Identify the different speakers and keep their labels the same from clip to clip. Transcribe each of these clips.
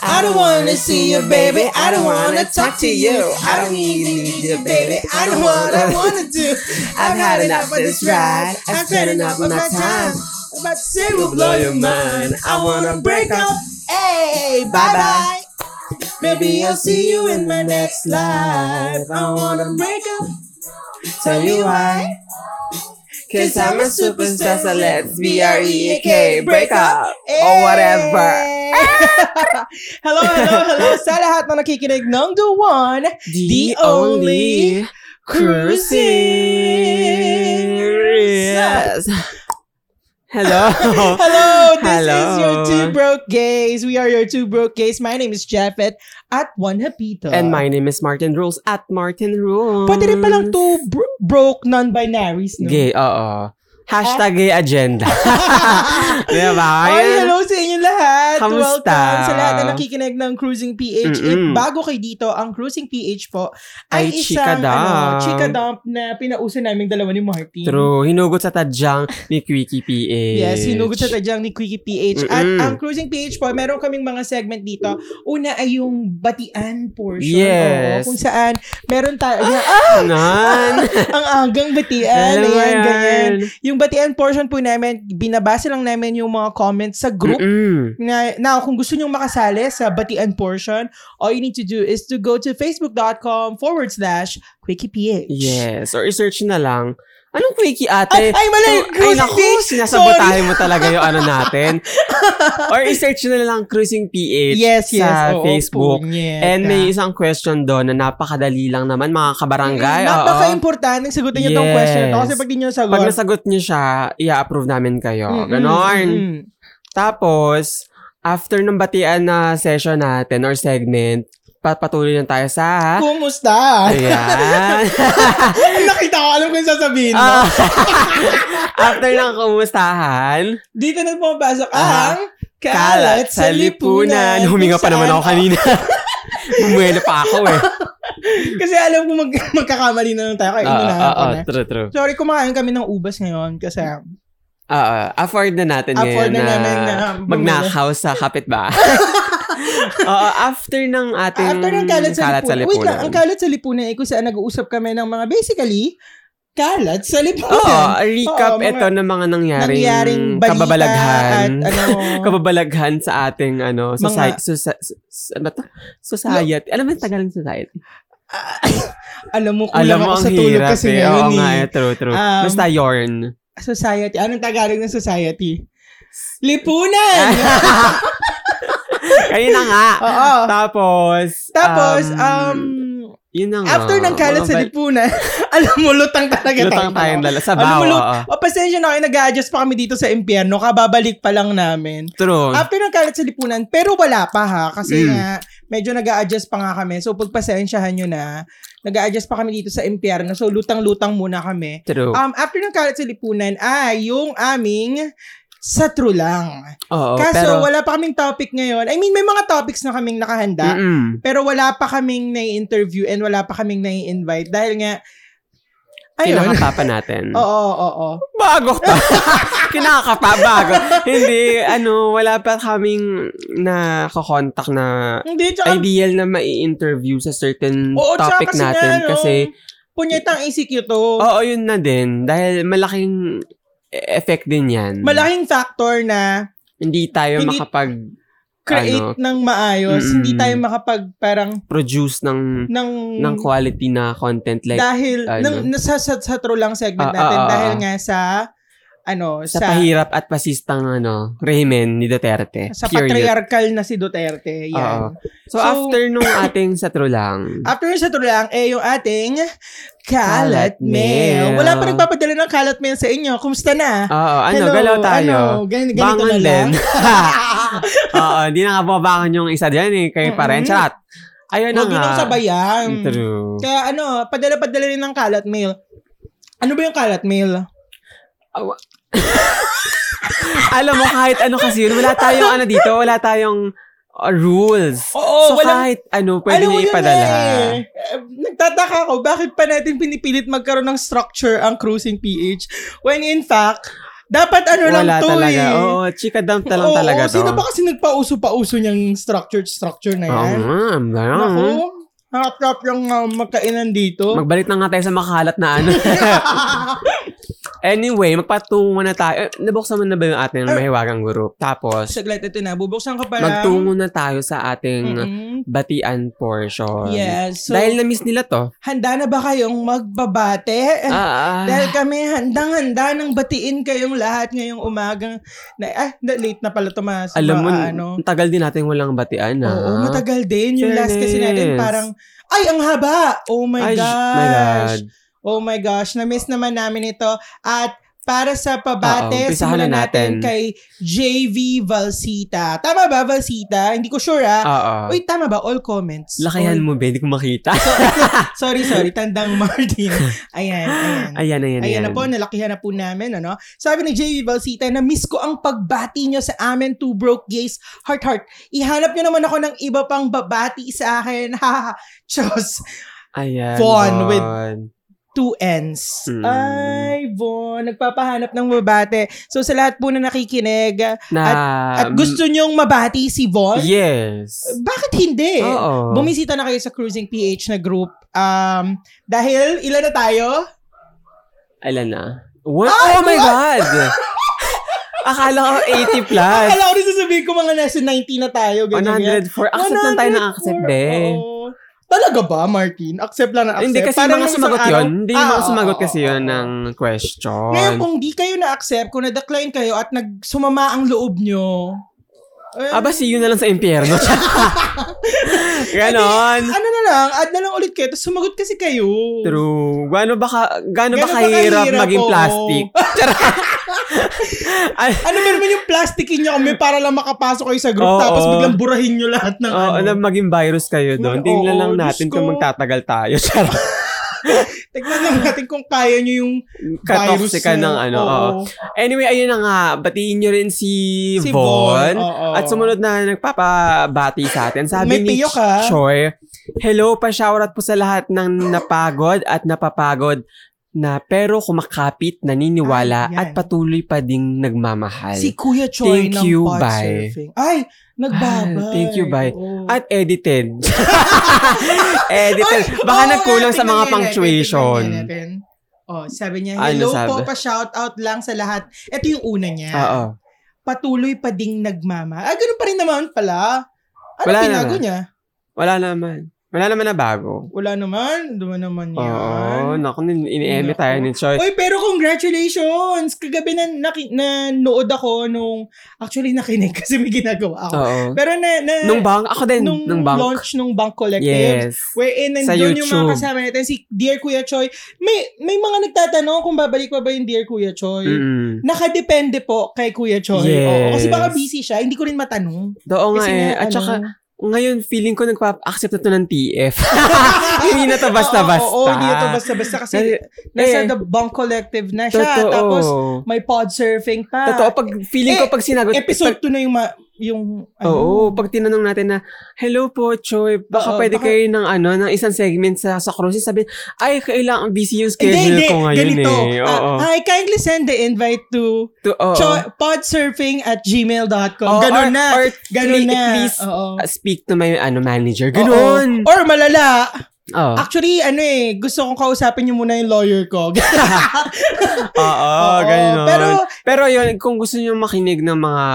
Speaker 1: I don't wanna see you, baby. I don't wanna talk to you. I don't even need you, baby. I don't wanna wanna do. I've had enough of this ride. I've had enough of my time. I'm about to say we'll blow your mind. I wanna break up. Hey, bye bye. Maybe I'll see you in my next life. I wanna break up. Tell me why. Cause I'm a superstar, so let's be our EAK. Break up. Or whatever.
Speaker 2: hello, hello, hello sa lahat na nakikinig ng The One, The Only
Speaker 1: Cruising. Yes. Hello.
Speaker 2: Hello, this is your
Speaker 1: Hello.
Speaker 2: Two Broke Gays. We are your Two Broke Gays. My name is Jeffet at Juan Hapito.
Speaker 1: And my name is Martin Rules at Martin Rules.
Speaker 2: Pwede rin palang two bro- broke non-binaries, no?
Speaker 1: Gay, oo. Hashtag gay agenda. diba?
Speaker 2: Ay, hello sa inyo lahat.
Speaker 1: Kamusta?
Speaker 2: Welcome sa lahat na nakikinig ng Cruising PH. If
Speaker 1: Mm-mm.
Speaker 2: bago kayo dito, ang Cruising PH po ay,
Speaker 1: Ay,
Speaker 2: isang
Speaker 1: chika
Speaker 2: ano,
Speaker 1: dump.
Speaker 2: chika dump na pinauso naming dalawa ni Martin.
Speaker 1: True. Hinugot sa tadyang ni Quickie PH.
Speaker 2: Yes, hinugot sa tadyang ni Quickie PH. At
Speaker 1: Mm-mm.
Speaker 2: ang Cruising PH po, meron kaming mga segment dito. Una ay yung batian portion.
Speaker 1: Yes.
Speaker 2: Oo, kung saan, meron tayo.
Speaker 1: Nan.
Speaker 2: ang agang batian.
Speaker 1: Alam mo
Speaker 2: Ayan,
Speaker 1: yan.
Speaker 2: ganyan. Yung batian portion po namin, binabasa lang namin yung mga comments sa group.
Speaker 1: Mm-mm.
Speaker 2: Na, now, kung gusto nyong makasali sa batian portion, all you need to do is to go to facebook.com forward slash quickieph.
Speaker 1: Yes. Or search na lang. Anong Quickie ate?
Speaker 2: Ay, ay mali!
Speaker 1: ay,
Speaker 2: Cruising
Speaker 1: naku,
Speaker 2: PH!
Speaker 1: sinasabotahin mo talaga yung ano natin. Or i-search na lang Cruising PH
Speaker 2: Yes, yes.
Speaker 1: sa
Speaker 2: oo po,
Speaker 1: Facebook.
Speaker 2: nyeta.
Speaker 1: And may isang question doon na napakadali lang naman mga kabarangay. oo.
Speaker 2: Mm, Napaka-importante sagutin niyo
Speaker 1: Yes.
Speaker 2: tong question na to kasi pag di niyo Mm-hmm. nasagot.
Speaker 1: Pag nasagot niyo siya, i-approve namin kayo.
Speaker 2: Mm-mm,
Speaker 1: Ganon.
Speaker 2: mm-mm.
Speaker 1: Tapos, after ng batian na session natin or segment, papatuloy na tayo sa...
Speaker 2: Kumusta?
Speaker 1: Ayan.
Speaker 2: Nakita ko, alam ko yung sasabihin mo.
Speaker 1: Ah. after ng kumustahan,
Speaker 2: Dito na pumapasok
Speaker 1: Ah.
Speaker 2: ang kalat sa lipunan.
Speaker 1: Huminga pa
Speaker 2: Kung
Speaker 1: naman ako
Speaker 2: saan-
Speaker 1: kanina. Bumuelo pa ako eh.
Speaker 2: Kasi alam ko mag magkakamali na lang tayo kaya
Speaker 1: Oo,
Speaker 2: inunahan ko
Speaker 1: oo,
Speaker 2: na.
Speaker 1: true, true.
Speaker 2: Sorry, kumain kami ng ubas ngayon kasi
Speaker 1: Oo, afford na natin ngayon
Speaker 2: afford na namin na bumili.
Speaker 1: magnakaw sa kapitbahay. Oo, after ng ating
Speaker 2: After ng kalat sa, lipunan. Wait lang, ang kalat sa lipunan ay kung saan nag-uusap kami ng mga basically kalat sa lipunan.
Speaker 1: Oo, recap
Speaker 2: Oo, mga-
Speaker 1: ito ng mga nangyaring,
Speaker 2: nangyaring balita
Speaker 1: kababalaghan.
Speaker 2: at ano.
Speaker 1: kababalaghan sa ating ano, society,
Speaker 2: Mga-
Speaker 1: soci- soci- ano to? society. Alam mo yung Tagalog society?
Speaker 2: Ah, alam mo, kulang
Speaker 1: Alam mo
Speaker 2: ako
Speaker 1: ang
Speaker 2: sa tulog
Speaker 1: hirap
Speaker 2: kasi
Speaker 1: eh.
Speaker 2: ngayon
Speaker 1: Oo nga,
Speaker 2: eh.
Speaker 1: eh, true, true.
Speaker 2: Um,
Speaker 1: Basta yarn.
Speaker 2: Society. Anong Tagalog ng society? Lipunan!
Speaker 1: Kanina nga.
Speaker 2: Oo.
Speaker 1: Tapos,
Speaker 2: Tapos, um,
Speaker 1: yun na nga.
Speaker 2: after ng kalat sa
Speaker 1: Mabal-
Speaker 2: lipunan, alam mo, lutang talaga
Speaker 1: Lutang
Speaker 2: tayo.
Speaker 1: tayong dala. Sa
Speaker 2: Alam
Speaker 1: bawa.
Speaker 2: mo, lut-
Speaker 1: oo.
Speaker 2: O, pasensya na kayo, nag-a-adjust pa kami dito sa impyerno, kababalik pa lang namin.
Speaker 1: True.
Speaker 2: After ng kalat sa lipunan, pero wala pa ha, kasi
Speaker 1: Mm.
Speaker 2: nga, medyo nag-a-adjust pa nga kami. So, pagpasensyahan nyo na, nag-a-adjust pa kami dito sa impyerno, so lutang-lutang muna kami.
Speaker 1: True.
Speaker 2: Um, after ng kalat sa lipunan ay yung aming sa true lang.
Speaker 1: Oo.
Speaker 2: Kaso
Speaker 1: Oh, pero,
Speaker 2: wala pa kaming topic ngayon. I mean, may mga topics na kaming nakahanda.
Speaker 1: Mm-mm.
Speaker 2: Pero wala pa kaming nai-interview and wala pa kaming nai-invite. Dahil nga, ayun. Oh.
Speaker 1: Kinakapa pa natin.
Speaker 2: Oo, oo, oo.
Speaker 1: Bago pa. Kinakapa, bago. Hindi, ano, wala pa kaming na kakontak na
Speaker 2: Hindi, tsaka,
Speaker 1: ideal na mai-interview sa certain
Speaker 2: oo, tsaka
Speaker 1: topic
Speaker 2: kasi
Speaker 1: natin.
Speaker 2: nga, no,
Speaker 1: kasi, Oh.
Speaker 2: punyetang ECQ to.
Speaker 1: oo, yun na din. Dahil malaking effect din yan.
Speaker 2: Malaking factor na
Speaker 1: Hindi tayo
Speaker 2: Hindi-
Speaker 1: makapag-produce
Speaker 2: create ng
Speaker 1: Ano?
Speaker 2: maayos.
Speaker 1: Mm-mm.
Speaker 2: Hindi tayo makapag parang
Speaker 1: ng
Speaker 2: ng,
Speaker 1: ng quality na content like
Speaker 2: dahil
Speaker 1: ano.
Speaker 2: ng, nasa, sa, sa true lang
Speaker 1: Ah,
Speaker 2: segment natin
Speaker 1: ah, ah,
Speaker 2: dahil
Speaker 1: ah.
Speaker 2: nga sa ano
Speaker 1: sa, pahirap at pasistang ano, rehimen ni Duterte.
Speaker 2: sa
Speaker 1: Period. Ah,
Speaker 2: patriarchal na si Duterte.
Speaker 1: Oo.
Speaker 2: Yan.
Speaker 1: So,
Speaker 2: So,
Speaker 1: after nung ating sa true lang,
Speaker 2: After yun sa Tulang, eh, yung ating
Speaker 1: Kalat
Speaker 2: kalat mail.
Speaker 1: mail.
Speaker 2: Wala pa nagpapadala ng kalat mail sa inyo. Kumusta na?
Speaker 1: oo, ano,
Speaker 2: Ah, Hello,
Speaker 1: galaw tayo.
Speaker 2: Ano, gan- ganito
Speaker 1: Bangon
Speaker 2: na lang.
Speaker 1: din. oo, hindi nakababangan yung isa dyan eh, kay
Speaker 2: Mm-mm.
Speaker 1: parent. Charot. Ayun na
Speaker 2: Huwag
Speaker 1: nga.
Speaker 2: yun ang sabayan.
Speaker 1: True.
Speaker 2: Kaya ano, padala-padala rin ng kalat mail. Ano ba yung kalat mail?
Speaker 1: Alam mo, kahit ano kasi yun, wala tayong ano dito, wala tayong uh, rules.
Speaker 2: Oo,
Speaker 1: so, kahit ano, pwede
Speaker 2: Alam mo
Speaker 1: niya
Speaker 2: yun
Speaker 1: ipadala.
Speaker 2: nga eh. Eh, Nagtataka ako, bakit pa natin pinipilit magkaroon ng structure ang Cruising PH when in fact, Dapat ano lang
Speaker 1: Wala
Speaker 2: to
Speaker 1: talaga.
Speaker 2: eh.
Speaker 1: Oo, chika dump ta lang
Speaker 2: Oo,
Speaker 1: talaga to.
Speaker 2: Sino ba kasi nagpauso-pauso niyang structured structure
Speaker 1: Oo
Speaker 2: na yan?
Speaker 1: nga, ganun.
Speaker 2: Naku, harap-harap lang uh, magkainan dito.
Speaker 1: Magbalik na nga tayo sa makakalat na ano. anyway, magpatungo na tayo. Eh, nabuksan mo na ba yung ating mahiwagang group? Tapos,
Speaker 2: Saglit, ito na. Bubuksan ko pala.
Speaker 1: magtungo na tayo sa ating
Speaker 2: Mm-mm.
Speaker 1: batian portion.
Speaker 2: Yes. So,
Speaker 1: Dahil na-miss nila to.
Speaker 2: handa na ba kayong magbabate?
Speaker 1: Ah, ah.
Speaker 2: eh, Dahil kami handang-handa nang batiin kayong lahat ngayong umaga. Na, ah, na- late na pala tumas.
Speaker 1: alam mo,
Speaker 2: ano.
Speaker 1: ang tagal din natin walang batian ah.
Speaker 2: Oo, matagal din. Yung last kasi natin
Speaker 1: Fairness.
Speaker 2: parang, ay, ang haba! Oh my
Speaker 1: Ay,
Speaker 2: gosh!
Speaker 1: my God.
Speaker 2: Oh my gosh, na-miss naman namin ito. At para sa pabate,
Speaker 1: Oo, umpisahan
Speaker 2: simulan
Speaker 1: na natin.
Speaker 2: natin. kay JV Valsita. Tama ba, Valsita? Hindi ko sure, ah.
Speaker 1: Oo.
Speaker 2: Uy, tama ba? All comments.
Speaker 1: Lakihan
Speaker 2: All-
Speaker 1: mo, be. Hindi ko makita.
Speaker 2: Sorry, sorry. Tandang Martin. Ayan, ayan.
Speaker 1: ayan, ayan, ayan.
Speaker 2: Ayan na po, nalakihan na po namin, ano? Sabi ni JV Valsita, na-miss ko ang pagbati nyo sa amin, two broke gays, heart heart. Ihanap nyo naman ako ng iba pang babati sa akin, ha Chos.
Speaker 1: Ayan.
Speaker 2: Fawn
Speaker 1: Fawn.
Speaker 2: with- Two ends.
Speaker 1: Mm.
Speaker 2: Ay, Von, nagpapahanap ng mabate. So, sa lahat po na nakikinig,
Speaker 1: Na,
Speaker 2: at gusto nyong mabati si
Speaker 1: Um,
Speaker 2: Von,
Speaker 1: Yes.
Speaker 2: bakit hindi?
Speaker 1: Oo.
Speaker 2: Bumisita na kayo sa Cruising PH na group. Um, dahil, ilan na tayo?
Speaker 1: Alam na. What? oh my God! Akala ko 80 plus.
Speaker 2: Alam Ah, ko rin sasabihin ko mga nasa 90 na tayo. Ganyan, ganyan.
Speaker 1: 104. Accept lang tayo ng accept,
Speaker 2: 104,
Speaker 1: be.
Speaker 2: oo. Talaga ba, Martin? Accept lang ng accept?
Speaker 1: Hindi kasi
Speaker 2: Parang
Speaker 1: mga
Speaker 2: nung
Speaker 1: sumagot
Speaker 2: isang
Speaker 1: yun.
Speaker 2: araw-
Speaker 1: Hindi
Speaker 2: Ah,
Speaker 1: mga
Speaker 2: oo,
Speaker 1: sumagot
Speaker 2: oo,
Speaker 1: kasi
Speaker 2: oo,
Speaker 1: yun
Speaker 2: oo.
Speaker 1: ng
Speaker 2: Ngayon,
Speaker 1: question.
Speaker 2: kung di kayo na-accept, kung na-decline kayo at nagsumama ang loob nyo, eh,
Speaker 1: Aba, see you na lang sa impyerno. Ganon.
Speaker 2: ano na lang, add na lang ulit kayo, tapos sumagot kasi kayo.
Speaker 1: True. Gaano ba, ka, gaano ba
Speaker 2: Gaano ba
Speaker 1: kahirap
Speaker 2: kahirap,
Speaker 1: maging
Speaker 2: oo.
Speaker 1: plastic?
Speaker 2: Ano ba naman yung plastikin nyo kami para lang makapasok kayo sa group,
Speaker 1: Oo.
Speaker 2: tapos biglang burahin nyo lahat ng
Speaker 1: Oo,
Speaker 2: ano.
Speaker 1: na maging virus kayo doon.
Speaker 2: Oo,
Speaker 1: Tingnan lang
Speaker 2: Diyos
Speaker 1: natin kung
Speaker 2: ko.
Speaker 1: magtatagal tayo. Charot.
Speaker 2: Tignan lang natin kung kaya nyo yung virus
Speaker 1: Katoxic ka
Speaker 2: na-
Speaker 1: ng ano.
Speaker 2: oo.
Speaker 1: oo. Anyway, ayun na nga. Batiin nyo rin si,
Speaker 2: Si Von,
Speaker 1: Von.
Speaker 2: oo.
Speaker 1: At sumunod na nagpapabati sa atin. Sabi
Speaker 2: May
Speaker 1: ni
Speaker 2: piyo ka.
Speaker 1: Choy, Hello, pa-shoutout po sa lahat ng napagod at napapagod na pero kumakapit,
Speaker 2: Ah,
Speaker 1: naniniwala
Speaker 2: yan.
Speaker 1: at patuloy pa ding nagmamahal.
Speaker 2: Si Kuya Choi
Speaker 1: Thank
Speaker 2: ng
Speaker 1: you,
Speaker 2: pod
Speaker 1: bye.
Speaker 2: surfing. Ay, nagbabay.
Speaker 1: Ah, thank you, bye.
Speaker 2: Oo.
Speaker 1: at edited. edited. Baka
Speaker 2: Oo,
Speaker 1: nagkulang sa
Speaker 2: tingnan
Speaker 1: mga
Speaker 2: natin,
Speaker 1: punctuation.
Speaker 2: tingnan natin. Oh, sabi niya,
Speaker 1: Ano
Speaker 2: hello
Speaker 1: sabi? Ah.
Speaker 2: po, pa-shoutout lang sa lahat. Ito yung una niya.
Speaker 1: Oo.
Speaker 2: Patuloy pa ding nagmama. Ah, ganun pa rin naman pala. Ano
Speaker 1: Wala
Speaker 2: pinago
Speaker 1: naman.
Speaker 2: niya?
Speaker 1: Wala naman. Wala naman na bago.
Speaker 2: Wala naman. Duman naman yan.
Speaker 1: Oo. Naku, ini-eme
Speaker 2: Naku.
Speaker 1: tayo ni Choy.
Speaker 2: Oy, pero congratulations! Kagabi na, naki, na nood ako nung, actually nakinig kasi may ginagawa ako.
Speaker 1: Oo.
Speaker 2: Pero na, na
Speaker 1: Ah. Nung bank? Ako din.
Speaker 2: nung
Speaker 1: Nung bank.
Speaker 2: launch nung Bank
Speaker 1: Yes.
Speaker 2: Collective. Wherein
Speaker 1: Sa
Speaker 2: nandun yung mga
Speaker 1: YouTube.
Speaker 2: kasama natin, si Dear Kuya Choi. May, may mga nagtatanong kung babalik pa ba yung Dear Kuya Choi.
Speaker 1: Mm-mm.
Speaker 2: Nakadepende po kay Kuya
Speaker 1: Mm.
Speaker 2: Choi.
Speaker 1: Yes.
Speaker 2: Oo, kasi baka busy siya, hindi ko rin matanong.
Speaker 1: Oo nga
Speaker 2: Kasi
Speaker 1: eh.
Speaker 2: nga,
Speaker 1: At
Speaker 2: ano,
Speaker 1: saka, ngayon feeling ko nagpa-accept na to ng TF. Hindi na to basta-basta.
Speaker 2: Oo, oo, hindi na to basta-basta kasi
Speaker 1: Kasi,
Speaker 2: nasa
Speaker 1: eh,
Speaker 2: The Bank Collective na siya.
Speaker 1: Totoo.
Speaker 2: Tapos may pod surfing pa.
Speaker 1: Totoo, pag feeling ko
Speaker 2: Eh,
Speaker 1: pag sinagot,
Speaker 2: Episode 2 na yung, ma- yung ano.
Speaker 1: pag- oo, pag tinanong natin na, hello po, Choy, baka
Speaker 2: Oo,
Speaker 1: pwede
Speaker 2: baka-
Speaker 1: kayo ng ano, ng isang segment sa sa cruises, sabi, ay, kailangan busy yung schedule
Speaker 2: Hindi, hindi.
Speaker 1: ko ngayon
Speaker 2: Ganito.
Speaker 1: eh. Oo.
Speaker 2: Ah, hi, kindly send the invite to
Speaker 1: To, oo.
Speaker 2: Cho- podsurfing at gmail.com.
Speaker 1: Oo, or-
Speaker 2: ganun na.
Speaker 1: or
Speaker 2: ganun
Speaker 1: please-
Speaker 2: na.
Speaker 1: please,
Speaker 2: Oo.
Speaker 1: Uh, speak to my ano manager.
Speaker 2: Oo.
Speaker 1: Ganun. Ah.
Speaker 2: Or malala.
Speaker 1: Oo.
Speaker 2: Actually, ano eh, gusto kong kausapin niyo muna yung lawyer ko.
Speaker 1: Oo,
Speaker 2: Oo,
Speaker 1: ganun.
Speaker 2: Pero,
Speaker 1: Pero yun, kung gusto niyo makinig ng mga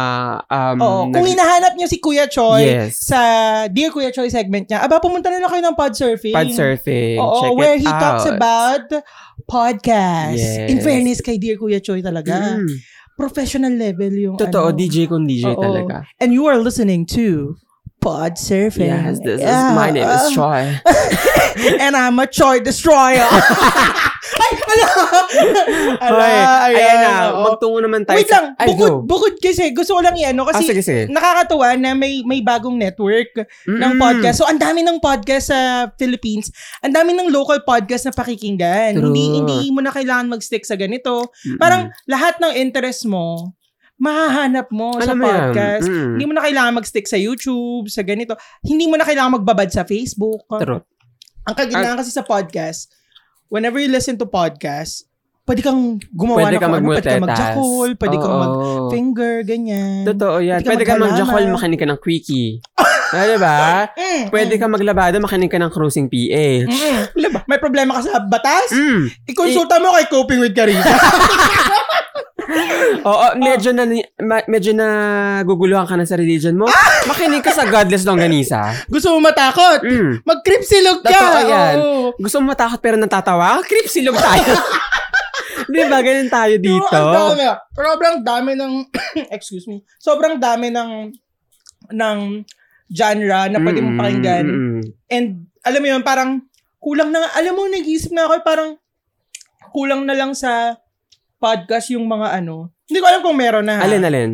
Speaker 1: um,
Speaker 2: oo, kung
Speaker 1: nag-
Speaker 2: hinahanap niyo si Kuya Choi
Speaker 1: Yes.
Speaker 2: sa Dear Kuya Choi segment niya, aba, pumunta na lang kayo ng podsurfing.
Speaker 1: Pod surfing.
Speaker 2: Oo,
Speaker 1: Check
Speaker 2: where
Speaker 1: it
Speaker 2: he talks
Speaker 1: out.
Speaker 2: about podcast.
Speaker 1: Yes.
Speaker 2: In fairness kay Dear Kuya Choi talaga.
Speaker 1: Mm.
Speaker 2: Professional level yung
Speaker 1: Totoo,
Speaker 2: ano.
Speaker 1: DJ kung DJ
Speaker 2: Oo.
Speaker 1: talaga.
Speaker 2: And you are listening to Pod Surfing.
Speaker 1: Yes, this is
Speaker 2: Yeah,
Speaker 1: my name
Speaker 2: uh,
Speaker 1: is Troy.
Speaker 2: And I'm a Choi Destroyer. Ay, ala! ala,
Speaker 1: Hoy,
Speaker 2: ayan.
Speaker 1: ayan na,
Speaker 2: oo.
Speaker 1: magtungo naman tayo.
Speaker 2: Wait
Speaker 1: sa-
Speaker 2: lang,
Speaker 1: Ay, go.
Speaker 2: bukod, bukod kasi, gusto ko lang i-ano
Speaker 1: Ah,
Speaker 2: kasi
Speaker 1: sige, sige.
Speaker 2: nakakatuwa na may may bagong network ng
Speaker 1: Mm-mm.
Speaker 2: podcast. So, ang dami ng podcast sa Philippines. Ang dami ng local podcast na pakikinggan.
Speaker 1: True. Mm.
Speaker 2: Hindi, hindi mo na kailangan mag-stick sa ganito.
Speaker 1: Mm-mm.
Speaker 2: Parang lahat ng interest mo, mahahanap mo sa
Speaker 1: Alam mo yan,
Speaker 2: podcast.
Speaker 1: mm.
Speaker 2: Hindi mo na kailangan mag-stick sa YouTube, sa ganito. Hindi mo na kailangan magbabad sa Facebook.
Speaker 1: True.
Speaker 2: Ang kaginaan kasi sa podcast, whenever you listen to podcast, pwede kang gumawa
Speaker 1: Pwede ka
Speaker 2: na kung ano,
Speaker 1: mag-multitask.
Speaker 2: Pwede kang mag-jackal, pwede kang
Speaker 1: Oo.
Speaker 2: mag-finger, ganyan.
Speaker 1: Totoo yan.
Speaker 2: Pwede
Speaker 1: Pwede
Speaker 2: ka
Speaker 1: ka mag-jackal,
Speaker 2: maghalaman.
Speaker 1: makinig ka ng quickie. ah, di ba?
Speaker 2: Mm,
Speaker 1: Pwede ka maglabada, makinig ka ng cruising PH.
Speaker 2: Mm. Wala ba? May problema ka sa batas?
Speaker 1: Mm.
Speaker 2: Ikonsulta mo kay Coping with Carita.
Speaker 1: Oo, medyo na ma- medyo na guguluhan ka na sa religion mo.
Speaker 2: Ah!
Speaker 1: Makinig ka sa godless longganisa.
Speaker 2: Gusto mo matakot?
Speaker 1: Mm.
Speaker 2: Mag-cripsilog ka.
Speaker 1: Totoo yan.
Speaker 2: Oo.
Speaker 1: Gusto mo matakot pero natatawa? Creep silog tayo. Di ba? Ganun tayo
Speaker 2: Pero
Speaker 1: dito.
Speaker 2: ang dami. ah. Sobrang dami ng, excuse me, sobrang dami ng, ng genre na pwede mong
Speaker 1: Mm,
Speaker 2: pakinggan.
Speaker 1: mm, mm.
Speaker 2: And, alam mo yun, parang, kulang na, alam mo, nag-iisip na ako, eh, parang, kulang na lang sa podcast yung mga ano. Hindi ko alam kung meron na. ha?
Speaker 1: Alin, alin?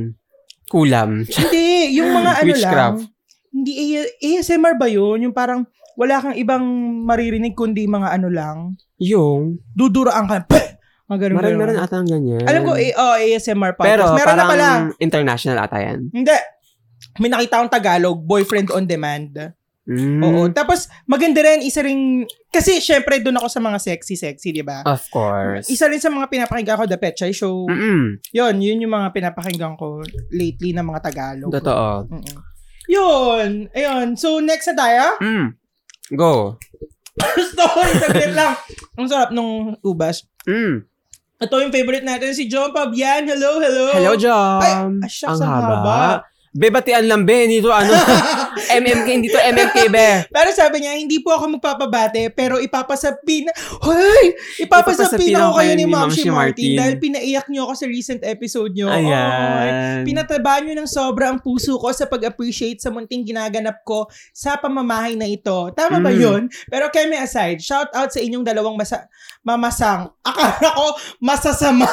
Speaker 1: Kulam.
Speaker 2: Hindi, yung mga ano
Speaker 1: Witchcraft.
Speaker 2: lang. Hindi, A- ASMR ba yun? Yung parang, wala kang ibang maririnig kundi mga ano lang.
Speaker 1: Yung,
Speaker 2: Duduraan ka. Pah! Mga ganun,
Speaker 1: meron,
Speaker 2: ganun.
Speaker 1: meron ata ng ganyan.
Speaker 2: Alam ko, eh, oh, ASMR podcast.
Speaker 1: Pero
Speaker 2: meron
Speaker 1: parang
Speaker 2: na pala.
Speaker 1: international ata yan.
Speaker 2: Hindi. May nakita akong Tagalog, Boyfriend on Demand.
Speaker 1: Mm,
Speaker 2: Oo. Tapos, maganda rin, isa rin, kasi syempre doon ako sa mga sexy-sexy, di ba?
Speaker 1: Of course.
Speaker 2: Isa rin sa mga pinapakinggan ko, The Pet Shy Show.
Speaker 1: Mm-mm.
Speaker 2: Yun, yun yung mga pinapakinggan ko lately ng mga Tagalog.
Speaker 1: Totoo.
Speaker 2: Mm-mm. Yun. Ayun. So, next na tayo.
Speaker 1: Mm. Go.
Speaker 2: Story, saglit lang. Ang sarap nung ubas.
Speaker 1: Mm.
Speaker 2: Ito yung favorite natin, si John Pabian. Hello, hello.
Speaker 1: Hello,
Speaker 2: Ay,
Speaker 1: Jom.
Speaker 2: ah, shucks, ang haba.
Speaker 1: Be, batian lang, be. Dito, ano? MMK, dito, MMK, be.
Speaker 2: Pero sabi niya, hindi po ako magpapabate, pero ipapasapin, hoy, ipapasapin
Speaker 1: Ipapasapin
Speaker 2: ako
Speaker 1: ako
Speaker 2: kayo
Speaker 1: kayo
Speaker 2: ni
Speaker 1: ni
Speaker 2: Ma'am
Speaker 1: Ma'am
Speaker 2: Shi
Speaker 1: Shi
Speaker 2: Martin,
Speaker 1: Martin.
Speaker 2: dahil pinaiyak niyo ako sa recent episode niyo. Oy,
Speaker 1: Ayan.
Speaker 2: Pinataba niyo ng sobra ang puso ko sa pag-appreciate sa munting ginaganap ko sa pamamahay na ito. Tama ba
Speaker 1: Mm.
Speaker 2: yun? Pero keme aside, shout out sa inyong dalawang masa- mamasang. Akala ko masasama.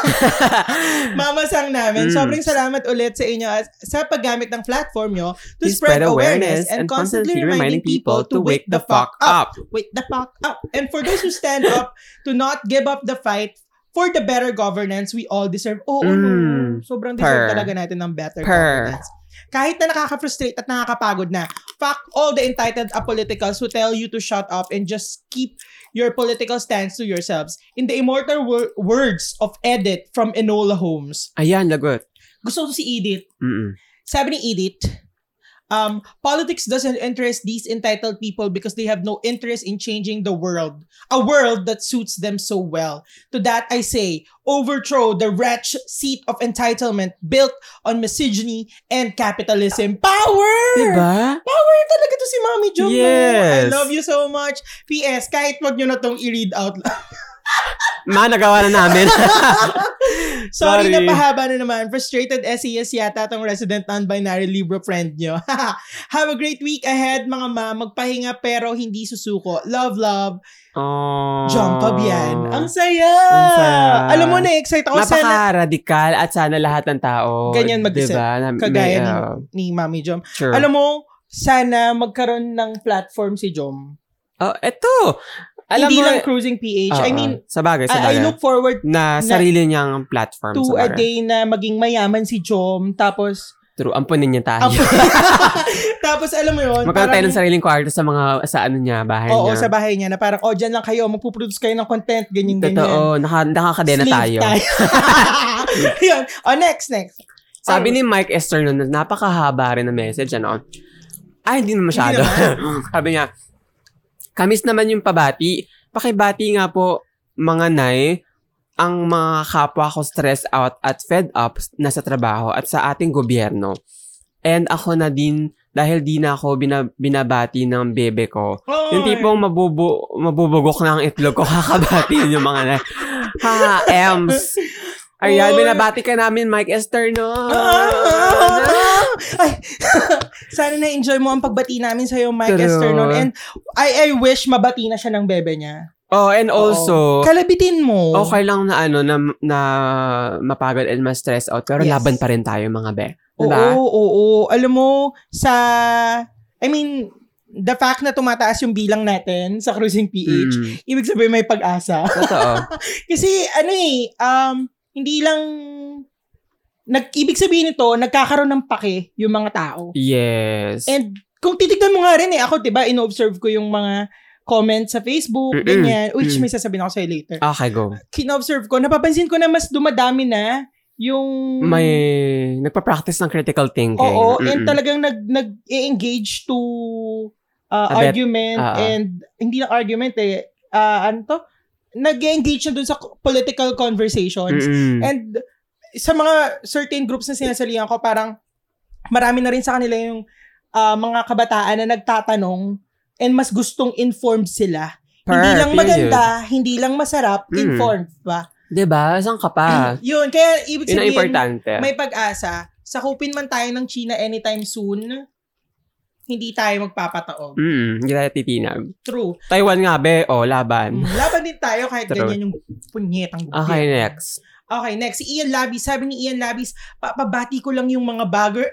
Speaker 2: mamasang namin.
Speaker 1: Mm.
Speaker 2: Sobrang salamat ulit sa inyo as- sa paggamit ng platform nyo to spread, awareness and constantly reminding people to wake the fuck up. Wake the fuck up. And for those who stand up to not give up the fight for the better governance we all deserve. Oo, no.
Speaker 1: Mm.
Speaker 2: sobrang
Speaker 1: Per.
Speaker 2: deserve talaga natin ng better
Speaker 1: Per.
Speaker 2: governance. Kahit na nakaka-frustrate at nakakapagod na, fuck all the entitled apoliticals who tell you to shut up and just keep your political stance to yourselves. In the immortal wor- words of Edith from Enola Holmes,
Speaker 1: Ayan, lagot.
Speaker 2: gusto ko si Edith
Speaker 1: Mm-mm.
Speaker 2: sabi ni Edith, um, politics doesn't interest these entitled people because they have no interest in changing the world, a world that suits them so well. To that I say, overthrow the wretched seat of entitlement built on misogyny and capitalism. Power!
Speaker 1: Diba?
Speaker 2: Power talaga to si Mami Jo. no? I
Speaker 1: Yes.
Speaker 2: love you so much. P.S. Kahit wag nyo na tong i-read out
Speaker 1: Ma, nagawa na namin.
Speaker 2: Sorry,
Speaker 1: Sorry.
Speaker 2: na pahaba na naman. Frustrated SES yata tong resident non-binary Libra friend nyo. Have a great week ahead, mga ma. Magpahinga pero hindi susuko. Love, love.
Speaker 1: oh.
Speaker 2: Jump Fabian. Ang saya!
Speaker 1: Ang saya.
Speaker 2: Alam mo, na-excite ako. Sana
Speaker 1: Napaka-radical at sana lahat ng tao.
Speaker 2: Ganyan mag-isip.
Speaker 1: Diba? Na,
Speaker 2: Kagaya
Speaker 1: may,
Speaker 2: ni-
Speaker 1: uh,
Speaker 2: ni Mami Jom.
Speaker 1: sure.
Speaker 2: Alam mo, sana magkaroon ng platform si Jom.
Speaker 1: oh, eto. Alam mo,
Speaker 2: hindi
Speaker 1: eh- Ah,
Speaker 2: lang Cruising PH. I
Speaker 1: Oo,
Speaker 2: mean,
Speaker 1: sa bagay, sa
Speaker 2: I, I
Speaker 1: bagay.
Speaker 2: look forward
Speaker 1: na sarili niyang platform.
Speaker 2: to
Speaker 1: sa
Speaker 2: a
Speaker 1: bagay.
Speaker 2: day na maging mayaman si Jom. Tapos,
Speaker 1: True, ampunin niya tayo.
Speaker 2: tapos alam mo yun.
Speaker 1: Magkaroon tayo
Speaker 2: Ah, parang-
Speaker 1: ng sariling kwarto sa mga, sa ano niya, bahay
Speaker 2: Oo,
Speaker 1: niya.
Speaker 2: sa bahay niya na parang, oh, dyan lang kayo, magpuproduce kayo ng content, ganyan-ganyan.
Speaker 1: Totoo, naka, nakakadena
Speaker 2: Sleeve
Speaker 1: tayo.
Speaker 2: Yun. Oh, next, next.
Speaker 1: Sabi ni Mike Esther nun, napakahaba rin na message, ano? Ay, hindi na masyado. Sabi niya, kamis naman yung pabati. Pakibati nga po, mga nay, ang mga kapwa ko stressed out at fed up na sa trabaho at sa ating gobyerno. And ako na din, dahil di na ako bina- binabati ng bebe ko,
Speaker 2: Oh,
Speaker 1: yung tipong mabubu mabubugok na ang itlog ko, kakabatiin yung mga na. Ha, Ems. Ayan,
Speaker 2: Oy.
Speaker 1: binabati ka namin, Mike Esther, no?
Speaker 2: Ay, sana na-enjoy mo ang pagbati namin sa'yo, Mike
Speaker 1: True.
Speaker 2: Esternon. And I, I wish mabati na siya ng bebe niya.
Speaker 1: Oh, and also,
Speaker 2: Kalabitin mo.
Speaker 1: okay lang na ano, na, na mapagod and ma-stress out, pero
Speaker 2: Yes.
Speaker 1: laban pa rin tayo, mga be.
Speaker 2: Oo,
Speaker 1: Diba?
Speaker 2: oo, oo. Alam mo, sa, I mean, the fact na tumataas yung bilang natin sa Cruising PH,
Speaker 1: Mm.
Speaker 2: ibig sabihin may pag-asa.
Speaker 1: Totoo.
Speaker 2: Kasi ano eh, um, hindi lang nag ibig sabihin nito, nagkakaroon ng pake yung mga tao.
Speaker 1: Yes.
Speaker 2: And kung titignan mo nga rin eh, ako 'di ba, inoobserve ko yung mga comment sa Facebook,
Speaker 1: Mm-mm.
Speaker 2: ganyan. Which
Speaker 1: Mm.
Speaker 2: may sasabihin ako sa'yo later.
Speaker 1: Okay, go.
Speaker 2: Kinobserve ko, napapansin ko na mas dumadami na yung...
Speaker 1: May nagpa-practice ng critical thinking.
Speaker 2: Mm. Oo,
Speaker 1: Mm-mm.
Speaker 2: and talagang nag, nag-engage to uh,
Speaker 1: A bet-
Speaker 2: argument
Speaker 1: ah, ah.
Speaker 2: and hindi lang argument eh. ah, ano to? Nag-engage na dun sa political conversations.
Speaker 1: Mm-mm.
Speaker 2: And sa mga certain groups na sinasalihan ko, parang marami na rin sa kanila yung ah, mga kabataan na nagtatanong and mas gustong informed sila.
Speaker 1: Per,
Speaker 2: hindi lang
Speaker 1: period.
Speaker 2: maganda, hindi lang masarap,
Speaker 1: Mm.
Speaker 2: informed ba?
Speaker 1: Diba? Saan ka pa?
Speaker 2: Yun, kaya ibig
Speaker 1: Yun ang
Speaker 2: sabihin,
Speaker 1: importante.
Speaker 2: may pag-asa. Sakupin man tayo ng China anytime soon, hindi tayo magpapataob.
Speaker 1: Mm, hindi tayo titinag.
Speaker 2: True. Mm,
Speaker 1: Taiwan nga, be. O, laban.
Speaker 2: Laban din tayo kahit
Speaker 1: True.
Speaker 2: ganyan yung punyetang
Speaker 1: Okay,
Speaker 2: gobyerno.
Speaker 1: next.
Speaker 2: Okay, next. Si Ian Labis. Sabi ni Ian Labis, papabati ko lang yung mga bagger.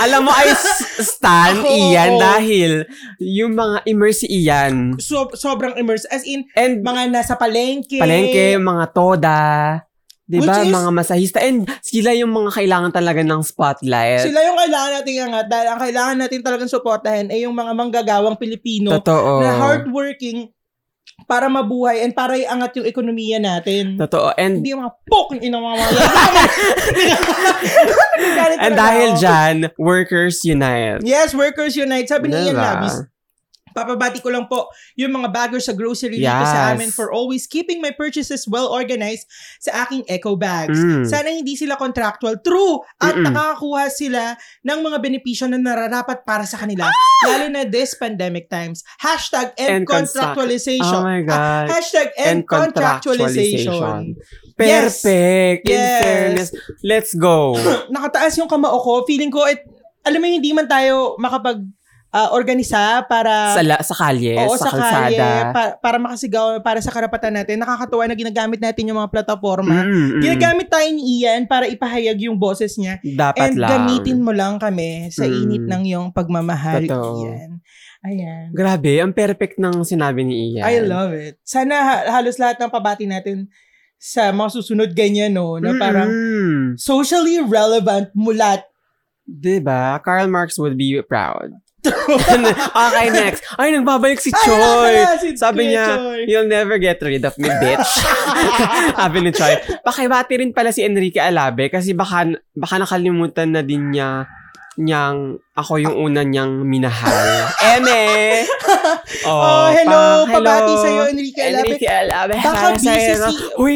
Speaker 1: Alam mo, I s- stan
Speaker 2: Ako,
Speaker 1: Ian
Speaker 2: oo.
Speaker 1: dahil yung mga immerse si Ian.
Speaker 2: So, sobrang immersed. As in,
Speaker 1: And
Speaker 2: mga nasa palengke.
Speaker 1: palengke, mga toda. Diba?
Speaker 2: Which is-
Speaker 1: mga masahista. And sila yung mga kailangan talaga ng spotlight.
Speaker 2: Sila yung kailangan natin angat. Dahil ang kailangan natin talagang suportahan ay yung mga manggagawang Pilipino
Speaker 1: Totoo.
Speaker 2: na hardworking para mabuhay and para iangat yung ekonomiya natin.
Speaker 1: Totoo. And
Speaker 2: Hindi yung mga poking ina mga mga yaman. Galit
Speaker 1: And
Speaker 2: talaga
Speaker 1: dahil
Speaker 2: ako.
Speaker 1: dyan, workers unite.
Speaker 2: Yes, Workers Unite. Sabi ni Ian
Speaker 1: Diba?
Speaker 2: Labis, papabati ko lang po yung mga bagger sa grocery dito
Speaker 1: Yes.
Speaker 2: sa amin for always keeping my purchases well organized sa aking eco bags.
Speaker 1: Mm.
Speaker 2: Sana hindi sila contractual. True! At
Speaker 1: Mm-mm.
Speaker 2: nakakakuha sila ng mga benepisyo na nararapat para sa kanila. Lalo na this pandemic times. Hashtag end,
Speaker 1: Ah! End contract-
Speaker 2: contractualization.
Speaker 1: Oh my
Speaker 2: Ah,
Speaker 1: God.
Speaker 2: hashtag end,
Speaker 1: End
Speaker 2: contractualization.
Speaker 1: contractualization.
Speaker 2: yes.
Speaker 1: Perfect. In
Speaker 2: Yes.
Speaker 1: fairness. Let's go.
Speaker 2: nakataas yung kamao ko. Feeling ko, it, alam mo yung hindi man tayo makapag-organisa para...
Speaker 1: sa, la- sa kalye,
Speaker 2: oo,
Speaker 1: sa,
Speaker 2: sa, kalye,
Speaker 1: kalsada.
Speaker 2: pa- para makasigaw, para sa karapatan natin. Nakakatuwa na ginagamit natin yung mga plataforma.
Speaker 1: Mm, mm.
Speaker 2: Ginagamit tayo ni Ian para ipahayag yung boses niya.
Speaker 1: Dapat
Speaker 2: and
Speaker 1: lang.
Speaker 2: gamitin mo lang kami sa
Speaker 1: Mm.
Speaker 2: init ng yung pagmamahal,
Speaker 1: Totoo.
Speaker 2: Ian. Ayan.
Speaker 1: Grabe, ang perfect ng sinabi ni Ian.
Speaker 2: I love it. Sana ha- halos lahat ng pabati natin sa mga susunod ganyan, no? Na
Speaker 1: Mm,
Speaker 2: parang
Speaker 1: mm.
Speaker 2: socially relevant mulat.
Speaker 1: Diba? Karl Marx would be proud. okay, next. Ay, nagbabalik si
Speaker 2: Ay, alam ko
Speaker 1: Choi.
Speaker 2: na, si
Speaker 1: Sabi
Speaker 2: Kuya
Speaker 1: niya,
Speaker 2: Choy.
Speaker 1: You'll never get rid of me, bitch. Sabi ni Choi. Pakibati rin pala si Enrique Alabe kasi baka, baka nakalimutan na din niya niyang ako
Speaker 2: Ah.
Speaker 1: yung una niyang minahal. Eme!
Speaker 2: Oh, hello, pabati sa'yo, Enrique Alabe.
Speaker 1: Enrique Alabe.
Speaker 2: Baka
Speaker 1: para sa'yo,
Speaker 2: busy
Speaker 1: no? Ah,
Speaker 2: si-
Speaker 1: Uy,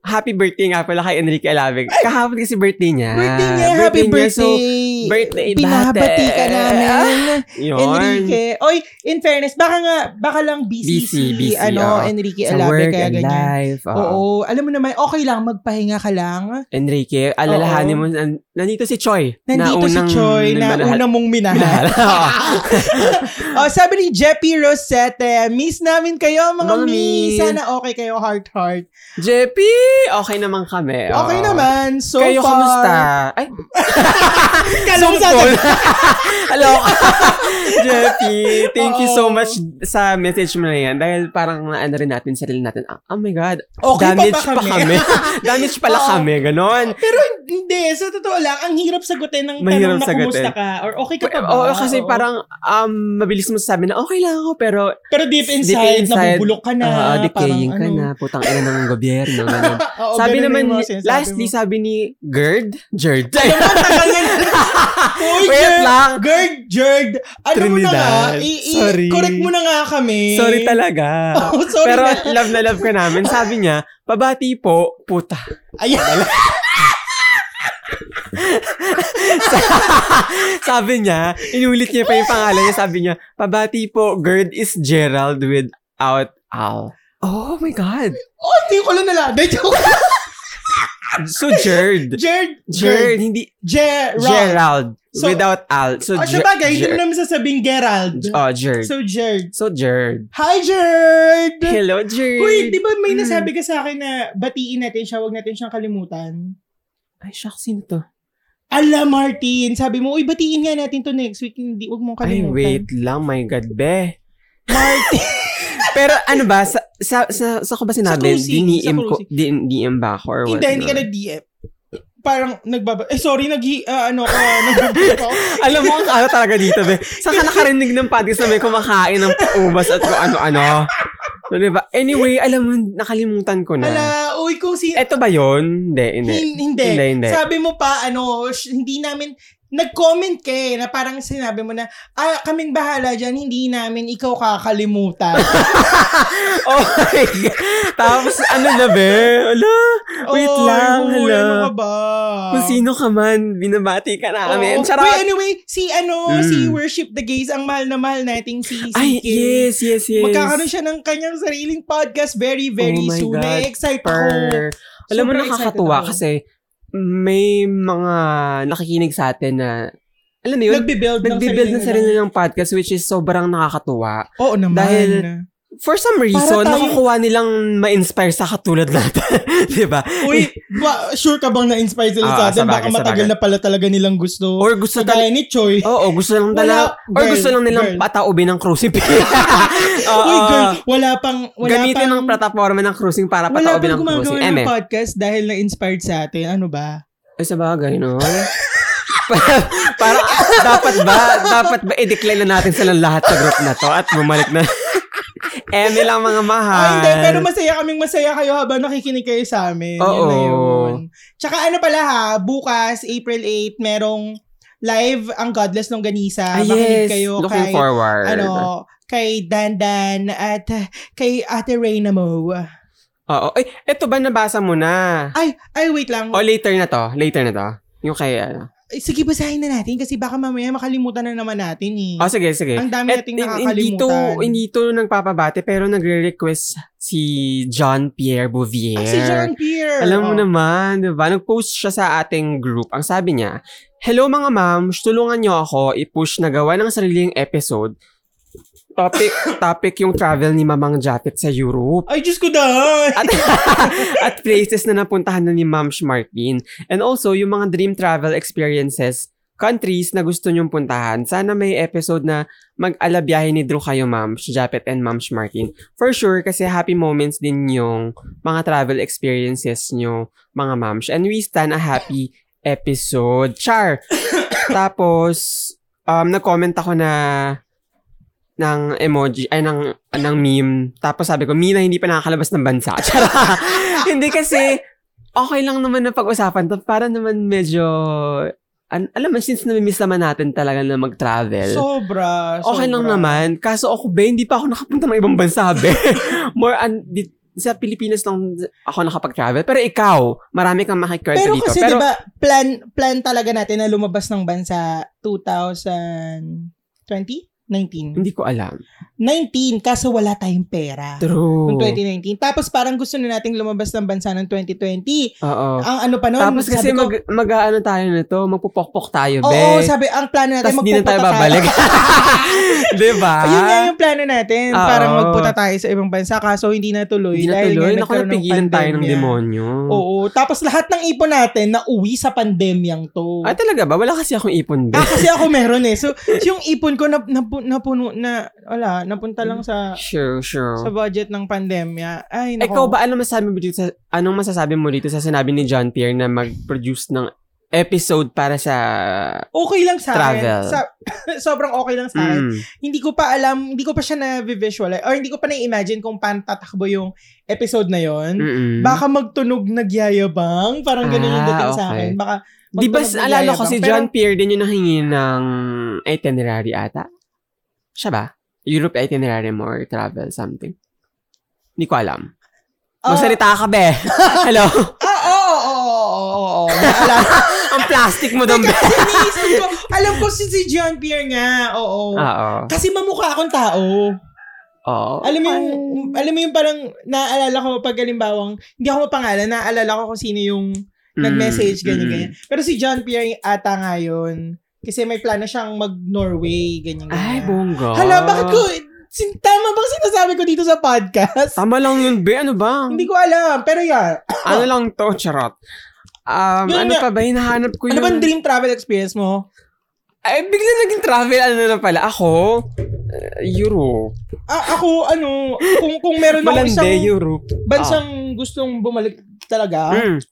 Speaker 1: happy birthday nga pala kay Enrique Alabe. Kahapon kasi birthday niya.
Speaker 2: Birthday niya, happy
Speaker 1: niya, so,
Speaker 2: birthday.
Speaker 1: birthday,
Speaker 2: Pinabati
Speaker 1: bate.
Speaker 2: ka namin,
Speaker 1: yun.
Speaker 2: Enrique. Oy, in fairness, baka nga, baka lang busy,
Speaker 1: Busy,
Speaker 2: si,
Speaker 1: busy,
Speaker 2: ano,
Speaker 1: oh.
Speaker 2: Enrique
Speaker 1: Sa
Speaker 2: Alabe,
Speaker 1: work
Speaker 2: kaya
Speaker 1: and
Speaker 2: ganyan.
Speaker 1: life. oh.
Speaker 2: Oo, alam mo naman, okay lang, magpahinga ka lang.
Speaker 1: Enrique, alalahanin mo, nan- nandito si Choi.
Speaker 2: Nandito si Choi na una mong minahal. oh, sabi ni Jeppy Rosette, miss namin kayo mga
Speaker 1: Mga
Speaker 2: mi.
Speaker 1: mi.
Speaker 2: Sana okay kayo, heart heart.
Speaker 1: JP, okay naman kami. oh.
Speaker 2: Okay naman, so
Speaker 1: Kayo,
Speaker 2: far.
Speaker 1: kamusta? Ay,
Speaker 2: Kalong sa
Speaker 1: sungkol. Hello. JP, thank you so
Speaker 2: Oo.
Speaker 1: much sa message mo na yan. Dahil parang naano rin natin, sarili natin. ah, Oh my God,
Speaker 2: Okay pa ba
Speaker 1: damage pa kami.
Speaker 2: kami?
Speaker 1: damage pala
Speaker 2: Oo.
Speaker 1: kami, ganon.
Speaker 2: Pero hindi, sa totoo lang, ang hirap sagutin ng
Speaker 1: Mahirap
Speaker 2: tanong na
Speaker 1: sagutin.
Speaker 2: kumusta ka or okay ka pa ba?
Speaker 1: Oo, kasi
Speaker 2: Oo.
Speaker 1: parang um, mabilis mo sabi na okay lang ako, pero
Speaker 2: Pero deep inside, nabubulok ka na.
Speaker 1: ah,
Speaker 2: parang
Speaker 1: decaying ka
Speaker 2: ano.
Speaker 1: na, putang ina ng gobyerno. ganun.
Speaker 2: Oo,
Speaker 1: sabi
Speaker 2: ganun
Speaker 1: naman,
Speaker 2: yung mga sinasabi
Speaker 1: lastly,
Speaker 2: mo.
Speaker 1: sabi ni Gerd? Gerd.
Speaker 2: Alam mo, tagal na Uy,
Speaker 1: Wait
Speaker 2: Gerd,
Speaker 1: lang.
Speaker 2: Gerd, Gerd, ano mo na nga,
Speaker 1: Trinidad.
Speaker 2: i- i-
Speaker 1: Sorry.
Speaker 2: correct mo na nga kami.
Speaker 1: Sorry talaga.
Speaker 2: Oo, sorry
Speaker 1: Pero
Speaker 2: na.
Speaker 1: love na love ka namin. Sabi niya, pabati po, puta.
Speaker 2: Ayan.
Speaker 1: Sabi niya, inulit niya pa yung pangalan niya. Sabi niya, pabati po, Gerd is Gerald without Al. Oh my God.
Speaker 2: Oh, hindi ko lang nalabi. Joke.
Speaker 1: So, Gerd.
Speaker 2: Gerd, Gerd,
Speaker 1: Gerd, hindi
Speaker 2: Gerald. Gerald.
Speaker 1: Gerald
Speaker 2: So-
Speaker 1: without Al. So,
Speaker 2: Oh,
Speaker 1: Ger-
Speaker 2: sabagay, hindi
Speaker 1: Ger-
Speaker 2: mo naman sasabing Gerald.
Speaker 1: Oh, Gerd.
Speaker 2: So, Gerd.
Speaker 1: So, Gerd.
Speaker 2: Hi, Gerd!
Speaker 1: Hello, Gerd.
Speaker 2: Uy, di ba may
Speaker 1: Mm.
Speaker 2: nasabi ka sa akin na batiin natin siya, wag natin siyang kalimutan?
Speaker 1: Ay, shock, sino to?
Speaker 2: Ala, Martin, sabi mo, uy, batiin nga natin to next week, hindi, wag mong
Speaker 1: Ay,
Speaker 2: kalimutan.
Speaker 1: wait lang. My God, be. Pero ano ba, sa, sa, sa, sa ko ba sinabi,
Speaker 2: cruising, sa
Speaker 1: diniim ko,
Speaker 2: cruising.
Speaker 1: din, DM ba ako or diba?
Speaker 2: Hindi,
Speaker 1: whatnot?
Speaker 2: hindi ka na DM. parang nagbaba... Eh, sorry, nag ah, ano ko, nagbabasa ko.
Speaker 1: Alam mo, ang ano talaga dito, be. Saan ka nakarinig ng podcast na may kumakain ng ubas at kung ano-ano? So, di ba? Anyway, alam mo, nakalimutan ko na.
Speaker 2: Ala, uy, kung si...
Speaker 1: Eto ba yon? Hindi, hindi.
Speaker 2: Hin- hindi.
Speaker 1: Hindi, hindi.
Speaker 2: Sabi mo pa, ano, sh- hindi namin, nag-comment ka eh, na parang sinabi mo na, ah, kaming bahala dyan, hindi namin ikaw kakalimutan.
Speaker 1: Oh my God. Tapos, ano na, be? Ala, wait
Speaker 2: Oy,
Speaker 1: lang,
Speaker 2: uy,
Speaker 1: hala.
Speaker 2: Oh, Ano ka ba? Oh,
Speaker 1: Kung sino ka man, binabati ka namin.
Speaker 2: Oo. Uy,
Speaker 1: Charot!
Speaker 2: anyway, si ano,
Speaker 1: Mm.
Speaker 2: si Worship the Gays, ang mahal na mahal nating si CK.
Speaker 1: Ay, yes, yes, yes.
Speaker 2: Magkakaroon siya ng kanyang sariling podcast very,
Speaker 1: Oh
Speaker 2: very
Speaker 1: my
Speaker 2: soon.
Speaker 1: God.
Speaker 2: Na-excite ako.
Speaker 1: Per. Alam mo,
Speaker 2: Oh, Super
Speaker 1: nakakatuwa
Speaker 2: excited ako.
Speaker 1: kasi may mga nakikinig sa atin na, alam mo yun,
Speaker 2: Nagbibuild,
Speaker 1: nagbibuild na
Speaker 2: ng
Speaker 1: sarili ng podcast which is sobrang nakakatuwa.
Speaker 2: Oo naman.
Speaker 1: Dahil- For some reason,
Speaker 2: tayo-
Speaker 1: nakukuha nilang ma-inspire sa katulad natin. di ba?
Speaker 2: Uy, ba, sure ka bang na-inspire sila sa
Speaker 1: Ah,
Speaker 2: atin?
Speaker 1: sabagay,
Speaker 2: Baka
Speaker 1: sabagay.
Speaker 2: matagal na pala talaga nilang gusto.
Speaker 1: Or gusto talaga,
Speaker 2: Kagaya ni Choi.
Speaker 1: Oo, gusto lang
Speaker 2: Wala,
Speaker 1: talaga. Or
Speaker 2: girl,
Speaker 1: gusto lang nilang
Speaker 2: girl.
Speaker 1: pataubin ng crucifix. Oo.
Speaker 2: Uy, girl, wala pang... Wala
Speaker 1: Gamitin
Speaker 2: pang,
Speaker 1: ng plataforma ng cruising para
Speaker 2: Wala
Speaker 1: pataubin
Speaker 2: pang
Speaker 1: ng
Speaker 2: gumagawa
Speaker 1: cruising.
Speaker 2: ng
Speaker 1: Eme.
Speaker 2: podcast dahil na-inspired sa atin. Ano ba?
Speaker 1: Ay, sa bagay, no? Parang- parang dapat ba dapat ba i-decline na natin silang lahat sa group na to at bumalik na Eme lang mga mahal.
Speaker 2: Ay, Ah, hindi. Pero masaya kaming masaya kayo habang nakikinig kayo sa amin. Yun
Speaker 1: Oo.
Speaker 2: na yun. Tsaka ano pala ha, bukas, April 8, merong live ang Godless Longganisa.
Speaker 1: Ay,
Speaker 2: Makinig
Speaker 1: Ah, yes.
Speaker 2: kayo
Speaker 1: Looking
Speaker 2: kay,
Speaker 1: forward.
Speaker 2: ano, kay Dandan at uh, kay Ate Reyna Mo.
Speaker 1: Oo. Ay, eto ba nabasa mo na?
Speaker 2: Ay, ay, wait lang.
Speaker 1: O later na to? Later na to? Yung kay ano?
Speaker 2: Eh, Sige, basahin na natin kasi baka mamaya makalimutan na naman natin eh.
Speaker 1: O sige, Ah, sige.
Speaker 2: Ang dami
Speaker 1: At
Speaker 2: nating
Speaker 1: hindi to,
Speaker 2: nakakalimutan.
Speaker 1: hindi to nagpapabate pero nagre-request si John Pierre Bouvier.
Speaker 2: Ah, si John Pierre.
Speaker 1: Alam mo
Speaker 2: Oh.
Speaker 1: naman, di ba? Nag-post siya sa ating group. Ang sabi niya, Hello mga ma'am, tulungan niyo ako i-push na gawa ng sariling episode. Topic, topic yung travel ni Mamang Japet sa Europe.
Speaker 2: Ay, Diyos ko dahil.
Speaker 1: At, at places na napuntahan na ni Ma'am Martin. And also, yung mga dream travel experiences, countries na gusto nyong puntahan. Sana may episode na mag-alabiyahe ni Drew kayo, Ma'am Japet and Ma'am Martin. For sure, kasi happy moments din yung mga travel experiences nyo, mga ma'ams. And we stand a happy episode. Char! Tapos, um, nag-comment ako na ng emoji, ay, ng, ng meme. Tapos sabi ko, Mina, hindi pa nakakalabas ng bansa. Charot. hindi kasi, okay lang naman na pag-usapan to. Para naman medyo, an- alam mo, since namimiss naman natin talaga na mag-travel.
Speaker 2: Sobra,
Speaker 1: Okay lang
Speaker 2: sobra.
Speaker 1: naman. Kaso ako ba, hindi pa ako nakapunta ng ibang bansa, be. More on, di- sa Pilipinas lang ako nakapag-travel. Pero ikaw, marami kang makikwento
Speaker 2: Pero
Speaker 1: dito.
Speaker 2: kasi diba- 'di ba, plan plan talaga natin na lumabas ng bansa 2020, 19.
Speaker 1: hindi ko alam.
Speaker 2: 19 kaso wala tayong pera.
Speaker 1: True.
Speaker 2: Noong 2019. Tapos parang gusto na nating lumabas ng bansa ng 2020.
Speaker 1: Oo.
Speaker 2: Ang ano pa noon,
Speaker 1: Tapos kasi
Speaker 2: sabi ko,
Speaker 1: mag, mag-ano tayo na to, magpupokpok tayo, be.
Speaker 2: Oo, sabi, ang plano natin,
Speaker 1: Tapos
Speaker 2: magpupunta
Speaker 1: hindi na tayo babalik. di ba?
Speaker 2: Yun nga yung plano natin.
Speaker 1: Ah, Oo.
Speaker 2: Parang magpunta tayo sa ibang bansa. Kaso hindi natuloy.
Speaker 1: Hindi na
Speaker 2: dahil
Speaker 1: tuloy.
Speaker 2: nga
Speaker 1: Naku,
Speaker 2: nagkaroon ng
Speaker 1: napigilan tayo ng
Speaker 2: pandemya.
Speaker 1: demonyo.
Speaker 2: Oo. Tapos lahat ng ipon natin na uwi sa pandemyang to.
Speaker 1: Ah, talaga ba? Wala kasi akong ipon, be.
Speaker 2: ah, kasi ako meron eh. So, yung ipon ko na, napu- napuno na, wala, napunta lang sa
Speaker 1: Sure, sure.
Speaker 2: sa budget ng pandemya. Ay, nako.
Speaker 1: Ikaw ba, anong masasabi mo dito sa, anong masasabi mo dito sa sinabi ni John Pierre na mag-produce ng episode para sa...
Speaker 2: Okay lang sa
Speaker 1: Travel.
Speaker 2: akin. Sa- sobrang okay lang sa akin.
Speaker 1: Mm.
Speaker 2: Hindi ko pa alam, hindi ko pa siya na-visualize or hindi ko pa na-imagine kung paano tatakbo yung episode na yon.
Speaker 1: Mm-mm.
Speaker 2: Baka magtunog nagyayabang. Parang ganun yung
Speaker 1: Mm-hmm. Ah,
Speaker 2: dating sa
Speaker 1: okay.
Speaker 2: akin. Baka
Speaker 1: Di ba,
Speaker 2: magtunog
Speaker 1: alala ko
Speaker 2: nagyayabang.
Speaker 1: si
Speaker 2: Pero
Speaker 1: John Pierre din yung nahingi ng itinerary ata. Siya ba? Europe itinerary mo or travel something. Hindi ko alam.
Speaker 2: Ah.
Speaker 1: Magsalita ka, be. Hello?
Speaker 2: Oo, oo, oo, oo, oo. Naalala-
Speaker 1: Ang plastic mo doon, be.
Speaker 2: Iniisip ko, alam ko si, si John Pierre nga. Oo.
Speaker 1: Oo.
Speaker 2: Kasi mamukha akong tao.
Speaker 1: Oo.
Speaker 2: Alam mo yung, alam mo yung parang naaalala ko pag halimbawang, hindi ako mapangalan, naaalala ko kung sino yung
Speaker 1: Mm,
Speaker 2: nag-message, ganyan,
Speaker 1: mm.
Speaker 2: ganyan. Pero si John Pierre ata nga yun. Kasi may plano siyang mag-Norway, ganyan, ganyan.
Speaker 1: Ay, bongga.
Speaker 2: Hala, bakit ko, sin, tama bang sinasabi ko dito sa podcast?
Speaker 1: Tama lang yun, be. Ano ba?
Speaker 2: hindi ko alam, pero yeah.
Speaker 1: Ano lang to, charot. Um,
Speaker 2: Yun
Speaker 1: ano
Speaker 2: nga.
Speaker 1: pa ba? Hinahanap ko
Speaker 2: Ano
Speaker 1: yung...
Speaker 2: bang dream travel experience mo?
Speaker 1: Ay, bigla naging travel. Ano na pala? Ako, uh, Europe.
Speaker 2: Ah, ako, ano, kung, kung meron ako
Speaker 1: Malande,
Speaker 2: isang
Speaker 1: Europe. Ah,
Speaker 2: Hmm. bansang gustong bumalik talaga,
Speaker 1: Mm.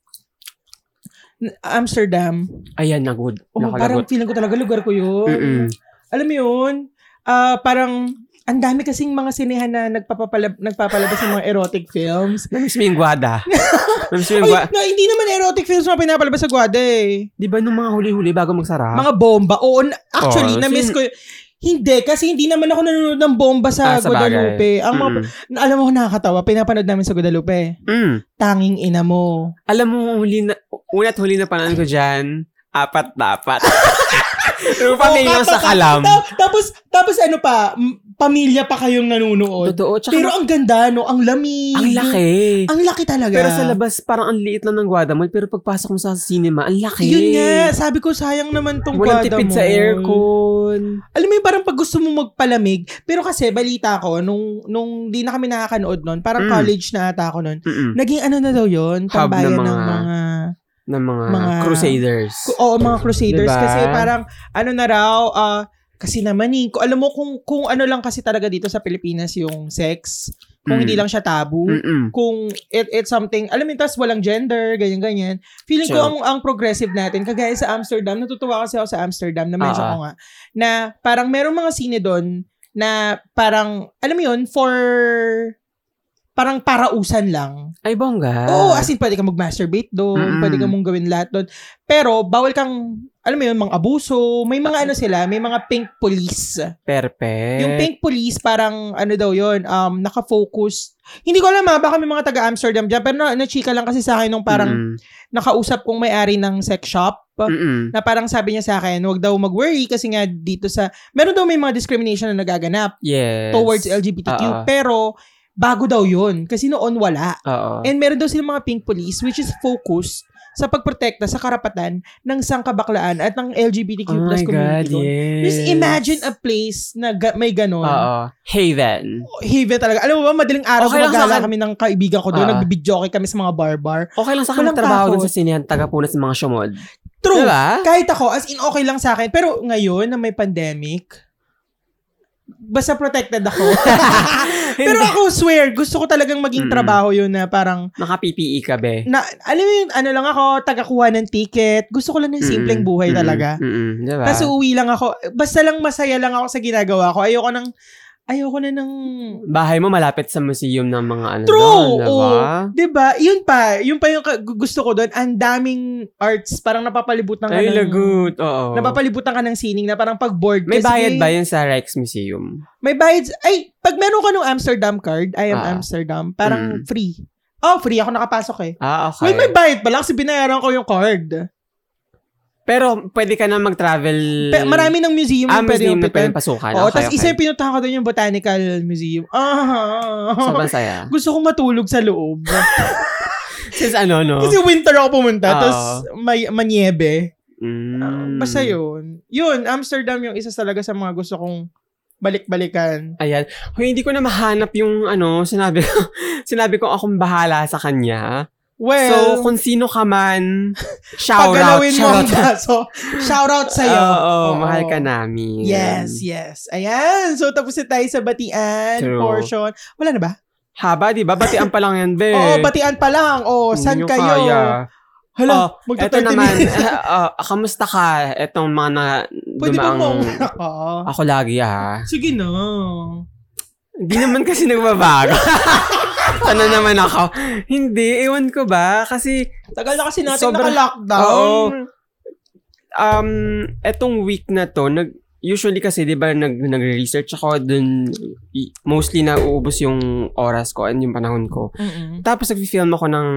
Speaker 2: Amsterdam.
Speaker 1: Ayan, nagod.
Speaker 2: Oh, parang
Speaker 1: Nakalagot.
Speaker 2: feeling ko talaga lugar ko yun.
Speaker 1: Mm-mm.
Speaker 2: Alam mo yun? Ah, parang ang dami kasing mga sinehan na nagpapapalab- nagpapalabas ng mga erotic films.
Speaker 1: Namiss mo yung gwada. Namiss mo
Speaker 2: Ay,
Speaker 1: yung gwada.
Speaker 2: no, hindi naman erotic films mga pinapalabas sa Guada eh.
Speaker 1: Di ba nung mga huli-huli bago magsara?
Speaker 2: Mga bomba. Oo, na- actually,
Speaker 1: Ah. Oh,
Speaker 2: na-miss
Speaker 1: sin-
Speaker 2: ko yun. Hindi, kasi hindi naman ako nanonood ng bomba
Speaker 1: Ah,
Speaker 2: sa
Speaker 1: sa
Speaker 2: Guadalupe. Ang mga,
Speaker 1: Mm-mm.
Speaker 2: na- alam mo, nakakatawa. Pinapanood namin sa Guadalupe.
Speaker 1: Mm.
Speaker 2: Tanging ina mo.
Speaker 1: Alam mo, huli na, una at huli na panan ko dyan, apat dapat. Yung pamilyang
Speaker 2: Oo,
Speaker 1: sa
Speaker 2: kata-
Speaker 1: kalam.
Speaker 2: Oh, ta- tapos, tapos ano pa, m- pamilya pa kayong nanonood.
Speaker 1: Totoo, tsaka
Speaker 2: Pero ang ganda, no? Ang lamig.
Speaker 1: ang laki.
Speaker 2: Ang laki talaga.
Speaker 1: Pero sa labas, parang ang liit lang ng Guadamol, pero pagpasok mo sa cinema, ang laki.
Speaker 2: Yun nga, sabi ko, sayang naman tong
Speaker 1: Walang
Speaker 2: kwada
Speaker 1: tipid
Speaker 2: mo.
Speaker 1: sa aircon.
Speaker 2: Alam mo yung parang pag gusto mo magpalamig, pero kasi balita ko, nung, nung di na kami nakakanood nun, parang
Speaker 1: Mm.
Speaker 2: college na ata ako nun,
Speaker 1: Mm-mm.
Speaker 2: naging ano na daw yun,
Speaker 1: Hub
Speaker 2: tambayan
Speaker 1: ng
Speaker 2: ng
Speaker 1: mga-
Speaker 2: mga,
Speaker 1: Ng mga,
Speaker 2: Mga-
Speaker 1: crusaders.
Speaker 2: oo, mga crusaders.
Speaker 1: Diba?
Speaker 2: Kasi parang, ano na raw, ah, kasi naman eh, kung- alam mo kung, kung ano lang kasi talaga dito sa Pilipinas yung sex, kung
Speaker 1: Mm.
Speaker 2: hindi lang siya tabu,
Speaker 1: Mm-mm.
Speaker 2: kung it, it's something, alam mo, yun, tas walang gender, ganyan-ganyan. Feeling ko
Speaker 1: Sure.
Speaker 2: ang, ang progressive natin, kagaya sa Amsterdam, natutuwa kasi ako sa Amsterdam, na-mention
Speaker 1: Ah.
Speaker 2: ko nga, na parang merong mga sine doon na parang, alam mo yun, for parang parausan lang.
Speaker 1: Ay, bongga.
Speaker 2: Oo, as in, pwede ka mag-masturbate doon,
Speaker 1: Ah. Mm-mm.
Speaker 2: pwede ka mong gawin lahat doon. Pero, bawal kang, alam mo yun, mga abuso, may
Speaker 1: Ah.
Speaker 2: mga ano sila, may mga pink police.
Speaker 1: Perfect.
Speaker 2: Yung pink police, parang ano daw yun, um, nakafocus. Hindi ko alam ha, baka may mga taga-Amsterdam dyan, pero na, na-chika lang kasi sa akin nung parang
Speaker 1: Mm-mm.
Speaker 2: nakausap kong may-ari ng sex shop.
Speaker 1: Mm-mm.
Speaker 2: Na parang sabi niya sa akin, huwag daw mag-worry kasi nga dito sa... Meron daw may mga discrimination na nagaganap
Speaker 1: Yes.
Speaker 2: towards LGBTQ.
Speaker 1: Ah, ah.
Speaker 2: Pero bago daw yun. Kasi noon wala.
Speaker 1: Oo.
Speaker 2: And meron daw silang mga pink police which is focused sa pagprotekta sa karapatan ng sangkabaklaan at ng LGBTQ
Speaker 1: Oh my
Speaker 2: plus
Speaker 1: God,
Speaker 2: community. doon.
Speaker 1: yes. Ah,
Speaker 2: Just imagine a place na ga- may ganon
Speaker 1: Oo. Haven.
Speaker 2: haven talaga. Alam mo ba, madaling araw
Speaker 1: Okay lang sa
Speaker 2: gumagala
Speaker 1: akin.
Speaker 2: kami ng kaibigan ko doon.
Speaker 1: Ah.
Speaker 2: Nagbibidyo kami sa mga barbar.
Speaker 1: Okay lang sa akin
Speaker 2: Walang
Speaker 1: trabaho dun
Speaker 2: takot.
Speaker 1: sa sinehan, tagapunas ng mga syomod.
Speaker 2: True.
Speaker 1: Diba?
Speaker 2: Kahit ako, as in okay lang sa akin. Pero ngayon, na may pandemic, basta protected ako. Pero ako swear, gusto ko talagang maging
Speaker 1: Mm-mm.
Speaker 2: trabaho yun na parang,
Speaker 1: Naka-PPE E ka, be.
Speaker 2: na, alam mo yun, ano lang ako, tagakuha ng ticket. Gusto ko lang ng simpleng
Speaker 1: Mm-mm.
Speaker 2: buhay
Speaker 1: Mm-mm.
Speaker 2: talaga.
Speaker 1: Mm-mm. Diba?
Speaker 2: Tapos uuwi lang ako. Basta lang masaya lang ako sa ginagawa ko. Ayoko nang, ayoko na ng
Speaker 1: bahay mo malapit sa museum ng mga ano
Speaker 2: True!
Speaker 1: doon,
Speaker 2: Oo.
Speaker 1: diba?
Speaker 2: 'Di ba? 'Yun pa, 'yun pa yung ka- gu- gusto ko doon. Ang daming arts, parang napapalibutan ka
Speaker 1: Ay,
Speaker 2: ng
Speaker 1: lagot. Oo.
Speaker 2: Napapalibutan ka ng sining na parang pag bored
Speaker 1: May bayad ba yun sa Rex Museum?
Speaker 2: May bayad. Ay, pag meron ka nung Amsterdam card, I am
Speaker 1: Ah.
Speaker 2: Amsterdam, parang
Speaker 1: Mm.
Speaker 2: free. Oh, free ako nakapasok eh.
Speaker 1: Ah, okay.
Speaker 2: Uy, may bayad pala kasi binayaran ko yung card.
Speaker 1: Pero pwede ka na mag-travel.
Speaker 2: Pe- marami ng museum
Speaker 1: ah,
Speaker 2: yung pwede
Speaker 1: museum
Speaker 2: yung
Speaker 1: na pwede
Speaker 2: pitan.
Speaker 1: pasukan.
Speaker 2: Oo,
Speaker 1: okay,
Speaker 2: tapos
Speaker 1: Ah, okay.
Speaker 2: isa yung pinuntahan ko doon yung Botanical Museum. Ah,
Speaker 1: Sobrang saya.
Speaker 2: gusto kong matulog sa loob.
Speaker 1: Since ano, no?
Speaker 2: Kasi winter ako pumunta,
Speaker 1: Ah, Oo.
Speaker 2: tapos may manyebe.
Speaker 1: Mm.
Speaker 2: Ah, Basta yun. Yun, Amsterdam yung isa talaga sa mga gusto kong balik-balikan.
Speaker 1: Ayan. Hoy, hindi ko na mahanap yung ano, sinabi ko, sinabi ko akong bahala sa kanya. so,
Speaker 2: Well,
Speaker 1: kung sino ka man, shout out.
Speaker 2: paggalawin mo
Speaker 1: shout
Speaker 2: ang baso, shout out
Speaker 1: Oo,
Speaker 2: sa'yo.
Speaker 1: oo,
Speaker 2: Oo.
Speaker 1: mahal ka namin.
Speaker 2: Yes, yes. Ayan. So, tapos na tayo sa batian
Speaker 1: True.
Speaker 2: portion. Wala na ba?
Speaker 1: Haba, di ba? Batian pa lang yan, be.
Speaker 2: Oo, batian pa lang. O,
Speaker 1: Eh. Hindi
Speaker 2: san
Speaker 1: nyo
Speaker 2: kayo?
Speaker 1: kaya.
Speaker 2: Hala,
Speaker 1: Oh,
Speaker 2: magta
Speaker 1: Eto
Speaker 2: 30
Speaker 1: naman,
Speaker 2: minutes.
Speaker 1: ah, ah, kamusta ka? Etong mga na
Speaker 2: Pwede ba
Speaker 1: dumaang...
Speaker 2: mo? Oo.
Speaker 1: Ako lagi, ha?
Speaker 2: Sige na.
Speaker 1: Hindi naman kasi nagbabago. ano naman ako? Hindi, ewan ko ba? Kasi,
Speaker 2: Tagal na kasi natin
Speaker 1: Sobra-
Speaker 2: naka-lockdown.
Speaker 1: Oo. um, etong week na to, nag, usually kasi, di ba, nag, nag-research ako dun, i- mostly na uubos yung oras ko and yung panahon ko.
Speaker 2: Mm-mm.
Speaker 1: Tapos, nag-film ako ng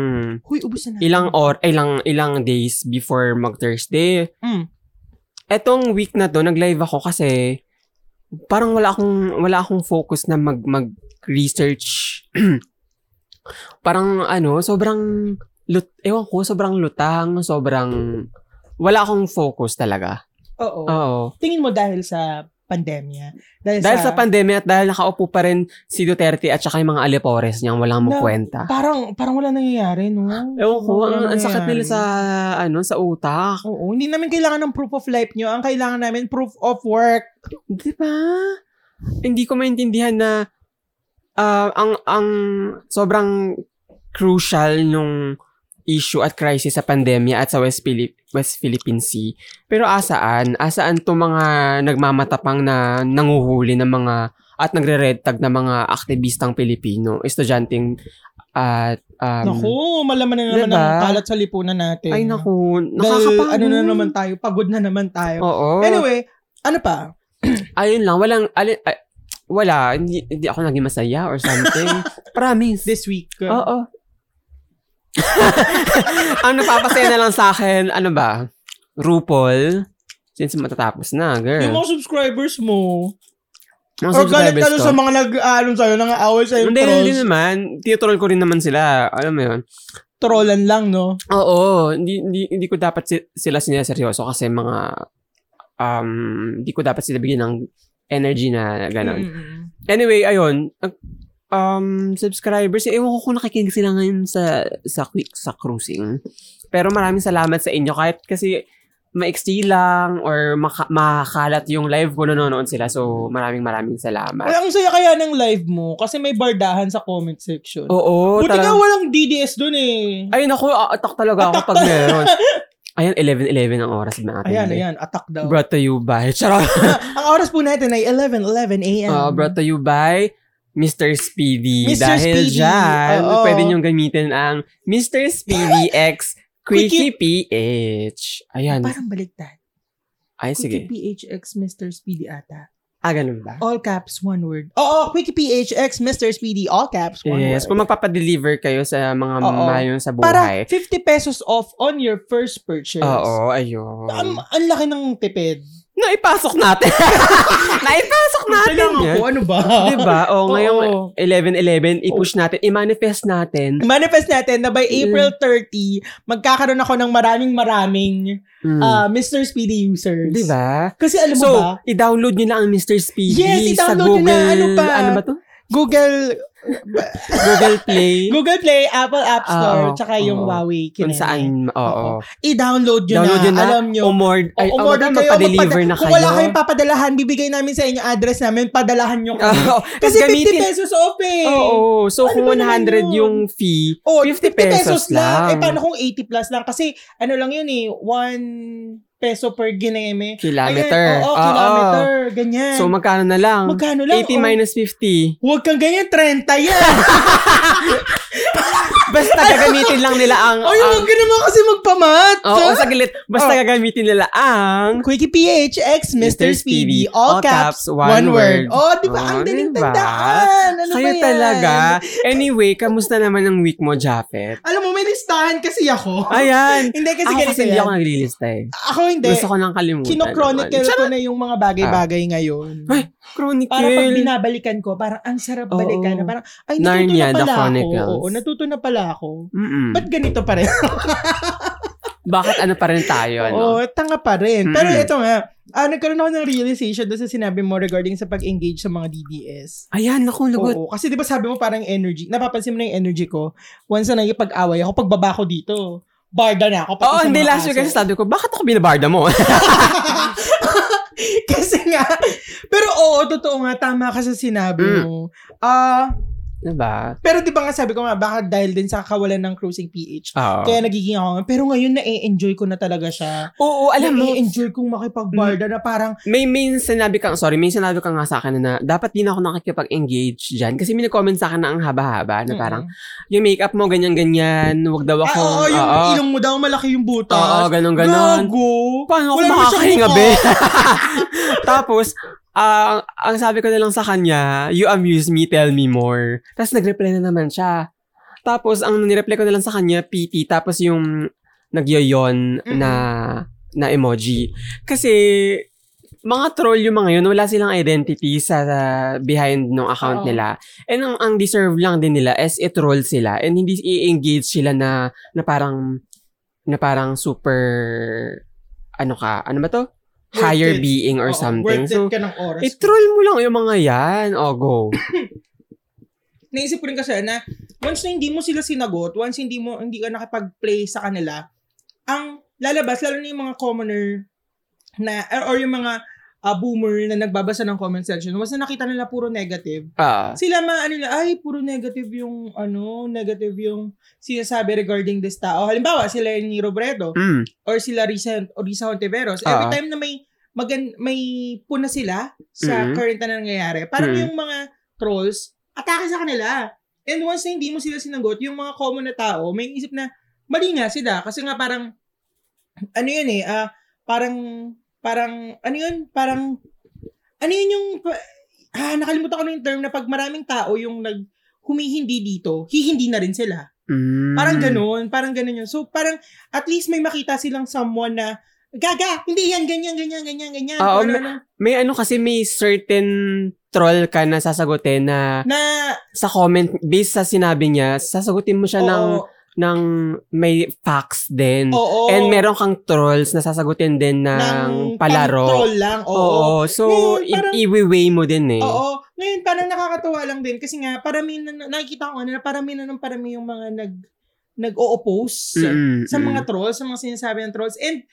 Speaker 2: Huy, ubus na natin.
Speaker 1: ilang or ilang ilang days before mag-Thursday.
Speaker 2: Mm.
Speaker 1: etong week na to, nag-live ako kasi parang wala akong wala akong focus na mag mag research. parang ano, sobrang lut ewan ko, sobrang lutang, sobrang wala akong focus talaga.
Speaker 2: Oo.
Speaker 1: Oo.
Speaker 2: Tingin mo dahil sa pandemya? Dahil,
Speaker 1: Dahil sa pandemya at dahil nakaupo pa rin si Duterte at saka yung mga Alepores niyang walang
Speaker 2: Na-
Speaker 1: magkwenta.
Speaker 2: Parang, parang wala nangyayari, no?
Speaker 1: Ewan ko, ang,
Speaker 2: Wala
Speaker 1: ang sakit nila sa
Speaker 2: nangyayari.
Speaker 1: ano, sa utak.
Speaker 2: Oo, hindi namin kailangan ng proof of life nyo. Ang kailangan namin, proof of work.
Speaker 1: Di ba? Hindi ko maintindihan na ah, ang ang sobrang crucial nung issue at crisis sa pandemya at sa West, Philip- West Philippine Sea. Pero asaan? Asaan to mga nagmamatapang na nanguhuli ng mga at nagre-red tag ng mga aktivistang Pilipino, estudyanteng at um,
Speaker 2: naku, malaman na naman
Speaker 1: diba?
Speaker 2: ang kalat sa lipunan natin.
Speaker 1: Ay naku,
Speaker 2: Dahil
Speaker 1: nakakapagod.
Speaker 2: ano na naman tayo, pagod na naman tayo.
Speaker 1: Oo.
Speaker 2: Anyway, ano pa?
Speaker 1: ayun lang, walang, alin, ay, wala, hindi, hindi ako naging masaya or something. Promise.
Speaker 2: This week.
Speaker 1: Oo. Ang napapasaya na lang sa akin, ano ba? RuPaul. Since matatapos na,
Speaker 2: Yung
Speaker 1: girl.
Speaker 2: mga subscribers mo.
Speaker 1: Mga
Speaker 2: Or galit ka
Speaker 1: subscribers
Speaker 2: doon
Speaker 1: ko.
Speaker 2: sa mga nag-aalam sa'yo, nang-aaway sa'yo.
Speaker 1: Hindi, hindi
Speaker 2: trolls.
Speaker 1: naman. Tinutroll ko rin naman sila. Alam mo yun.
Speaker 2: Trollan lang, no?
Speaker 1: Oo, hindi, hindi, hindi ko dapat si- sila sinaseryoso kasi mga, um, hindi ko dapat sila bigyan ng energy na gano'n.
Speaker 2: Mm.
Speaker 1: Anyway, ayun, ang- um, subscribers, eh, ewan ko kung nakikinig sila ngayon sa, sa, quick, sa cruising. Pero maraming salamat sa inyo kahit kasi maiksi lang or maka- makakalat yung live ko nanonood sila. So, maraming maraming
Speaker 2: Ay,
Speaker 1: salamat.
Speaker 2: ang saya kaya ng live mo kasi may bardahan sa comment section.
Speaker 1: Oo,
Speaker 2: Buti ka
Speaker 1: talagang-
Speaker 2: walang DDS doon eh.
Speaker 1: Ay, naku, atak talaga ako pag meron. Ayan, 11-11 ang oras na natin.
Speaker 2: Ayan, ayan, attack daw. Ah,
Speaker 1: Brought to you by, charot.
Speaker 2: ang oras po natin ay 11, 11 a.m.
Speaker 1: Uh, brought to you by Mr. Speedy.
Speaker 2: Mr.
Speaker 1: Dahil
Speaker 2: Speedy,
Speaker 1: dyan,
Speaker 2: oo.
Speaker 1: pwede niyong gamitin ang Mr. Speedy X Quickie PH. Ayan.
Speaker 2: Parang baligtad.
Speaker 1: Ay, Eh,
Speaker 2: Quickie
Speaker 1: sige.
Speaker 2: PHX Mr. Speedy ata.
Speaker 1: Ah, ganun ba?
Speaker 2: All caps, one word. Oo, Quickie PHX Mr. Speedy, all caps, one
Speaker 1: Yes,
Speaker 2: word.
Speaker 1: kung magpapadeliver kayo sa mga
Speaker 2: Oh, Oo.
Speaker 1: mayon sa
Speaker 2: Para
Speaker 1: buhay.
Speaker 2: 50 pesos off on your first purchase.
Speaker 1: Oo, ayun.
Speaker 2: Ang, ang laki ng tipid.
Speaker 1: Naipasok natin. Naipasok natin.
Speaker 2: Kailangan
Speaker 1: yan.
Speaker 2: ko, ano ba?
Speaker 1: Diba? O,
Speaker 2: Oo.
Speaker 1: ngayong 11-11, i-push natin, i-manifest natin.
Speaker 2: Manifest natin na by
Speaker 1: Mm.
Speaker 2: April 30, magkakaroon ako ng maraming maraming
Speaker 1: Mm.
Speaker 2: ah, Mr. Speedy users.
Speaker 1: diba?
Speaker 2: Kasi alam mo
Speaker 1: So,
Speaker 2: ba,
Speaker 1: i-download nyo na ang Mr. Speedy
Speaker 2: Yes,
Speaker 1: sa
Speaker 2: i-download nyo
Speaker 1: Google.
Speaker 2: na. Ano pa?
Speaker 1: Ano ba to?
Speaker 2: Google
Speaker 1: Google Play.
Speaker 2: Google Play, Apple App Store,
Speaker 1: Ah, Oo,
Speaker 2: tsaka
Speaker 1: oo.
Speaker 2: yung Huawei.
Speaker 1: kung
Speaker 2: kineme.
Speaker 1: saan, oo.
Speaker 2: Oo. I-download nyo
Speaker 1: Download
Speaker 2: na.
Speaker 1: yun na.
Speaker 2: Alam nyo.
Speaker 1: Umord, ay,
Speaker 2: Kung
Speaker 1: umorder
Speaker 2: umorder
Speaker 1: kayo, magpadeliver na kayo.
Speaker 2: Kung wala kayong papadalahan, bibigay namin sa inyo address namin, padalahan nyo kami.
Speaker 1: Oo.
Speaker 2: Kasi 50
Speaker 1: Ah, gamitin-
Speaker 2: pesos off eh.
Speaker 1: Oo. So,
Speaker 2: Ano
Speaker 1: kung
Speaker 2: ba naman
Speaker 1: 100
Speaker 2: yun?
Speaker 1: yung fee,
Speaker 2: Oh,
Speaker 1: 50 pesos
Speaker 2: Eh,
Speaker 1: lang.
Speaker 2: paano kung 80 plus lang? Kasi, ano lang yun eh, 1 peso per gineme.
Speaker 1: kilometer.
Speaker 2: Ayan,
Speaker 1: Oo.
Speaker 2: oo, kilometer. Ganyan.
Speaker 1: So, magkano na lang?
Speaker 2: Magkano lang?
Speaker 1: 80
Speaker 2: Oh,
Speaker 1: minus 50.
Speaker 2: Huwag kang ganyan, 30 yan.
Speaker 1: Basta gagamitin lang nila ang...
Speaker 2: Ay, Oh. huwag ka naman kasi magpamat.
Speaker 1: ang- Oo, saglit. Basta gagamitin nila ang...
Speaker 2: Quickie PHX, Mr. Speedy, all caps, one word. Oh, di ba?
Speaker 1: Oh,
Speaker 2: Ang daling
Speaker 1: diba?
Speaker 2: tandaan. Ano
Speaker 1: Kayo
Speaker 2: ba yan?
Speaker 1: talaga. Anyway, kamusta naman ang week mo, Japet?
Speaker 2: Alam mo, may listahan kasi ako.
Speaker 1: Ayan.
Speaker 2: hindi kasi
Speaker 1: ako
Speaker 2: ganito
Speaker 1: kasi hindi
Speaker 2: yan.
Speaker 1: ako naglilista eh.
Speaker 2: Ako hindi.
Speaker 1: Gusto ko nang kalimutan.
Speaker 2: Kinochronicle
Speaker 1: naman.
Speaker 2: ko na yung mga bagay-bagay ngayon.
Speaker 1: Ah. Ay, Chronicle.
Speaker 2: Para pag binabalikan ko, parang ang sarap
Speaker 1: Oo.
Speaker 2: balikan. Na parang, ay, natuto
Speaker 1: Narnia, The
Speaker 2: na pala ako.
Speaker 1: Chronicles. Hmm.
Speaker 2: Oo, natuto na pala ako.
Speaker 1: Mm-mm.
Speaker 2: Ba't ganito pa rin?
Speaker 1: Bakit ano pa rin tayo, ano?
Speaker 2: Oo, tanga pa rin.
Speaker 1: Mm.
Speaker 2: Pero ito nga, ah, nagkaroon ako ng realization doon sa sinabi mo regarding sa pag-engage sa mga DDS.
Speaker 1: Ayan, naku, lagot.
Speaker 2: Oo, kasi 'di ba sabi mo parang energy. Napapansin mo na yung energy ko. Once na nagipag-away ako, pagbaba ko dito, barda na ako.
Speaker 1: Oo,
Speaker 2: pati sa
Speaker 1: hindi
Speaker 2: mga
Speaker 1: last week
Speaker 2: aso.
Speaker 1: kasi sabi ko, bakit ako binabarda mo?
Speaker 2: kasi nga. Pero oo, totoo nga tama ka sa sinabi
Speaker 1: Mm.
Speaker 2: mo. Ah,
Speaker 1: diba?
Speaker 2: pero 'di ba nga sabi ko nga baka dahil din sa kawalan ng cruising PH.
Speaker 1: Oo.
Speaker 2: Kaya nagiging ako. nga. Pero ngayon na-enjoy ko na talaga siya.
Speaker 1: Oo, alam mo, Mm.
Speaker 2: enjoy kong makipagbarda na parang
Speaker 1: may may sinabi kang, sorry, may sinabi ka nga sa akin na dapat din ako nakikipag-engage dyan. Kasi may nag-comment sa akin na ang haba-haba, na parang, yung makeup mo, ganyan-ganyan, wag daw
Speaker 2: mm. Ah,
Speaker 1: ako. Ah,
Speaker 2: oo, yung ilong mo daw malaki yung butas.
Speaker 1: Oo, ganun-ganon.
Speaker 2: Gago.
Speaker 1: Paano ako
Speaker 2: Wala naman siyang
Speaker 1: makakahinga,
Speaker 2: mukha.
Speaker 1: be? Tapos, ang ang sabi ko na lang sa kanya, you amuse me, tell me more. Tapos nag-reply na naman siya. Tapos, ang nireply ko na lang sa kanya, PT. Tapos yung nagyoyon
Speaker 2: Mm-mm.
Speaker 1: na na emoji. Kasi, mga troll yung mga yun. Wala silang identity sa sa behind ng account
Speaker 2: Oo.
Speaker 1: nila. And ang, ang deserve lang din nila is i-troll sila. And hindi i-engage sila na, na parang na parang super ano ka, ano ba to?
Speaker 2: Worth
Speaker 1: Higher
Speaker 2: it.
Speaker 1: being or
Speaker 2: Oo,
Speaker 1: something.
Speaker 2: Worth it
Speaker 1: So,
Speaker 2: ka ng oras.
Speaker 1: i-troll mo lang yung mga yan. O, go.
Speaker 2: naisip ko rin kasi na once na hindi mo sila sinagot, once hindi mo hindi ka nakapag-play sa kanila, ang lalabas lalo na yung mga commoner na or, or yung mga uh, boomer na nagbabasa ng comment section, once na nakita nila puro negative,
Speaker 1: Ah.
Speaker 2: sila mga ano nila, ay, puro negative yung, ano, negative yung sinasabi regarding this tao. Halimbawa, sila yung ni Robredo,
Speaker 1: Mm.
Speaker 2: or sila Risa, or Risa Hontiveros.
Speaker 1: Ah.
Speaker 2: Every time na may, magan, may puna sila sa
Speaker 1: Mhm.
Speaker 2: current na nangyayari, parang
Speaker 1: Mhm.
Speaker 2: yung mga trolls, atake sa kanila. And once na hindi mo sila sinagot, yung mga common na tao, may isip na, mali nga sila. Kasi nga parang, ano yun eh, ah, parang, parang, ano yun, parang, ano yun yung, pa- ah, nakalimutan ko na yung term na pag maraming tao yung nag, humihindi dito, hihindi na rin sila.
Speaker 1: Mm.
Speaker 2: Parang ganun, parang ganun yun. So parang at least may makita silang someone na gaga, hindi yan, ganyan, ganyan, ganyan, ganyan.
Speaker 1: Oo,
Speaker 2: Parang
Speaker 1: may-
Speaker 2: na,
Speaker 1: May ano kasi may certain troll ka na sasagutin na
Speaker 2: na
Speaker 1: sa comment based sa sinabi niya, sasagutin mo siya ng
Speaker 2: oo,
Speaker 1: ng may facts din.
Speaker 2: oo,
Speaker 1: mm. And meron kang trolls na sasagutin din ng, palaro.
Speaker 2: pang-troll lang, oo.
Speaker 1: Oo. So,
Speaker 2: Ngayon, parang-
Speaker 1: i- iwi-weigh mo din eh.
Speaker 2: Oo. Ngayon, parang nakakatuwa lang din kasi nga, parami na, nakikita ko ano, na parami na ng parami yung mga nag, nag-o-oppose
Speaker 1: Mm-mm,
Speaker 2: sa
Speaker 1: mm-mm.
Speaker 2: mga trolls, sa mga sinasabi ng trolls. And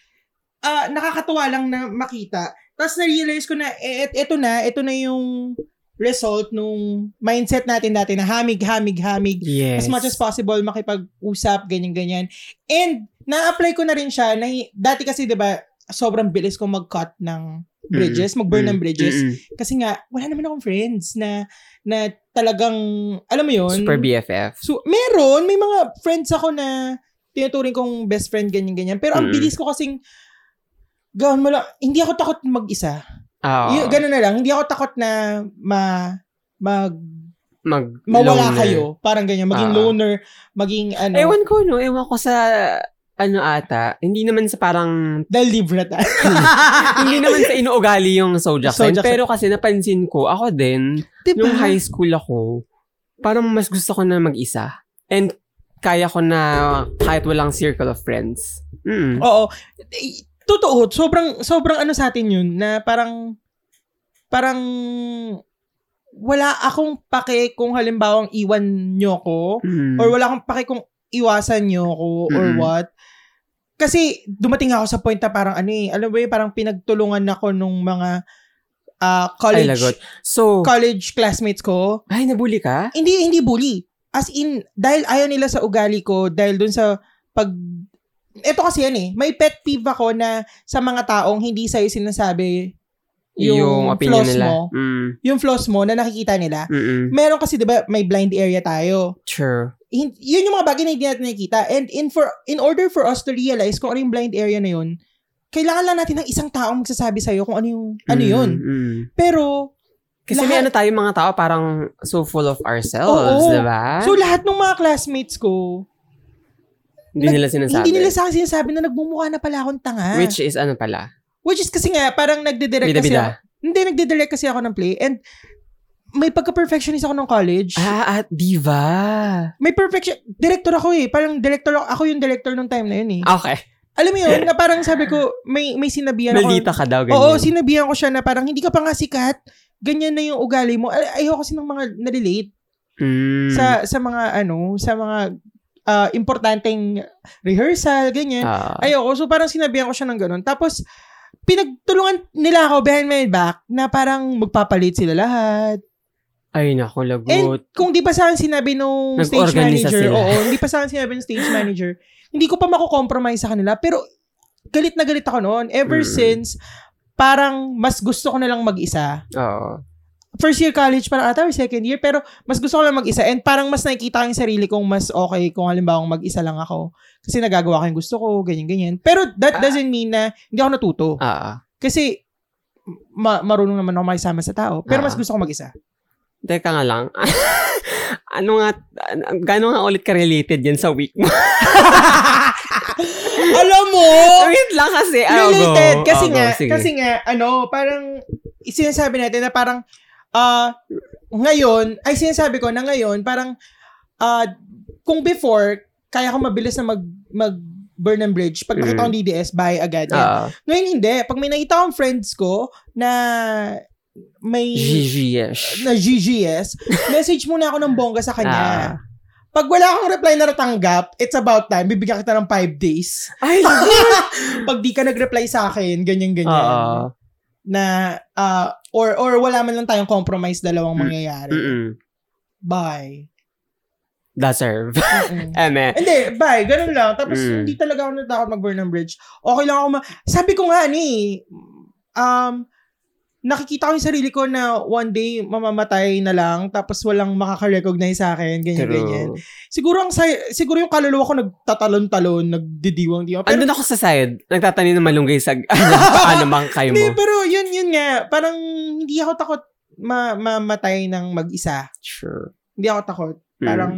Speaker 2: ah, nakakatuwa lang na makita. Tapos na-realize ko na, eh, et, eto na, eto na yung result nung mindset natin dati na hamig, hamig, hamig.
Speaker 1: Yes.
Speaker 2: As much as possible, makipag-usap, ganyan-ganyan. And, na-apply ko na rin siya. Na, dati kasi, di ba, sobrang bilis ko mag-cut ng bridges, mag-burn ng bridges.
Speaker 1: Mm-mm.
Speaker 2: Kasi nga, wala naman akong friends na, na talagang, alam mo yun?
Speaker 1: Super BFF.
Speaker 2: So, meron, may mga friends ako na tinuturing kong best friend, ganyan-ganyan. Pero ang
Speaker 1: Mm.
Speaker 2: bilis ko kasing, gawin mo lang, hindi ako takot mag-isa.
Speaker 1: Oo.
Speaker 2: Y- ganun na lang, hindi ako takot na ma, mag,
Speaker 1: Mag
Speaker 2: mawala
Speaker 1: loner.
Speaker 2: kayo. Parang ganyan, maging
Speaker 1: Ah.
Speaker 2: loner, maging ano,
Speaker 1: Ewan ko, no? Ewan ko sa ano ata. Hindi naman sa parang
Speaker 2: dahil libre tayo.
Speaker 1: hindi naman sa inuugali yung Sojak
Speaker 2: Soul
Speaker 1: Sen.
Speaker 2: Jackson.
Speaker 1: Pero kasi napansin ko, ako din,
Speaker 2: diba?
Speaker 1: nung high school ako, parang mas gusto ko na mag-isa. And kaya ko na kahit walang circle of friends. Mm.
Speaker 2: Oo. Eh, Totoo, sobrang, sobrang ano sa atin yun, na parang, parang, wala akong pake kung halimbawang iwan nyo ko.
Speaker 1: Mm.
Speaker 2: or wala akong pake kung iwasan niyo ako or
Speaker 1: Mm-mm.
Speaker 2: what. Kasi dumating ako sa point na parang ano eh, alam mo yun, parang pinagtulungan ako nung mga
Speaker 1: Ay,
Speaker 2: ah, college
Speaker 1: lagot. Oh. So,
Speaker 2: college classmates ko.
Speaker 1: ay, nabuli ka?
Speaker 2: Hindi hindi bully. As in dahil ayaw nila sa ugali ko dahil dun sa pag Eto kasi yan eh, may pet peeve ako na sa mga taong hindi sa'yo sinasabi yung,
Speaker 1: opinion
Speaker 2: flaws
Speaker 1: nila.
Speaker 2: mo,
Speaker 1: Mm.
Speaker 2: yung flaws mo na nakikita nila.
Speaker 1: Mm-mm.
Speaker 2: Meron kasi 'di ba may blind area tayo
Speaker 1: Sure.
Speaker 2: hin- yun yung mga bagay na hindi natin nakikita. And in, for, in order for us to realize kung ano yung blind area na yun, kailangan lang natin ng isang taong magsasabi sa'yo kung ano yung, ano
Speaker 1: Mm,
Speaker 2: yun.
Speaker 1: mm.
Speaker 2: Pero,
Speaker 1: Kasi may
Speaker 2: Lahat-
Speaker 1: ano tayo mga tao parang so full of ourselves, diba?
Speaker 2: Oo.
Speaker 1: di ba?
Speaker 2: so lahat ng mga classmates ko,
Speaker 1: hindi
Speaker 2: nag-
Speaker 1: nila sinasabi.
Speaker 2: hindi nila sa akin sinasabi na nagmumukha na pala akong tanga.
Speaker 1: Which is ano pala?
Speaker 2: Which is kasi nga, parang nagdidirect kasi ako.
Speaker 1: Bida-bida.
Speaker 2: Hindi, nagdidirect kasi ako ng play. And, may pagka-perfectionist ako ng college.
Speaker 1: Ah, ah, diva.
Speaker 2: May perfection... Director ako eh. Parang director ako. Ako yung director nung time na yun eh.
Speaker 1: Okay.
Speaker 2: Alam mo yun, na parang sabi ko, may, may sinabihan ako.
Speaker 1: Nalita ka daw, ganyan.
Speaker 2: Oo, sinabihan ko siya na parang hindi ka pa nga sikat. Ganyan na yung ugali mo. Ay, ayoko kasi ng mga nalilate
Speaker 1: Mm.
Speaker 2: sa sa mga ano, sa mga ah, importanteng rehearsal, ganyan.
Speaker 1: Ah.
Speaker 2: Ayoko. So parang sinabihan ko siya ng ganun. Tapos pinagtulungan nila ako behind my back na parang magpapalit sila lahat.
Speaker 1: Ay, naku, lagot.
Speaker 2: Kung di pa sa akin sinabi nung stage
Speaker 1: Nag-organisa
Speaker 2: manager,
Speaker 1: sila.
Speaker 2: oo, hindi pa sa akin sinabi ng stage manager, hindi ko pa mako-compromise sa kanila. Pero galit na galit ako noon. Ever
Speaker 1: Mm.
Speaker 2: since, parang mas gusto ko na lang mag-isa.
Speaker 1: Oo.
Speaker 2: first year college parang ata or second year pero mas gusto ko lang mag-isa and parang mas nakikita ko yung sarili kong mas okay kung halimbawa mag-isa lang ako kasi nagagawa ko yung gusto ko ganyan ganyan pero that
Speaker 1: Ah.
Speaker 2: doesn't mean na hindi ako natuto
Speaker 1: Ah.
Speaker 2: kasi ma- marunong naman ako makisama sa tao pero
Speaker 1: Ah.
Speaker 2: mas gusto ko mag-isa
Speaker 1: Teka nga lang. ano nga, an- gaano nga ulit ka-related yan sa week mo?
Speaker 2: alam mo
Speaker 1: Wait lang kasi. ah, go.
Speaker 2: Oh, related kasi
Speaker 1: Ah, go,
Speaker 2: nga
Speaker 1: sige.
Speaker 2: kasi nga ano parang sinasabi natin na parang ah ngayon ay sinasabi ko na ngayon parang ah kung before kaya ko mabilis na mag mag burn and bridge pag nakita
Speaker 1: Mm.
Speaker 2: kong DDS bye agad yan.
Speaker 1: Ah,
Speaker 2: ngayon hindi pag may nakita akong friends ko na may
Speaker 1: GGS.
Speaker 2: na GGS message muna ako ng bongga sa
Speaker 1: Ah.
Speaker 2: kanya pag wala akong reply na natanggap it's about time bibigyan kita ng 5 days
Speaker 1: Ay, lagot.
Speaker 2: pag di ka nag-reply sa akin, ganyan-ganyan.
Speaker 1: Oo.
Speaker 2: na uh, or or wala man lang tayong compromise dalawang
Speaker 1: Mm.
Speaker 2: mangyayari.
Speaker 1: Mm-mm.
Speaker 2: Bye.
Speaker 1: That's serve.
Speaker 2: Mm-mm.
Speaker 1: Eme.
Speaker 2: Hindi, bye. Ganun lang. Tapos
Speaker 1: Mm.
Speaker 2: hindi talaga ako natakot mag-burn ng bridge. Okay lang ako ma- Sabi ko nga ni, um, nakikita ko yung sarili ko na one day mamamatay na lang tapos walang makaka-recognize sa akin, ganyan-ganyan.
Speaker 1: True.
Speaker 2: Siguro ang say- siguro yung kaluluwa ko nagtatalon-talon, nagdidiwang-diwang. Pero,
Speaker 1: Andun ako sa side, nagtatanim ng malunggay sa ano bang kayo
Speaker 2: hindi,
Speaker 1: mo.
Speaker 2: pero yun, yun nga. Parang hindi ako takot ma- mamatay ng mag-isa.
Speaker 1: Sure.
Speaker 2: Hindi ako takot.
Speaker 1: Mm.
Speaker 2: Parang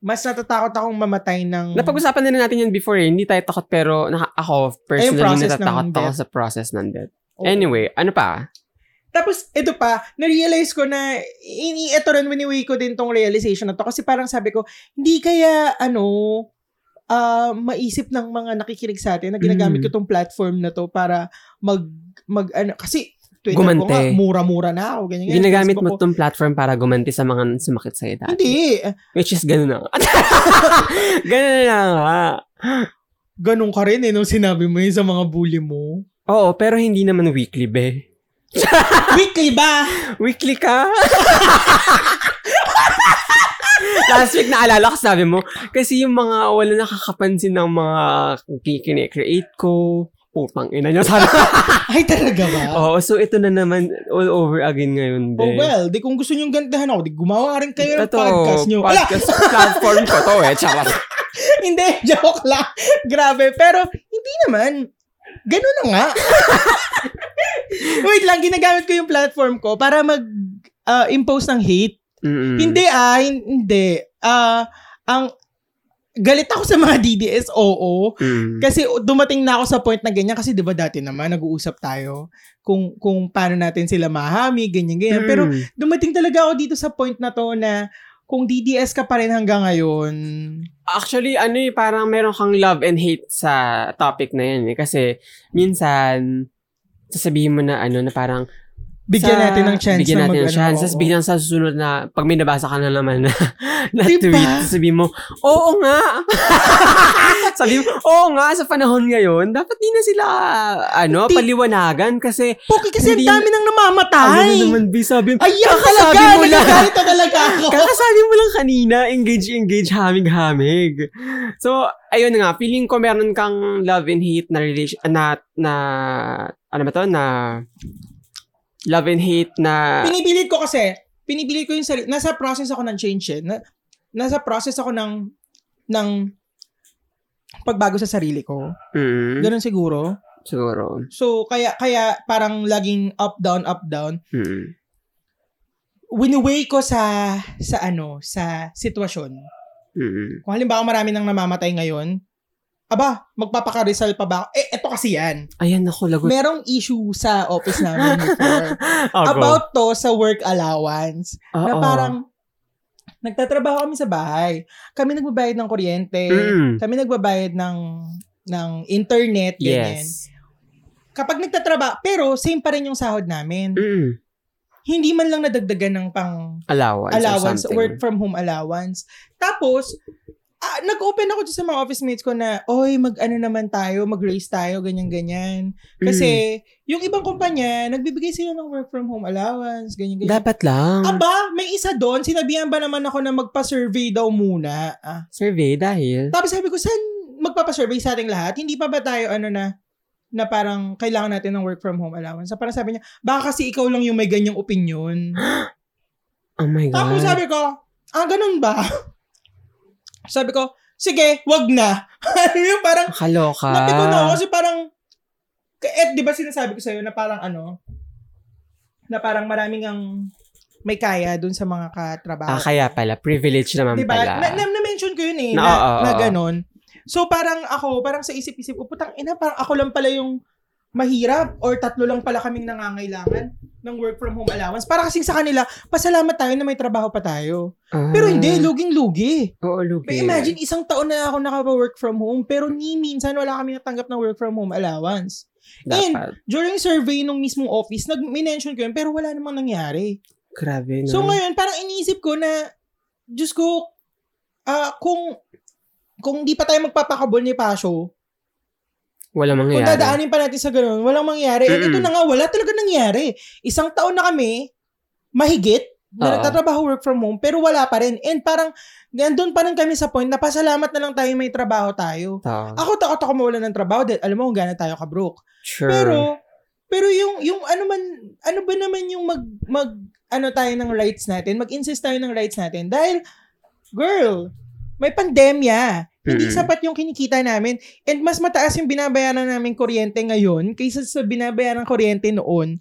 Speaker 2: mas natatakot akong mamatay ng...
Speaker 1: Hmm. Napag-usapan na rin natin yun before eh. Hindi tayo takot pero naka- ako personally
Speaker 2: process ng
Speaker 1: natatakot ako
Speaker 2: death.
Speaker 1: sa process ng death.
Speaker 2: Oo.
Speaker 1: Anyway, ano pa?
Speaker 2: Tapos, ito pa, na-realize ko na, ini ito rin, winiway ko din tong realization na to. Kasi parang sabi ko, hindi kaya, ano, ah, maisip ng mga nakikinig sa atin na ginagamit
Speaker 1: Mm.
Speaker 2: ko tong platform na to para mag, mag, ano, kasi, Twitter ko
Speaker 1: Gumante.
Speaker 2: nga, mura-mura na ako, ganyan. ganyan.
Speaker 1: Ginagamit mo
Speaker 2: Facebook
Speaker 1: tong platform para gumanti sa mga sumakit sa'yo
Speaker 2: ko-
Speaker 1: dati.
Speaker 2: Hindi.
Speaker 1: Which is ganun na. ganun na nga.
Speaker 2: Ganun ka rin eh, nung sinabi mo yun sa mga bully mo.
Speaker 1: Oo, pero hindi naman weekly, be.
Speaker 2: Weekly ba?
Speaker 1: Weekly ka? Last week, naalala ko, sabi mo, kasi yung mga wala nakakapansin ng mga kikine-create ko, putang ina niya, sabi ko.
Speaker 2: Ay, talaga ba?
Speaker 1: Oo, so ito na naman all over again ngayon, be.
Speaker 2: Oh well, di kung gusto nyong gandahan ako, di gumawa rin kayo ng
Speaker 1: Ito,
Speaker 2: podcast nyo. Wala,
Speaker 1: podcast platform ko to eh, charot.
Speaker 2: hindi, joke lang. Grabe, pero hindi naman. Ganun na nga. Wait lang, ginagamit ko yung platform ko para mag-impose ng hate.
Speaker 1: Mm-mm.
Speaker 2: Hindi ah, hin- hindi. Ah, ang galit ako sa mga DDS, oo.
Speaker 1: Mm.
Speaker 2: Kasi dumating na ako sa point na ganyan kasi 'di ba dati naman nag-uusap tayo kung kung paano natin sila mahami, ganyan ganyan. eh, Pero
Speaker 1: Mm.
Speaker 2: dumating talaga ako dito sa point na to na kung DDS ka pa rin hanggang ngayon,
Speaker 1: Actually, ano eh, parang meron kang love and hate sa topic na yan eh. Kasi, minsan, sasabihin mo na ano, na parang,
Speaker 2: bigyan
Speaker 1: sa-
Speaker 2: natin ng chance
Speaker 1: Bigyan
Speaker 2: na
Speaker 1: natin ng
Speaker 2: mag-ano,
Speaker 1: chance. Tapos
Speaker 2: oo.
Speaker 1: bigyan sa susunod na, pag may nabasa ka na naman na, na
Speaker 2: Diba?
Speaker 1: tweet, sabihin mo, oo nga. sabi mo, oo nga, sa panahon ngayon, dapat di na sila, ano,
Speaker 2: Di-
Speaker 1: paliwanagan kasi,
Speaker 2: Poki, kasi ang
Speaker 1: Hindi-
Speaker 2: dami nang
Speaker 1: ano
Speaker 2: namamatay.
Speaker 1: na naman, B, sabi mo,
Speaker 2: Ayan
Speaker 1: Kakasabi
Speaker 2: talaga,
Speaker 1: mo lang.
Speaker 2: nagagalit na talaga ako.
Speaker 1: Kakasabi mo lang kanina, engage, engage, hamig-hamig. So, ayun na nga, feeling ko meron kang love and hate na relation, na, na, ano ba to, na, love and hate na,
Speaker 2: Pinipilit ko kasi, pinipilit ko yung sarili. Nasa process ako ng change eh. Na, nasa process ako ng, ng pagbago sa sarili ko.
Speaker 1: mm,
Speaker 2: Ganun siguro.
Speaker 1: siguro,
Speaker 2: So, kaya, kaya parang laging up, down, up, down.
Speaker 1: mm,
Speaker 2: Winiway ko sa, sa ano, sa sitwasyon.
Speaker 1: mm,
Speaker 2: Kung halimbawa marami nang namamatay ngayon, aba, magpapaka-Rizal pa ba? ako? Eh, eto kasi yan.
Speaker 1: ayan ako, lagot.
Speaker 2: Merong issue sa office namin before.
Speaker 1: Ako.
Speaker 2: about to sa work allowance.
Speaker 1: Oo.
Speaker 2: Na parang, nagtatrabaho kami sa bahay. Kami nagbabayad ng kuryente.
Speaker 1: Mm.
Speaker 2: Kami nagbabayad ng ng internet, ganyan.
Speaker 1: yes.
Speaker 2: Kapag nagtatrabaho, pero same pa rin yung sahod namin.
Speaker 1: Mm,
Speaker 2: Hindi man lang nadagdagan ng pang
Speaker 1: allowance,
Speaker 2: allowance,
Speaker 1: or something.
Speaker 2: work from home allowance. Tapos, ah, nag-open ako dyan sa mga office mates ko na, oy, mag-ano naman tayo, mag-raise tayo, ganyan-ganyan. Kasi, yung ibang kumpanya, nagbibigay sila ng work from home
Speaker 1: Mm,
Speaker 2: allowance, ganyan-ganyan.
Speaker 1: dapat lang.
Speaker 2: Aba, may isa doon, sinabihan ba naman ako na magpa-survey daw muna? Ah.
Speaker 1: survey dahil,
Speaker 2: Tapos sabi ko, saan magpapasurvey sa ating lahat? Hindi pa ba tayo ano na, na parang kailangan natin ng work from home allowance? So, parang sabi niya, baka kasi ikaw lang yung may ganyang opinion.
Speaker 1: oh my God.
Speaker 2: Tapos sabi ko, ah, ganun ba? sabi ko, sige, wag na. Alam mo yung parang,
Speaker 1: Kaloka.
Speaker 2: napiko na ako kasi parang, eh, di ba sinasabi ko sa'yo na parang ano, na parang maraming ang may kaya dun sa mga katrabaho.
Speaker 1: Ah, kaya pala. Privilege naman
Speaker 2: Diba?
Speaker 1: pala.
Speaker 2: Na, na, na-mention ko yun eh,
Speaker 1: Na-
Speaker 2: na,
Speaker 1: oo, oo,
Speaker 2: na
Speaker 1: oo.
Speaker 2: ganun. So parang ako, parang sa isip-isip ko, putang ina, parang ako lang pala yung mahirap or tatlo lang pala kaming nangangailangan ng work from home allowance. Para kasing sa kanila, pasalamat tayo na may trabaho pa tayo.
Speaker 1: Ah,
Speaker 2: Pero hindi, luging-lugi.
Speaker 1: Oo, lugi.
Speaker 2: Pero Mm. imagine, isang taon na ako nakapa-work from home, pero ni minsan wala kami natanggap na work from home allowance. And
Speaker 1: Dapat.
Speaker 2: during survey nung mismong office, nag-mention ko yun, pero wala namang nangyari.
Speaker 1: Grabe na.
Speaker 2: So ngayon, parang iniisip ko na, Diyos ko, ah, kung kung di pa tayo magpapakabol ni Pasho,
Speaker 1: Walang
Speaker 2: Kung
Speaker 1: mangyayari.
Speaker 2: dadaanin pa natin sa ganun, walang mangyayari. At
Speaker 1: Mm-mm.
Speaker 2: ito na nga, wala talaga nangyari. Isang taon na kami, mahigit,
Speaker 1: Oo.
Speaker 2: na nagtatrabaho work from home, pero wala pa rin. And parang, nandun pa rin kami sa point na pasalamat na lang tayo may trabaho tayo.
Speaker 1: Ta-
Speaker 2: Ako takot ako mawalan ng trabaho dahil alam mo kung gaano tayo kabrook.
Speaker 1: Sure.
Speaker 2: Pero, pero yung, yung ano man, ano ba naman yung mag, mag, ano tayo ng rights natin, mag-insist tayo ng rights natin. Dahil, girl, may pandemya. Hindi
Speaker 1: Mm-mm.
Speaker 2: sapat yung kinikita namin. And mas mataas yung binabayaran namin kuryente ngayon kaysa sa binabayaran kuryente noon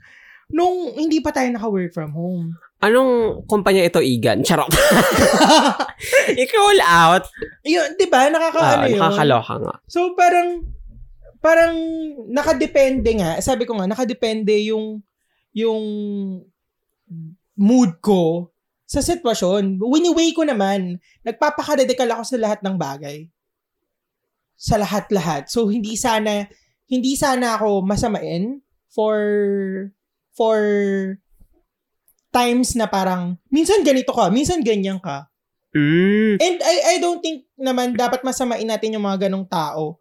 Speaker 2: nung hindi pa tayo naka-work from home.
Speaker 1: Anong kumpanya ito, Igan? Charot. I-call out.
Speaker 2: Yun, di ba?
Speaker 1: Ah,
Speaker 2: Nakakaano ano yun.
Speaker 1: nakakaloka nga.
Speaker 2: So parang parang nakadepende nga. Sabi ko nga nakadepende yung yung mood ko sa sitwasyon. Winiway ko naman. Nagpapakaradikal ako sa lahat ng bagay. Sa lahat-lahat. So hindi sana hindi sana ako masamain for for times na parang minsan ganito ka, minsan ganyan ka.
Speaker 1: Mm.
Speaker 2: And I I don't think naman dapat masamain natin yung mga ganong tao.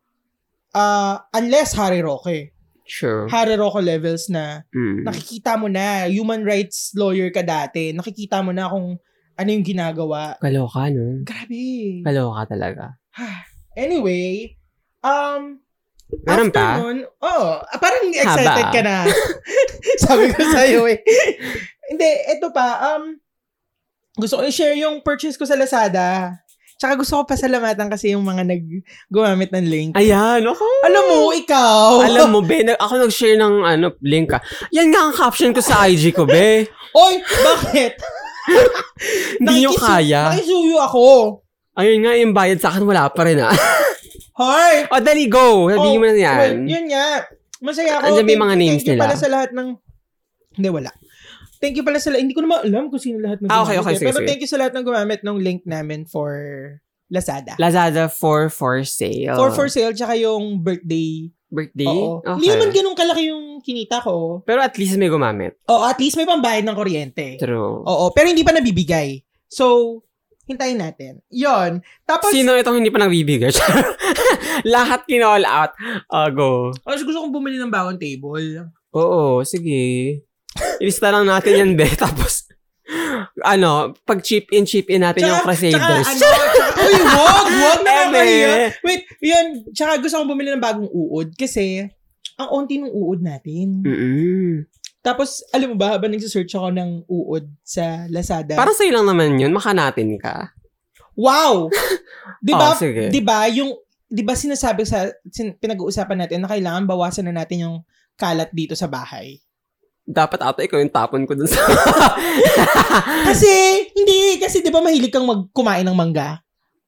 Speaker 2: Ah, unless Harry Roque.
Speaker 1: Sure.
Speaker 2: Harry Roque levels na
Speaker 1: Mm.
Speaker 2: nakikita mo na human rights lawyer ka dati. Nakikita mo na kung ano yung ginagawa.
Speaker 1: Kaloka, no?
Speaker 2: Grabe.
Speaker 1: Kaloka talaga.
Speaker 2: Anyway, um
Speaker 1: Meron
Speaker 2: after
Speaker 1: pa?
Speaker 2: Nun, oh, parang
Speaker 1: Haba.
Speaker 2: excited ka na. Sabi ko sa'yo eh. Hindi, eto pa. Um, gusto ko i-share yung purchase ko sa Lazada. Tsaka gusto ko pasalamatan kasi yung mga nag gumamit ng link.
Speaker 1: Ayan, ako.
Speaker 2: Alam mo, ikaw.
Speaker 1: Alam mo, be, nag- ako nag-share ng ano, link ka. Yan nga ang caption ko sa IG ko, be.
Speaker 2: Oy, bakit?
Speaker 1: Hindi nyo
Speaker 2: Nakikisu-
Speaker 1: kaya.
Speaker 2: Nakisuyo ako.
Speaker 1: Ayun nga, yung bayad sa akin, wala pa rin, ah.
Speaker 2: Hoy.
Speaker 1: o, dali, go. Sabihin mo
Speaker 2: Oh,
Speaker 1: na yan.
Speaker 2: Well, yun nga. Masaya ako.
Speaker 1: Andyan may mga
Speaker 2: Thank-
Speaker 1: names
Speaker 2: thank you
Speaker 1: nila.
Speaker 2: pala sa lahat ng... Hindi, wala. Thank you pala sa lahat. Hindi ko naman alam kung sino lahat ng
Speaker 1: Ah, okay,
Speaker 2: gumamit
Speaker 1: okay,
Speaker 2: eh.
Speaker 1: sige,
Speaker 2: Pero
Speaker 1: sige.
Speaker 2: thank you sa lahat ng gumamit ng link namin for Lazada.
Speaker 1: Lazada for for sale.
Speaker 2: For for sale, tsaka yung birthday.
Speaker 1: birthday?
Speaker 2: Oo. Hindi naman ganun kalaki yung kinita ko.
Speaker 1: Pero at least may gumamit.
Speaker 2: Oo, at least may pambayad ng kuryente.
Speaker 1: True.
Speaker 2: Oo, pero hindi pa nabibigay. So, hintayin natin. Yon. Tapos,
Speaker 1: Sino itong hindi pa nagbibigay? Lahat kinall out. Uh, go.
Speaker 2: Oh, gusto kong bumili ng bagong table.
Speaker 1: Oo, sige. Ilista lang natin yan, be. Tapos, ano, pag chip in, chip in natin yung Crusaders.
Speaker 2: Tsaka, ano, tsaka, uy, wag, wag na
Speaker 1: Eh, be.
Speaker 2: Wait, yun, tsaka gusto kong bumili ng bagong uod kasi ang onti ng uod natin.
Speaker 1: Mm-mm.
Speaker 2: Tapos, alam mo ba, habang nagsisearch ako ng uod sa Lazada,
Speaker 1: Para sa'yo lang naman yun, makanatin ka.
Speaker 2: wow! Di ba,
Speaker 1: Oh, sige.
Speaker 2: di ba, yung, di ba sinasabi sa, sin, pinag-uusapan natin na kailangan bawasan na natin yung kalat dito sa bahay.
Speaker 1: Dapat ata ikaw yung tapon ko dun sa...
Speaker 2: Kasi, hindi, kasi di ba mahilig kang mag, kumain ng mangga?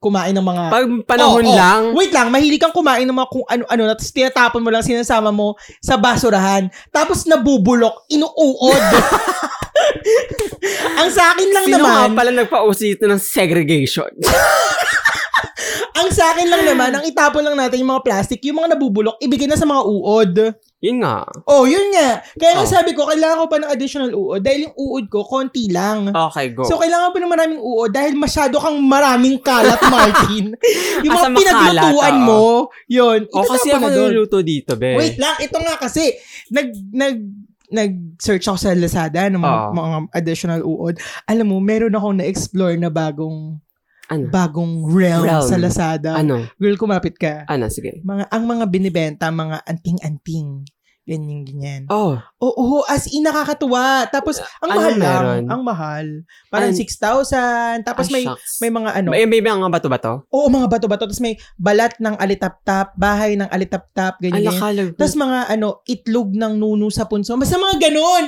Speaker 2: Kumain ng mga...
Speaker 1: Pag panahon
Speaker 2: Oo, oo.
Speaker 1: lang,
Speaker 2: Wait lang, mahilig kang kumain ng mga kung ano-ano, tapos tinatapon mo lang, sinasama mo sa basurahan, tapos nabubulok, inuuod. ang sa akin lang
Speaker 1: sino
Speaker 2: naman,
Speaker 1: nga pala nagpa-uso dito ng segregation?
Speaker 2: ang sa akin lang naman, ang itapon lang natin yung mga plastic, yung mga nabubulok, ibigay na sa mga uod.
Speaker 1: yun nga.
Speaker 2: Oh, yun nga. Kaya nga
Speaker 1: Oh.
Speaker 2: sabi ko, kailangan ko pa ng additional uod dahil yung uod ko, konti lang.
Speaker 1: Okay, go.
Speaker 2: So, kailangan pa ng maraming uod dahil masyado kang maraming kalat, Martin. yung
Speaker 1: Asa
Speaker 2: mga
Speaker 1: makalat,
Speaker 2: pinaglutuan
Speaker 1: oo.
Speaker 2: mo, yun.
Speaker 1: o Oh, kasi
Speaker 2: itatapon
Speaker 1: ako
Speaker 2: na doon.
Speaker 1: niluluto dito, be.
Speaker 2: Wait lang, ito nga kasi, nag, nag, nag-search ako sa Lazada ng mga,
Speaker 1: Oo.
Speaker 2: mga additional uod. Alam mo, meron akong na-explore na bagong,
Speaker 1: Ano?
Speaker 2: bagong realm,
Speaker 1: Realm.
Speaker 2: sa Lazada.
Speaker 1: Ano?
Speaker 2: Girl, kumapit ka.
Speaker 1: Ano? Sige.
Speaker 2: Mga, ang mga binibenta, mga anting-anting. Ganyan, ganyan.
Speaker 1: Oh,
Speaker 2: Oo, as in nakakatuwa. Tapos, ang
Speaker 1: Ano
Speaker 2: mahal lang.
Speaker 1: meron?
Speaker 2: Ang mahal. Parang
Speaker 1: An-
Speaker 2: 6,000. Tapos
Speaker 1: ah,
Speaker 2: may,
Speaker 1: shucks.
Speaker 2: may mga ano.
Speaker 1: May, may, may mga bato ba to?
Speaker 2: oo, mga bato-bato. Tapos may balat ng alitap-tap, bahay ng alitap-tap, ganyan.
Speaker 1: Alakalag.
Speaker 2: Tapos mga ano, itlog ng nuno sa punso. Basta mga ganun.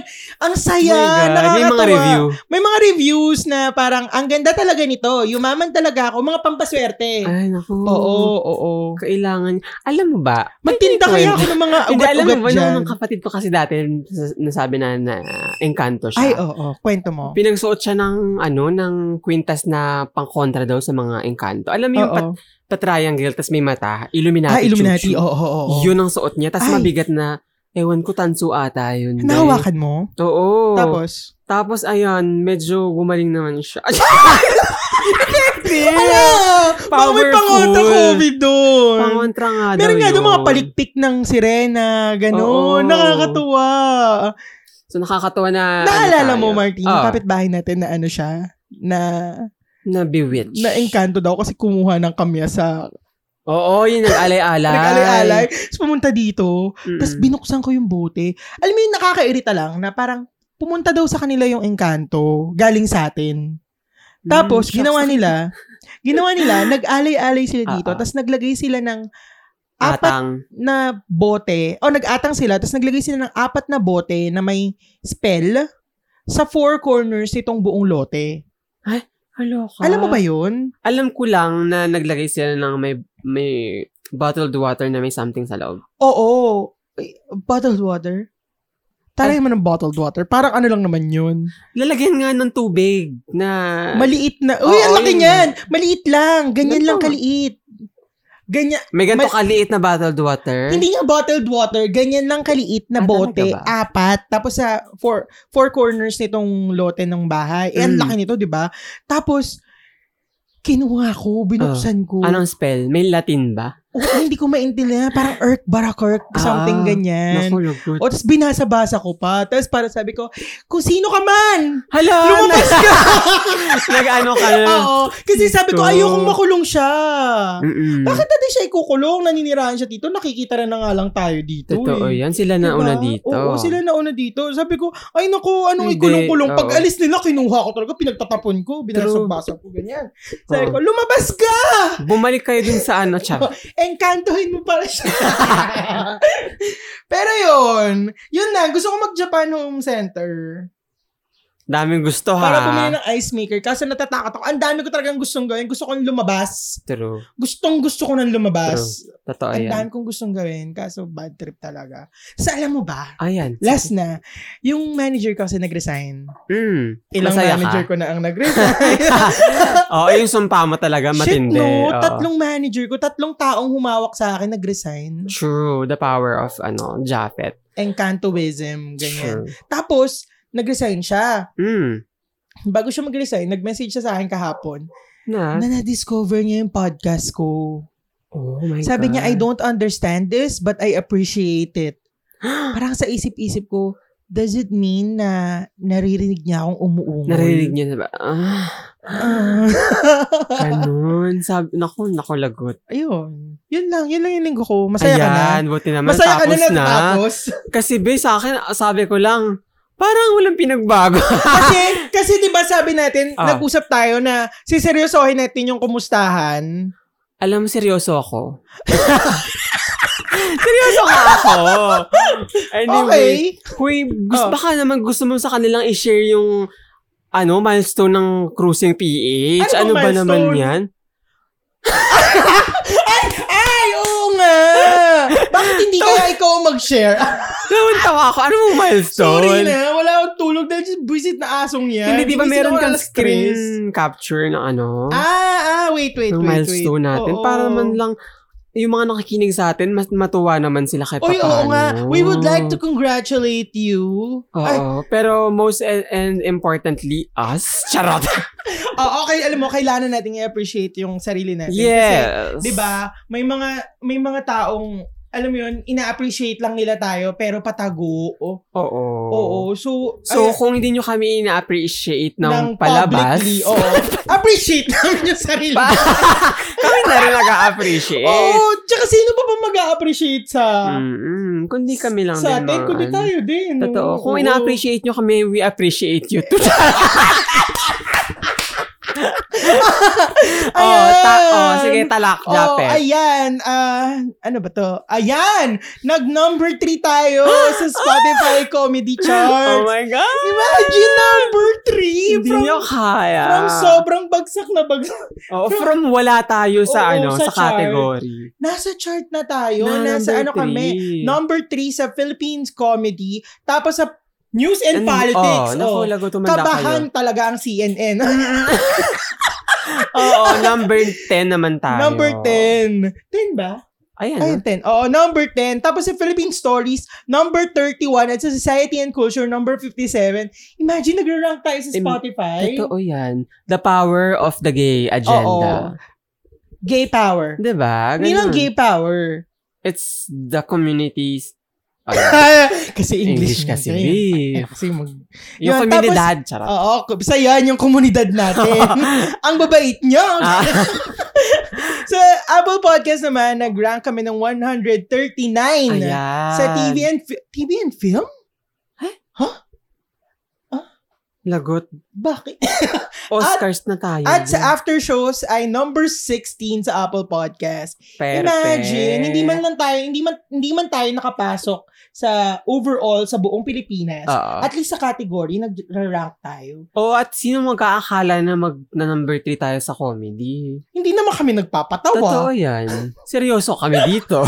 Speaker 2: Ang saya.
Speaker 1: Oh
Speaker 2: nakakatawa.
Speaker 1: May mga review.
Speaker 2: May mga reviews na parang, ang ganda talaga nito. Yumaman talaga ako. Mga pampaswerte.
Speaker 1: Ay, naku.
Speaker 2: oo, oo.
Speaker 1: Kailangan. Alam mo ba?
Speaker 2: Magtinda kaya ako ng mga
Speaker 1: Hindi, alam mo
Speaker 2: ugat-ugat
Speaker 1: ba,
Speaker 2: dyan.
Speaker 1: nung ng kapatid ko kasi dati, nas- nasabi na na ah, engkanto siya.
Speaker 2: Ay, oo, kwento mo.
Speaker 1: Pinagsuot siya ng, ano, ng quintas na pangkontra daw sa mga engkanto. Alam mo yung
Speaker 2: Oo.
Speaker 1: pat- patriangle, tas may mata, Illuminati.
Speaker 2: Ah,
Speaker 1: chuchu.
Speaker 2: Illuminati. Oo, oo, oo.
Speaker 1: Yun ang suot niya. Tapos
Speaker 2: Ay.
Speaker 1: mabigat na Ewan ko, tanso ata yun. day.
Speaker 2: Nahawakan mo?
Speaker 1: Oo.
Speaker 2: Tapos?
Speaker 1: Tapos, ayan, medyo gumaling naman siya. Ay,
Speaker 2: Ala! Baka may
Speaker 1: Powerful.
Speaker 2: pangontra COVID doon.
Speaker 1: pangontra nga daw
Speaker 2: Meron nga doon
Speaker 1: yun.
Speaker 2: mga palikpik ng sirena,
Speaker 1: Oo.
Speaker 2: gano'n. Nakakatuwa.
Speaker 1: So, nakakatawa na... ano
Speaker 2: Naalala
Speaker 1: tayo. Oh.
Speaker 2: mo, Martin,
Speaker 1: Oo.
Speaker 2: yung kapitbahay natin na ano siya, na
Speaker 1: Na bewitch.
Speaker 2: na-engkanto daw kasi kumuha ng kamya sa
Speaker 1: Oo, yun, nag-alay-alay.
Speaker 2: nag-alay-alay. Tapos pumunta dito,
Speaker 1: Mm-mm.
Speaker 2: tapos binuksan ko yung bote. Alam mo yung nakakairita lang na parang pumunta daw sa kanila yung engkanto galing sa atin.
Speaker 1: Mm,
Speaker 2: Tapos,
Speaker 1: shucks.
Speaker 2: ginawa nila, ginawa nila, nag-alay-alay sila dito,
Speaker 1: Ah, ah.
Speaker 2: tapos naglagay sila ng apat
Speaker 1: Atang.
Speaker 2: na bote, o nag-atang sila, tapos naglagay sila ng apat na bote na may spell sa four corners nitong buong lote.
Speaker 1: Haloka.
Speaker 2: Alam mo ba yun?
Speaker 1: Alam ko lang na naglagay sila ng may may bottled water na may something sa loob.
Speaker 2: Oo. Ay, Bottled water? Taray mo ng bottled water. Parang ano lang naman yun.
Speaker 1: Lalagyan nga ng tubig na...
Speaker 2: Maliit na. Uy, ang
Speaker 1: oo,
Speaker 2: laki
Speaker 1: yun.
Speaker 2: niyan! Maliit lang. Ganyan
Speaker 1: Ganito
Speaker 2: lang
Speaker 1: nga.
Speaker 2: kaliit. Ganyan,
Speaker 1: may ganito
Speaker 2: mal-
Speaker 1: kaliit na bottled water.
Speaker 2: Hindi nga bottled water, ganyan lang kaliit
Speaker 1: Eh. Ah,
Speaker 2: na bote,
Speaker 1: talaga ba?
Speaker 2: apat. Tapos sa four four corners nitong lote ng bahay. Eh,
Speaker 1: Mm.
Speaker 2: ang laki nito, 'di ba? Tapos kinuha ko, binuksan ko.
Speaker 1: Anong spell? May Latin ba?
Speaker 2: Oo, hindi ko maintindihan, parang earth barakirk, something
Speaker 1: Ah,
Speaker 2: ganyan.
Speaker 1: Naku, lagot.
Speaker 2: O, tapos binasa-basa ko pa. Tapos para sabi ko, kung sino ka man!
Speaker 1: Hala!
Speaker 2: Lumabas
Speaker 1: ka! Nag-ano ka na?
Speaker 2: Oo. Kasi sabi ko,
Speaker 1: Dito.
Speaker 2: ayokong makulong siya.
Speaker 1: Mm-mm.
Speaker 2: Bakit natin siya ikukulong? Naninirahan siya dito. Nakikita na na nga lang tayo dito.
Speaker 1: Totoo
Speaker 2: eh.
Speaker 1: yan. Sila na
Speaker 2: Diba?
Speaker 1: una dito.
Speaker 2: Oo, sila nauna dito. Sabi ko, ay naku, anong
Speaker 1: Hindi,
Speaker 2: ikulong-kulong.
Speaker 1: oo.
Speaker 2: Pag alis nila, kinuha ko talaga, pinagtatapon ko, binasabasa ko, ganyan. Sabi
Speaker 1: Oo.
Speaker 2: ko, lumabas ka!
Speaker 1: Bumalik kayo dun sa ano, cha.
Speaker 2: Engkantuhin mo para siya. Pero yun, yun na, gusto ko mag-Japan Home Center.
Speaker 1: Daming gusto, ha?
Speaker 2: Para bumili ng ice maker. Kasi natatakot ako. Ang dami ko talagang gustong gawin. Gusto kong lumabas.
Speaker 1: True.
Speaker 2: Gustong gusto ko nang lumabas.
Speaker 1: Totoo
Speaker 2: Ang
Speaker 1: yan.
Speaker 2: dami kong gustong gawin. Kaso bad trip talaga. Sa alam mo ba,
Speaker 1: Ayan.
Speaker 2: last na, yung manager ko kasi nag-resign.
Speaker 1: Mm.
Speaker 2: Ilang
Speaker 1: Masaya
Speaker 2: manager
Speaker 1: ka.
Speaker 2: ko na ang nag-resign.
Speaker 1: Oo, yung sumpa mo talaga Ah,
Speaker 2: Shit,
Speaker 1: matindi.
Speaker 2: no.
Speaker 1: Oo.
Speaker 2: Tatlong manager ko, tatlong taong humawak sa akin nag-resign.
Speaker 1: True. The power of, ano, Japet.
Speaker 2: Encantoism, ganyan.
Speaker 1: True.
Speaker 2: Tapos, nag-resign siya.
Speaker 1: Mm.
Speaker 2: Bago siya mag-resign, nag-message siya sa akin kahapon
Speaker 1: Na?
Speaker 2: na na-discover niya yung podcast ko.
Speaker 1: Oh my
Speaker 2: Sabi
Speaker 1: God.
Speaker 2: niya, I don't understand this, but I appreciate it. Parang sa isip-isip ko, does it mean na naririnig niya akong umuungol?
Speaker 1: Narinig niya na ba? Ah,
Speaker 2: Ah.
Speaker 1: ganun. Sabi, naku, naku, lagot.
Speaker 2: Ayun. Yun lang. Yun lang yung linggo ko. Masaya ka na.
Speaker 1: Ayan, buti naman.
Speaker 2: Masaya ka na
Speaker 1: tapos na.
Speaker 2: natapos.
Speaker 1: Kasi be, sa akin, sabi ko lang, parang walang pinagbago.
Speaker 2: kasi, kasi di ba sabi natin,
Speaker 1: Ah.
Speaker 2: nag-usap tayo na siseryosohin natin yung kumustahan.
Speaker 1: Alam mo, seryoso ako. seryoso ka ako. Anyway,
Speaker 2: Okay.
Speaker 1: Huy, gusto,
Speaker 2: Oh.
Speaker 1: baka naman gusto mo sa kanilang i-share yung ano, milestone ng Cruising PH. Ano,
Speaker 2: Ano bang
Speaker 1: ba
Speaker 2: milestone?
Speaker 1: naman yan?
Speaker 2: Ay, oo nga! Bakit hindi kaya ikaw ang mag-share? Ah,
Speaker 1: Nawantawa ako. Ano mong milestone?
Speaker 2: Sorry na, wala akong tulog dahil just buisit na asong yan.
Speaker 1: Hindi, di ba
Speaker 2: Buisit
Speaker 1: meron
Speaker 2: ako
Speaker 1: kang
Speaker 2: alas tres.
Speaker 1: screen capture ng ano?
Speaker 2: Ah, ah, wait, wait,
Speaker 1: ng
Speaker 2: wait,
Speaker 1: milestone
Speaker 2: wait.
Speaker 1: natin.
Speaker 2: Oo.
Speaker 1: Para naman lang, yung mga nakikinig sa atin, mas matuwa naman sila kahit
Speaker 2: Uy, oo
Speaker 1: papaano.
Speaker 2: nga. We would like to congratulate you.
Speaker 1: Oo.
Speaker 2: Ay,
Speaker 1: Pero most and, and importantly, us. Charot.
Speaker 2: oo, okay, alam mo, kailangan natin i-appreciate yung sarili natin. Kasi
Speaker 1: yes.
Speaker 2: 'di ba? May mga may mga taong alam mo 'yun, ina-appreciate lang nila tayo pero patago. Oo.
Speaker 1: Oo.
Speaker 2: Oo. So
Speaker 1: So,
Speaker 2: ay-
Speaker 1: kung hindi nyo kami ina-appreciate ng, palabas,
Speaker 2: publicly, oh. oo. appreciate namin yung sarili.
Speaker 1: pa- kami na rin nag-appreciate.
Speaker 2: Oo, tsaka sino pa ba mag-appreciate sa
Speaker 1: Mm-mm. Kundi Hmm. kami lang
Speaker 2: sa
Speaker 1: din.
Speaker 2: atin kundi
Speaker 1: man.
Speaker 2: tayo din.
Speaker 1: Totoo.
Speaker 2: Oo.
Speaker 1: Kung ina-appreciate nyo kami, we appreciate you too.
Speaker 2: Ayan.
Speaker 1: oh, ta- oh, sige, talak,
Speaker 2: Oh,
Speaker 1: Japet.
Speaker 2: ayan. ah, ano ba to? Ayan! Nag-number 3 tayo sa Spotify Comedy
Speaker 1: Ah! oh
Speaker 2: Charts.
Speaker 1: my God.
Speaker 2: Imagine number 3
Speaker 1: Hindi
Speaker 2: from
Speaker 1: nyo kaya.
Speaker 2: From sobrang bagsak na bagsak.
Speaker 1: Oo, from wala tayo
Speaker 2: Oo,
Speaker 1: sa ano,
Speaker 2: sa
Speaker 1: sa,
Speaker 2: chart.
Speaker 1: category.
Speaker 2: Nasa chart na tayo.
Speaker 1: Na number
Speaker 2: nasa ano kami.
Speaker 1: three.
Speaker 2: Number 3 sa Philippines comedy. Tapos sa news and,
Speaker 1: Oh,
Speaker 2: politics. Oh,
Speaker 1: naku, lagot tumanda
Speaker 2: kabahan
Speaker 1: kayo.
Speaker 2: talaga ang CNN.
Speaker 1: Oo, number 10 naman tayo.
Speaker 2: number 10. 10 ba?
Speaker 1: Ayan.
Speaker 2: Ay, 10. Oo, number 10. Tapos sa Philippine Stories, number 31. At sa Society and Culture, number 57. Imagine, nag-rank tayo sa
Speaker 1: Im-
Speaker 2: Spotify.
Speaker 1: Totoo yan. The power of the gay agenda.
Speaker 2: Gay power.
Speaker 1: Diba?
Speaker 2: Hindi lang
Speaker 1: Ganun.
Speaker 2: gay power.
Speaker 1: It's the communities.
Speaker 2: kasi
Speaker 1: English
Speaker 2: English,
Speaker 1: kasi.
Speaker 2: natin.
Speaker 1: babe.
Speaker 2: Eh, kasi mag...
Speaker 1: Yung
Speaker 2: Yun,
Speaker 1: komunidad. Charot.
Speaker 2: Oo, sa yan yung komunidad natin. ang babait niyo.
Speaker 1: Ah.
Speaker 2: sa Apple Podcast naman, nag-rank kami ng 139.
Speaker 1: Ayan.
Speaker 2: Sa TV and, fi- TV and film?
Speaker 1: Lagot.
Speaker 2: Bakit?
Speaker 1: Oscars na tayo.
Speaker 2: At sa after shows ay number 16 sa Apple Podcast.
Speaker 1: Perfect.
Speaker 2: Imagine, hindi man lang tayo, hindi man hindi man tayo nakapasok sa overall sa buong Pilipinas.
Speaker 1: Oo. At,
Speaker 2: At least sa category nag-rank tayo.
Speaker 1: oh, at sino magkaakala na mag na number 3 tayo sa comedy?
Speaker 2: Hindi naman kami
Speaker 1: Totoo
Speaker 2: nagpapatawa.
Speaker 1: yan. Seryoso kami dito.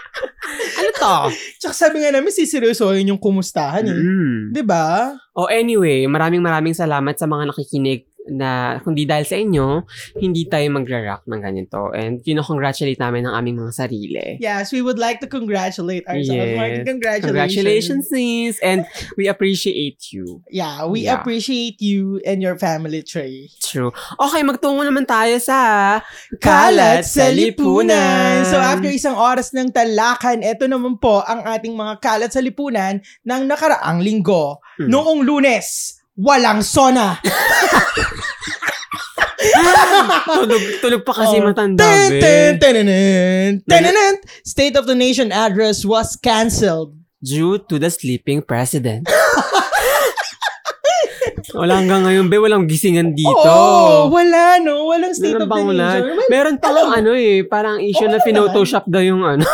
Speaker 1: ano to?
Speaker 2: Tsaka sabi nga namin siseryosohin yung kumustahan eh. Diba?
Speaker 1: Mm.
Speaker 2: 'Di ba?
Speaker 1: Oh, anyway, maraming maraming salamat sa mga nakikinig na kundi dahil sa inyo, hindi tayo magra-rock ng ganito. And kino-congratulate namin ang aming mga sarili.
Speaker 2: Yes, we would like to congratulate ourselves.
Speaker 1: Yes.
Speaker 2: Martin, congratulations.
Speaker 1: Congratulations, sis! And we appreciate you.
Speaker 2: Yeah, we
Speaker 1: Yeah.
Speaker 2: appreciate you and your family tree.
Speaker 1: True. Okay, magtungo naman tayo sa
Speaker 2: Kalat sa Lipunan. So after isang oras ng talakan, eto naman po ang ating mga kalat sa Lipunan ng nakaraang linggo.
Speaker 1: Hmm.
Speaker 2: Noong lunes, walang sona.
Speaker 1: tulog, tulog pa kasi
Speaker 2: Oh.
Speaker 1: matanda,
Speaker 2: Ten, ten,
Speaker 1: be.
Speaker 2: tenenen, tenenen. State of the Nation address was cancelled.
Speaker 1: Due to the sleeping president. Wala hanggang ngayon, be. Walang gisingan dito.
Speaker 2: Oh, wala no. Walang State
Speaker 1: Meron
Speaker 2: of the
Speaker 1: bang ulan?
Speaker 2: Nation. Well,
Speaker 1: Meron pa akong ano eh, parang issue
Speaker 2: Okay
Speaker 1: na
Speaker 2: naman.
Speaker 1: pinotoshop daw yung ano.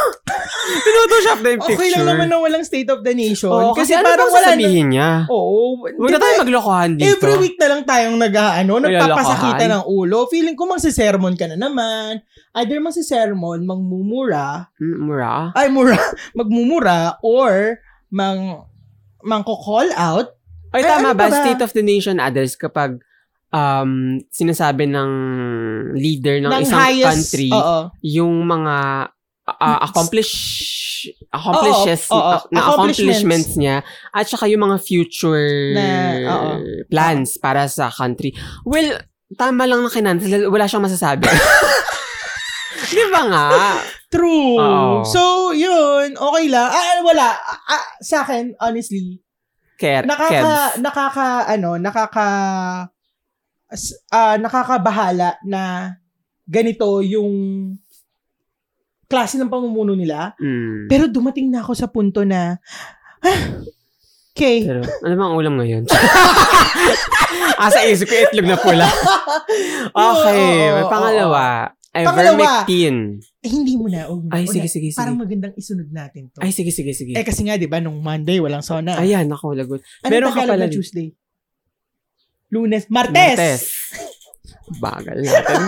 Speaker 1: pinotoshop daw yung picture.
Speaker 2: Okay lang naman na walang State of the Nation.
Speaker 1: Oo, kasi, ano parang
Speaker 2: na-
Speaker 1: sasabihin niya?
Speaker 2: Oo.
Speaker 1: Huwag na
Speaker 2: di ba-
Speaker 1: tayo maglokohan dito.
Speaker 2: Every week na lang tayong nag ano,
Speaker 1: Ay,
Speaker 2: nagpapasakita
Speaker 1: lalakohan.
Speaker 2: ng ulo. Feeling ko magsisermon ka na naman. Either magsisermon, magmumura,
Speaker 1: Mm, Mura.
Speaker 2: ay mura, magmumura, or mang mangko-call out.
Speaker 1: Ay,
Speaker 2: Ay,
Speaker 1: tama
Speaker 2: ano
Speaker 1: ba?
Speaker 2: pa ba?
Speaker 1: State of the Nation others kapag um, sinasabi ng leader ng,
Speaker 2: ng
Speaker 1: isang
Speaker 2: highest,
Speaker 1: country,
Speaker 2: Oo.
Speaker 1: yung mga uh, accomplish accomplishes
Speaker 2: Oo, oo.
Speaker 1: na
Speaker 2: Accomplishments.
Speaker 1: accomplishments niya at saka yung mga future
Speaker 2: Na- oo.
Speaker 1: plans para sa country. Well, tama lang na kinansel. Wala siyang masasabi. Di ba nga?
Speaker 2: True.
Speaker 1: Oo.
Speaker 2: So, yun. Okay lang. Ah, ah, wala. Ah, ah, sa akin, honestly,
Speaker 1: Ker,
Speaker 2: nakaka,
Speaker 1: Kebs.
Speaker 2: nakaka, ano, nakaka, as- ah, nakakabahala na ganito yung klase ng pamumuno nila.
Speaker 1: Mm.
Speaker 2: Pero dumating na ako sa punto na, "Ah, okay.
Speaker 1: Pero, ano bang ulam ngayon? Asa isip ko, itlog na pula. Okay,
Speaker 2: Oo,
Speaker 1: may
Speaker 2: oo,
Speaker 1: pangalawa. Ay,
Speaker 2: Pangalawa.
Speaker 1: vermectin.
Speaker 2: Eh, hindi mo na. Huwag mo na.
Speaker 1: Ay,
Speaker 2: Huwag
Speaker 1: sige,
Speaker 2: na.
Speaker 1: sige, sige.
Speaker 2: Parang magandang isunod natin to.
Speaker 1: Ay, sige, sige, sige.
Speaker 2: eh, kasi nga, di ba, nung Monday, walang sauna.
Speaker 1: Ayan, ako, lagot.
Speaker 2: ano
Speaker 1: meron
Speaker 2: meron
Speaker 1: ka pala
Speaker 2: na
Speaker 1: dito.
Speaker 2: Tuesday? Lunes. Martes!
Speaker 1: Martes. Bagal natin.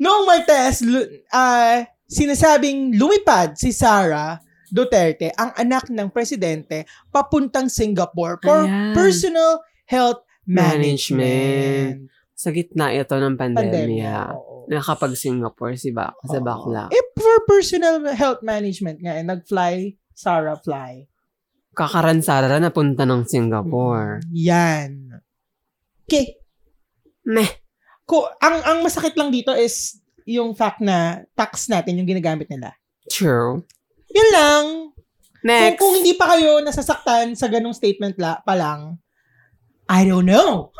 Speaker 2: Noong Martes, lu- ah, sinasabing lumipad si Sara Duterte, ang anak ng presidente, papuntang Singapore for
Speaker 1: Ayan.
Speaker 2: personal health management.
Speaker 1: Management. sa gitna ito ng pandemya,
Speaker 2: oo.
Speaker 1: nakapag-Singapore si ba sa
Speaker 2: Oo.
Speaker 1: bakla.
Speaker 2: Eh, for personal health management nga, eh, nag-fly, Sarah fly.
Speaker 1: Kakaransara na punta ng Singapore.
Speaker 2: Yan. Okay. Mm.
Speaker 1: Meh.
Speaker 2: Ko, ang, ang masakit lang dito is yung fact na tax natin yung ginagamit nila.
Speaker 1: True.
Speaker 2: Yun lang. Kung,
Speaker 1: Next.
Speaker 2: kung hindi pa kayo nasasaktan sa ganong statement la, pa lang, I don't know.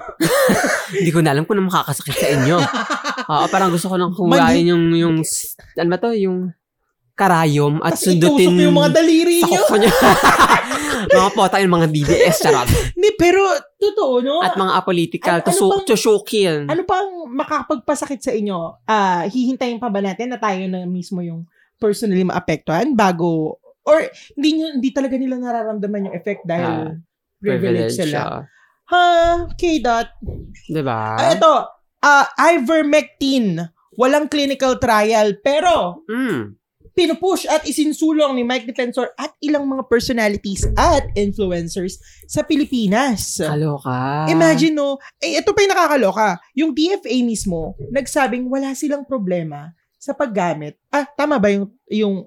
Speaker 1: Hindi ko na alam kung ano makakasakit sa inyo. Oo, parang gusto ko nang
Speaker 2: Mali.
Speaker 1: kuhain yung, yung, s- ano ba to, yung karayom at
Speaker 2: Tapos itusok
Speaker 1: sundutin
Speaker 2: yung mga daliri
Speaker 1: sa
Speaker 2: nyo.
Speaker 1: kuko niya. mga pota yung mga DDS, charot.
Speaker 2: Hindi, pero totoo, no?
Speaker 1: At mga apolitical,
Speaker 2: Ano- ano
Speaker 1: tusu-
Speaker 2: bang-
Speaker 1: tusukin.
Speaker 2: ano pang makakapagpasakit sa inyo? Ah, hihintayin pa ba natin na tayo na mismo yung personally maapektuhan bago or hindi nyo, hindi talaga nila nararamdaman yung effect
Speaker 1: Ah,
Speaker 2: dahil privileged sila.
Speaker 1: siya.
Speaker 2: Ha, okay dot.
Speaker 1: ah. Diba?
Speaker 2: Ah, ito, ah, ivermectin. Walang clinical trial pero
Speaker 1: mm.
Speaker 2: pinupush at isinsulong ni Mike Defensor at ilang mga personalities at influencers sa Pilipinas.
Speaker 1: Kaloka.
Speaker 2: Imagine no, eh, ito pa yung nakakaloka. Yung DFA mismo, nagsabing wala silang problema sa paggamit. Ah, tama ba yung yung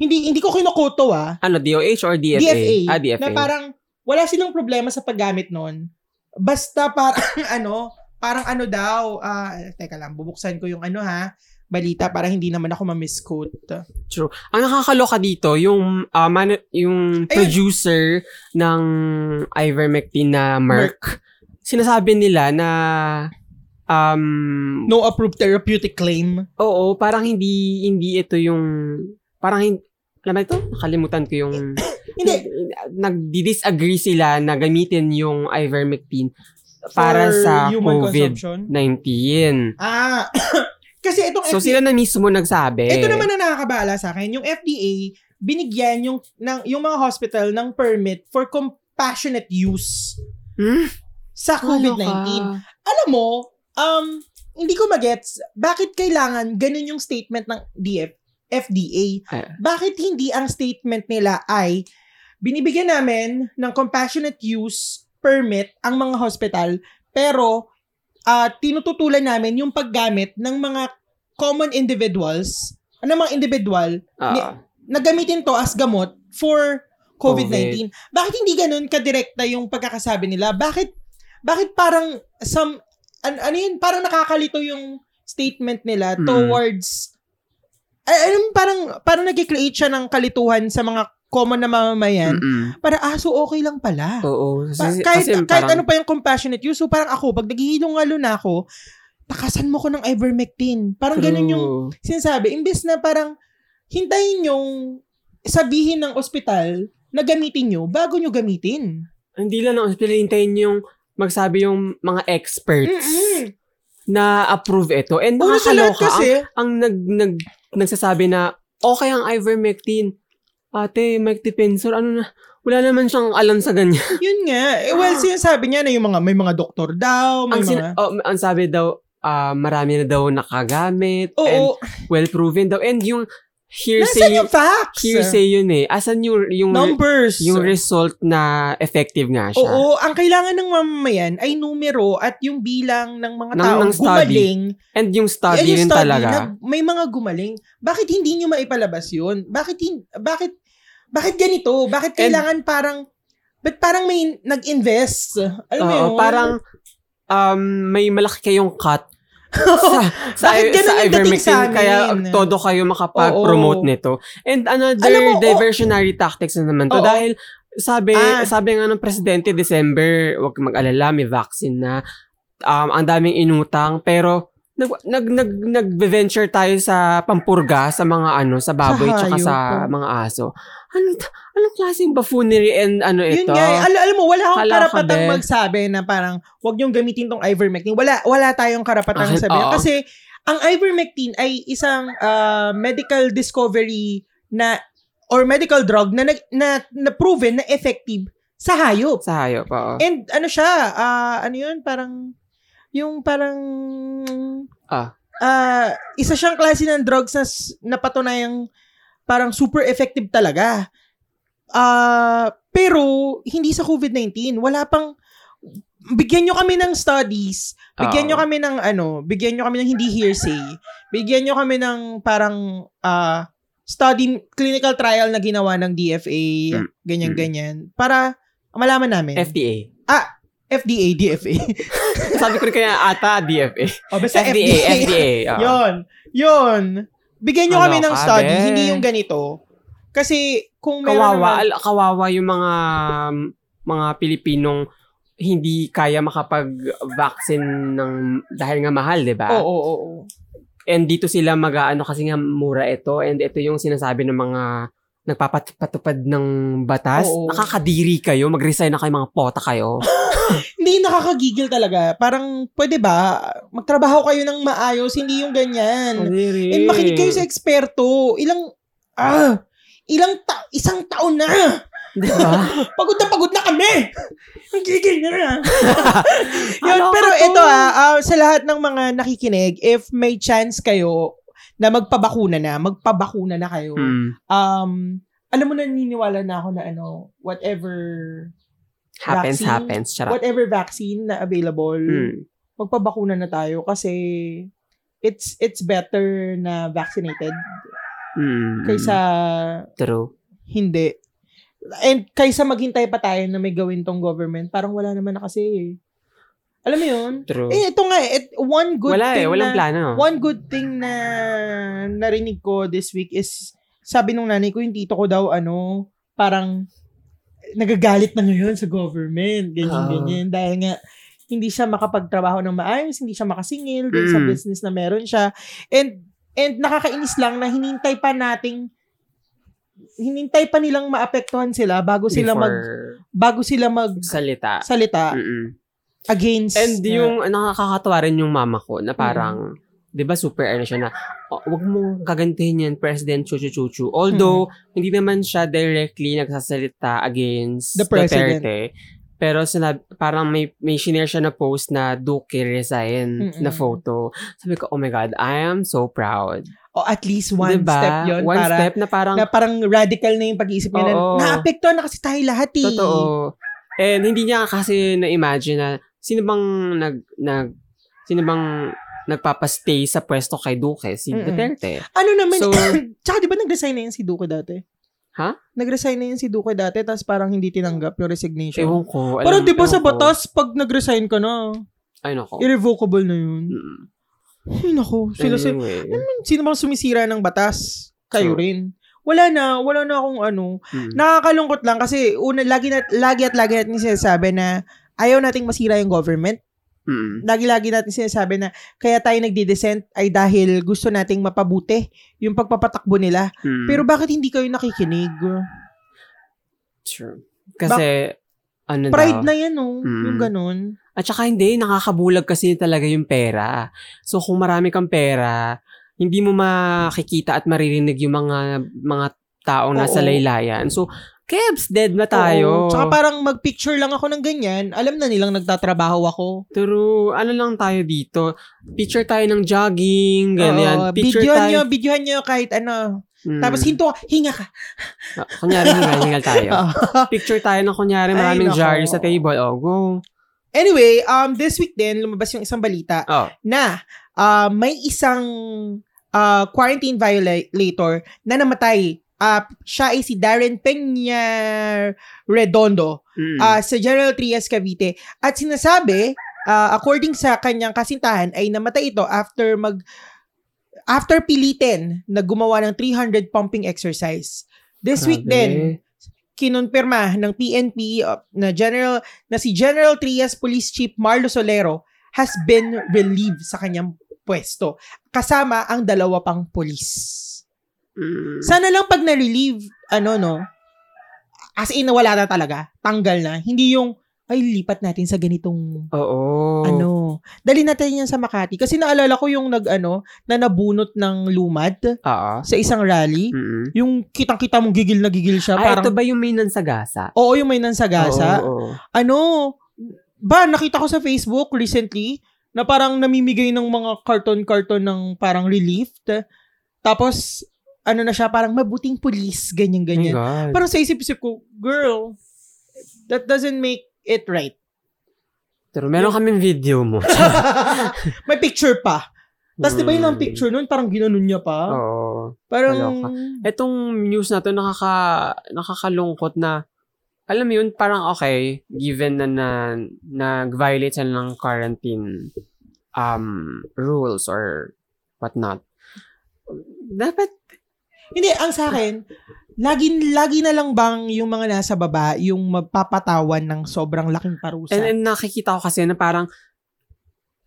Speaker 2: hindi hindi ko kinukuto ah.
Speaker 1: Ano, DOH or DFA?
Speaker 2: DFA.
Speaker 1: Ah, DFA.
Speaker 2: Na parang wala silang problema sa paggamit nun. Basta parang ano, parang ano daw, ah, teka lang, bubuksan ko yung ano ha, balita para hindi naman ako ma-misquote.
Speaker 1: Ang nakakaloka dito, yung ah, man- yung producer ng ivermectin na Merck, sinasabi nila na um
Speaker 2: No approved therapeutic claim.
Speaker 1: oo, parang hindi hindi ito yung parang hin- alam mo ito? Nakalimutan ko yung
Speaker 2: Hindi,
Speaker 1: nagdi-disagree sila na gamitin yung ivermectin para
Speaker 2: for
Speaker 1: sa
Speaker 2: human
Speaker 1: COVID-19.
Speaker 2: consumption. Ah, kasi itong
Speaker 1: So sila na mismo nagsabi.
Speaker 2: Ito naman ang nakakabala sa akin, yung FDA binigyan yung ng yung mga hospital ng permit for compassionate use
Speaker 1: Hmm?
Speaker 2: sa COVID-19.
Speaker 1: Kaloka.
Speaker 2: Alam mo, um hindi ko magets bakit kailangan ganun yung statement ng DF FDA.
Speaker 1: Ay.
Speaker 2: Bakit hindi ang statement nila ay binibigyan namin ng compassionate use permit ang mga hospital pero ah, tinututulan namin yung paggamit ng mga common individuals, ng mga individual
Speaker 1: Ah.
Speaker 2: Ni- na gamitin to as gamot for COVID-19. Bakit hindi ganun kadirekta yung pagkakasabi nila? Bakit bakit parang some an, ano yun, parang nakakalito yung statement nila
Speaker 1: Mm.
Speaker 2: towards ay, alam mo, parang parang nagki-create siya ng kalituhan sa mga common na mamamayan
Speaker 1: Mm-mm.
Speaker 2: para ah so okay lang pala.
Speaker 1: Oo.
Speaker 2: Pa-
Speaker 1: Mm. Kasi,
Speaker 2: kahit
Speaker 1: kasi
Speaker 2: kahit
Speaker 1: parang-
Speaker 2: ano pa yung compassionate use, so parang ako pag naghihilong-halo na ako, takasan mo ko ng ivermectin. Parang ganun yung
Speaker 1: True.
Speaker 2: sinasabi, imbes na parang hintayin yung sabihin ng ospital na gamitin nyo bago nyo gamitin.
Speaker 1: Hindi lang ang hospital, hintayin yung magsabi yung mga experts
Speaker 2: Mm-mm.
Speaker 1: na approve ito. And
Speaker 2: Una sa
Speaker 1: nakakaloka ang,
Speaker 2: lahat kasi,
Speaker 1: ang nag, nag, nagsasabi na okay ang ivermectin. Ate, Mike Defensor, ano na, wala naman siyang alam sa ganyan.
Speaker 2: yun nga. Eh, well, sinasabi niya na yung mga, may mga doktor daw,
Speaker 1: Ah.
Speaker 2: may
Speaker 1: ang, sin-
Speaker 2: mga...
Speaker 1: oh, ang sabi daw, ah, marami na daw nakagamit and
Speaker 2: Oo,
Speaker 1: well proven daw. And yung
Speaker 2: nasaan
Speaker 1: hearsay,
Speaker 2: yung facts?
Speaker 1: hearsay yun eh. Asan yung, yung,
Speaker 2: Numbers.
Speaker 1: yung result na effective nga siya?
Speaker 2: Oo, ang kailangan ng mamamayan ay numero at yung bilang ng mga
Speaker 1: Ng-
Speaker 2: tao
Speaker 1: ng study.
Speaker 2: gumaling.
Speaker 1: And yung study
Speaker 2: Yan yung
Speaker 1: rin
Speaker 2: study
Speaker 1: talaga.
Speaker 2: na may mga gumaling. Bakit hindi nyo maipalabas yun? Bakit, hin- bakit, bakit ganito? Bakit kailangan parang, ba't parang may nag-invest? Alam
Speaker 1: Oo,
Speaker 2: mo Ano yun?
Speaker 1: parang um, may malaki kayong cut sa, sa,
Speaker 2: Bakit ganun
Speaker 1: sa
Speaker 2: yung dating
Speaker 1: ivermectin,
Speaker 2: sa amin?
Speaker 1: kaya todo kayo makapag-promote
Speaker 2: Oo.
Speaker 1: nito. And another
Speaker 2: Alam mo, oo.
Speaker 1: diversionary tactics na naman to.
Speaker 2: Oo.
Speaker 1: Dahil sabi,
Speaker 2: Ah.
Speaker 1: sabi nga ng Presidente December, huwag kang mag-alala, may vaccine na. Um, ang daming inutang, pero nag nag nag nag-venture tayo sa pampurga sa mga ano sa baboy
Speaker 2: Sa
Speaker 1: tsaka
Speaker 2: hayop,
Speaker 1: sa
Speaker 2: oo.
Speaker 1: mga aso. Ano anong klaseng buffoonery and ano
Speaker 2: Yun
Speaker 1: ito?
Speaker 2: nga, eh. Al- alam mo, wala akong
Speaker 1: Kala ko
Speaker 2: karapatang
Speaker 1: din.
Speaker 2: magsabi na parang huwag niyong gamitin tong ivermectin. Wala, wala tayong karapatang
Speaker 1: Akin-
Speaker 2: sabihin.
Speaker 1: oo.
Speaker 2: Kasi ang ivermectin ay isang ah, medical discovery na or medical drug na, nag- na, na proven na effective sa hayop.
Speaker 1: sa hayop, oo.
Speaker 2: And ano siya, ah, ano yun, parang, yung parang,
Speaker 1: Ah.
Speaker 2: ah, isa siyang klase ng drugs na s- napatunayang parang super effective talaga. Ah, pero, hindi sa COVID-19. Wala pang, bigyan nyo kami ng studies, bigyan nyo
Speaker 1: Oo.
Speaker 2: kami ng ano, bigyan nyo kami ng hindi hearsay, bigyan nyo kami ng parang, ah, study, clinical trial na ginawa ng DFA,
Speaker 1: Mm.
Speaker 2: ganyan-ganyan, para malaman namin.
Speaker 1: FDA.
Speaker 2: FDA, DFA.
Speaker 1: Sabi ko rin kaya ata DFA.
Speaker 2: o, basta
Speaker 1: FDA,
Speaker 2: FDA.
Speaker 1: FDA. oo.
Speaker 2: Yun. Yun. Bigyan nyo
Speaker 1: Ano
Speaker 2: kami ng
Speaker 1: ka,
Speaker 2: study,
Speaker 1: be?
Speaker 2: hindi yung ganito. Kasi, kung
Speaker 1: Kawawa,
Speaker 2: meron naman-
Speaker 1: al- kawawa yung mga um, mga Pilipinong hindi kaya makapag-vaccine ng dahil nga mahal, 'di ba?
Speaker 2: Oo, oo, oo.
Speaker 1: And dito sila mag-aano kasi nga mura ito and ito yung sinasabi ng mga nagpapatupad ng batas.
Speaker 2: Oo.
Speaker 1: Nakakadiri kayo, mag-resign na kayo mga pota kayo.
Speaker 2: Hindi, nakakagigil talaga. Parang, pwede ba, magtrabaho kayo ng maayos, hindi yung ganyan.
Speaker 1: Kadiri.
Speaker 2: And Eh, makinig kayo sa eksperto. Ilang, ah, ilang ta- isang taon na.
Speaker 1: Diba?
Speaker 2: Pagod na pagod na kami. Ang gigil na. Yun,
Speaker 1: Ano
Speaker 2: pero
Speaker 1: ka to?
Speaker 2: ito ah, ah, sa lahat ng mga nakikinig, if may chance kayo na magpabakuna na, magpabakuna na kayo.
Speaker 1: Mm.
Speaker 2: Um, alam mo naniniwala na ako na ano, whatever
Speaker 1: Happens,
Speaker 2: Vaccine?
Speaker 1: happens. Charot. Hmm.
Speaker 2: whatever vaccine na available,
Speaker 1: Mm.
Speaker 2: magpabakuna na tayo kasi it's it's better na vaccinated
Speaker 1: Mm.
Speaker 2: kaysa
Speaker 1: True.
Speaker 2: hindi. And kaysa maghintay pa tayo na may gawin tong government, parang wala naman na kasi eh. Alam mo yun?
Speaker 1: True.
Speaker 2: Eh, ito nga eh. it- one good
Speaker 1: Hmm. Wala
Speaker 2: thing
Speaker 1: eh. Walang
Speaker 2: na,
Speaker 1: plano.
Speaker 2: One good thing na narinig ko this week is, sabi nung nanay ko, yung tito ko daw, ano, parang nagagalit na ngayon sa government. Ganyan,
Speaker 1: Ah.
Speaker 2: ganyan. Dahil nga, hindi siya makapagtrabaho ng maayos, hindi siya makasingil dun sa
Speaker 1: Mm.
Speaker 2: business na meron siya. And, and nakakainis lang na hinintay pa nating hinintay pa nilang maapektuhan sila bago sila mag
Speaker 1: Before
Speaker 2: bago sila mag
Speaker 1: salita.
Speaker 2: salita
Speaker 1: Mm-mm.
Speaker 2: against
Speaker 1: And
Speaker 2: uh,
Speaker 1: yung nakakakatawa rin yung mama ko na parang, di ba super ano siya na, "Oh, wag mo gagantihin yan, President Chuchu Chuchu. Although, hindi naman siya directly nagsasalita against
Speaker 2: The president.
Speaker 1: Duterte. Pero sinab- parang may, may shinare siya na post na Duque resign
Speaker 2: Mm-mm.
Speaker 1: na photo. Sabi ko, oh my God, I am so proud.
Speaker 2: o at least one
Speaker 1: Diba?
Speaker 2: step yon
Speaker 1: One
Speaker 2: para
Speaker 1: step na parang,
Speaker 2: na parang radical na yung pag-iisip niya na
Speaker 1: Oo.
Speaker 2: naapektuhan na kasi tayo lahat eh.
Speaker 1: Totoo. And hindi niya kasi na-imagine na sino bang nag nag sino bang nagpapastay sa pwesto kay Duque, si
Speaker 2: Mm-mm.
Speaker 1: Duterte.
Speaker 2: Ano naman,
Speaker 1: So-
Speaker 2: tsaka di ba nag-resign na yun si Duque dati?
Speaker 1: Ha?
Speaker 2: Nag-resign na yun si Duque dati tapos parang hindi tinanggap yung resignation.
Speaker 1: Ewan ko. alam-
Speaker 2: Pero di ba
Speaker 1: ewan
Speaker 2: sa
Speaker 1: ko.
Speaker 2: batas, pag nag-resign ka na,
Speaker 1: Ay, nako.
Speaker 2: irrevocable na yun.
Speaker 1: Mm.
Speaker 2: Ay naku, sila, sila,
Speaker 1: Anyway.
Speaker 2: sino bang sumisira ng batas? Kayo
Speaker 1: True.
Speaker 2: rin. Wala na, wala na akong ano.
Speaker 1: Mm.
Speaker 2: Nakakalungkot lang kasi una, lagi, na, lagi at lagi natin sinasabi na ayaw nating masira yung government.
Speaker 1: Mm.
Speaker 2: lagi-lagi natin sinasabi na kaya tayo nagdi-dissent ay dahil gusto nating mapabuti yung pagpapatakbo nila.
Speaker 1: Mm.
Speaker 2: Pero bakit hindi kayo nakikinig?
Speaker 1: True. Kasi, ano
Speaker 2: Pride
Speaker 1: daw.
Speaker 2: na yan, oh.
Speaker 1: Mm.
Speaker 2: Yung ganun.
Speaker 1: At saka hindi, nakakabulag kasi talaga yung pera. So, kung marami kang pera, hindi mo makikita at maririnig yung mga mga taong nasa
Speaker 2: Oo.
Speaker 1: laylayan. So, Kebs, dead na tayo.
Speaker 2: Oo. Tsaka parang mag-picture lang ako ng ganyan, alam na nilang nagtatrabaho ako.
Speaker 1: True. Ano lang tayo dito? Picture tayo ng jogging, ganyan.
Speaker 2: Oo,
Speaker 1: Picture
Speaker 2: videohan nyo,
Speaker 1: tayo.
Speaker 2: videohan nyo kahit ano.
Speaker 1: Mm.
Speaker 2: Tapos hinto, ka, hinga ka.
Speaker 1: Ah, Kunyari, hingal, hingal tayo.
Speaker 2: Oo.
Speaker 1: Picture tayo ng kunyari
Speaker 2: Ay,
Speaker 1: maraming
Speaker 2: nako.
Speaker 1: jars sa table. Oh, go.
Speaker 2: anyway, um, this week din, lumabas yung isang balita
Speaker 1: Oh.
Speaker 2: na ah, may isang ah, quarantine violator na namatay. Ah, siya ay si Darren Peña Redondo
Speaker 1: Mm.
Speaker 2: ah, sa General Trias Cavite. At sinasabi, ah, according sa kanyang kasintahan, ay namatay ito after mag after pilitin na gumawa ng 300 pumping exercise. This week
Speaker 1: Grabe.
Speaker 2: din, kinumpirma ng PNP uh, na general na si General Trias Police Chief Marlo Solero has been relieved sa kanyang pwesto kasama ang dalawa pang polis.
Speaker 1: Mm.
Speaker 2: Sana lang pag na-relieve ano no as in wala na talaga, tanggal na. Hindi yung ay lipat natin sa ganitong
Speaker 1: Oo.
Speaker 2: ano. Dali natin yan sa Makati kasi naalala ko yung nag ano na nabunot ng lumad
Speaker 1: Oo.
Speaker 2: sa isang rally.
Speaker 1: Mm-mm.
Speaker 2: Yung kitang-kita mong gigil na gigil
Speaker 1: Hmm.
Speaker 2: siya.
Speaker 1: Ah,
Speaker 2: parang,
Speaker 1: ito ba yung may nansagasa?
Speaker 2: oo, yung may nansagasa.
Speaker 1: Oo. oo.
Speaker 2: ano, ba, nakita ko sa Facebook recently, na parang namimigay ng mga karton-karton ng parang relief. Ta- Tapos, ano na siya, parang mabuting pulis, ganyan-ganyan.
Speaker 1: Oh My God.
Speaker 2: Parang sa isip-isip ko, girl, that doesn't make it right.
Speaker 1: Pero meron kaming video mo.
Speaker 2: May picture pa. Tapos di ba yun ang
Speaker 1: Mm.
Speaker 2: picture nun, parang ginanon niya pa.
Speaker 1: Oo.
Speaker 2: parang,
Speaker 1: etong news na to nakaka nakakalungkot na alam mo yun parang okay given na, na nag-violate sila ng quarantine um rules or whatnot. dapat
Speaker 2: hindi, ang sa akin, lagi, lagi na lang bang yung mga nasa baba, yung magpapatawan ng sobrang laking parusa.
Speaker 1: and, and nakikita ko kasi na parang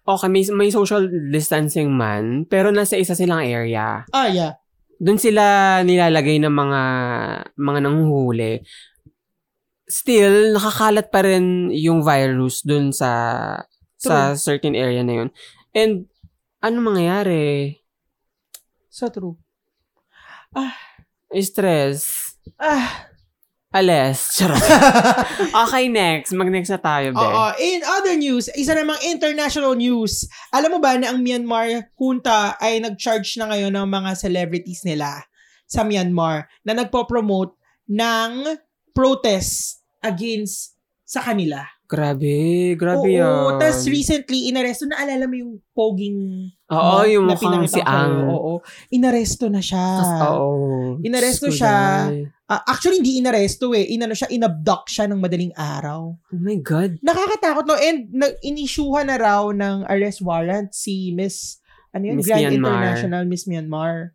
Speaker 1: okay may, may social distancing man pero nasa isa silang area
Speaker 2: ah, yeah.
Speaker 1: doon sila nilalagay ng mga mga nanghuhuli. Still, nakakalat pa rin yung virus doon sa sa certain area na yun. And ano mangyayari?
Speaker 2: So true.
Speaker 1: Stress.
Speaker 2: Ah,
Speaker 1: Alas. Charot. okay, next. Mag-next na tayo, be.
Speaker 2: oo. In other news, isa namang international news. Alam mo ba na ang Myanmar junta ay nag-charge na ngayon ng mga celebrities nila sa Myanmar na nagpo-promote ng protest against sa kanila.
Speaker 1: Grabe, grabe yan.
Speaker 2: Oo, tas recently, inaresto, naalala mo yung poging
Speaker 1: Oo,
Speaker 2: na-
Speaker 1: yung
Speaker 2: na
Speaker 1: mukhang si
Speaker 2: pinakita ko sa'yo?
Speaker 1: Ang.
Speaker 2: Oo, inaresto na siya.
Speaker 1: Tas, oo.
Speaker 2: Inaresto
Speaker 1: Diyos ko,
Speaker 2: siya.
Speaker 1: guy.
Speaker 2: Ah, actually, hindi inaresto eh. Inano siya, inabduct siya ng madaling araw.
Speaker 1: Oh my God.
Speaker 2: Nakakatakot no. And nag inisyuhan na raw ng arrest warrant si Miss ano yun,
Speaker 1: Miss
Speaker 2: Grand
Speaker 1: Myanmar.
Speaker 2: International Miss Myanmar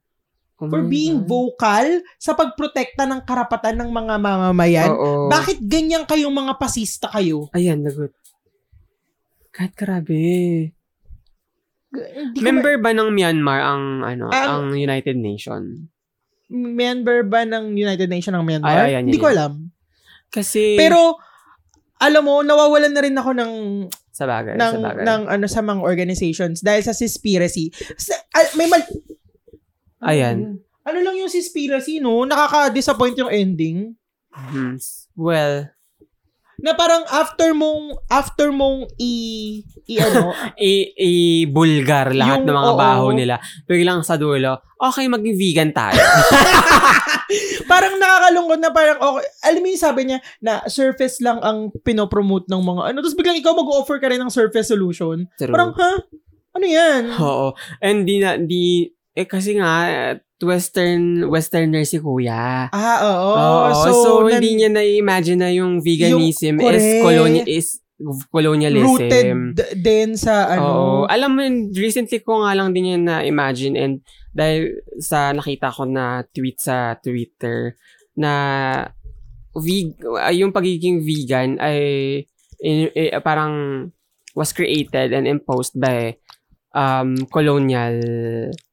Speaker 1: Oh
Speaker 2: for
Speaker 1: my God.
Speaker 2: being vocal sa pagprotekta ng karapatan ng mga mamamayan.
Speaker 1: Oo.
Speaker 2: Bakit ganyan kayong mga pasista kayo?
Speaker 1: Ayan, lagot. God, grabe.
Speaker 2: Hindi ko
Speaker 1: Member ba ng Myanmar ang ano
Speaker 2: Ang-
Speaker 1: ang United Nation?
Speaker 2: ma- member ba ng United Nations ng Myanmar?
Speaker 1: Ay, ayan,
Speaker 2: Hindi
Speaker 1: yun,
Speaker 2: ko
Speaker 1: yun.
Speaker 2: alam.
Speaker 1: Kasi
Speaker 2: Pero alam mo, nawawalan na rin ako ng
Speaker 1: sa bagay,
Speaker 2: ng
Speaker 1: sa bagay.
Speaker 2: ng ano sa mga organizations dahil sa conspiracy. Sa, al- may mal-
Speaker 1: Ayan.
Speaker 2: Ano lang yung conspiracy, no? Nakaka-disappoint yung ending.
Speaker 1: Mhm.
Speaker 2: Hmm.
Speaker 1: Well,
Speaker 2: Na parang after mong, after mong i, i ano,
Speaker 1: i- i-bulgar lahat
Speaker 2: Yung-
Speaker 1: ng mga
Speaker 2: oo.
Speaker 1: baho nila. Biglang sa dulo, okay, maging vegan tayo.
Speaker 2: parang nakakalungkot na parang, okay, alam mo yung sabi niya, na surface lang ang pinopromote ng mga ano. Tapos biglang ikaw mag-offer ka rin ng surface solution.
Speaker 1: True.
Speaker 2: Parang, ha? Ano yan?
Speaker 1: Oo. And di na, di, eh kasi nga, eh, western, westerner si kuya.
Speaker 2: Ah, oo.
Speaker 1: Oo, so,
Speaker 2: so, nan-
Speaker 1: hindi niya na-imagine na yung veganism
Speaker 2: Yung-
Speaker 1: is,
Speaker 2: correct.
Speaker 1: coloni- is colonialism.
Speaker 2: rooted d- din sa ano.
Speaker 1: Oo. Alam mo, yun, recently ko nga lang din yun na-imagine and dahil sa nakita ko na tweet sa Twitter na veg, ah, yung pagiging vegan ay in- eh, parang was created and imposed by um, colonial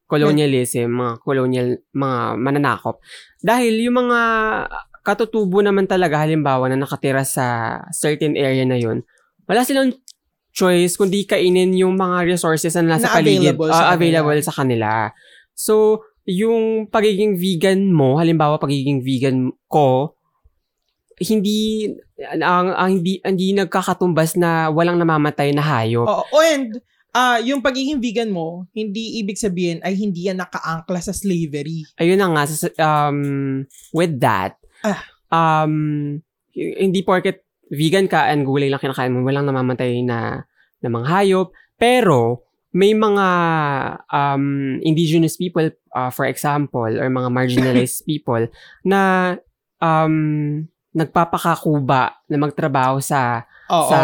Speaker 1: colonialism, mga colonial, mga mananakop. Dahil yung mga katutubo naman talaga, halimbawa na nakatira sa certain area na yun, wala silang choice kundi kainin yung mga resources na nasa
Speaker 2: Na
Speaker 1: paligid,
Speaker 2: available
Speaker 1: ah,
Speaker 2: sa kanila.
Speaker 1: available sa kanila. So, yung pagiging vegan mo, halimbawa pagiging vegan ko, hindi ang, ang hindi hindi nagkakatumbas na walang namamatay na hayop.
Speaker 2: Oo. Oh, and, ah yung pagiging vegan mo, hindi ibig sabihin ay hindi yan nakaangkla sa slavery.
Speaker 1: Ayun na nga sa- um with that.
Speaker 2: Ah.
Speaker 1: Um hindi porket vegan ka and gulay lang kinakain mo, walang namamatay na na mga hayop, pero may mga um, indigenous people, uh, for example, or mga marginalized people na um, nagpapakakuba na magtrabaho sa
Speaker 2: Oo.
Speaker 1: sa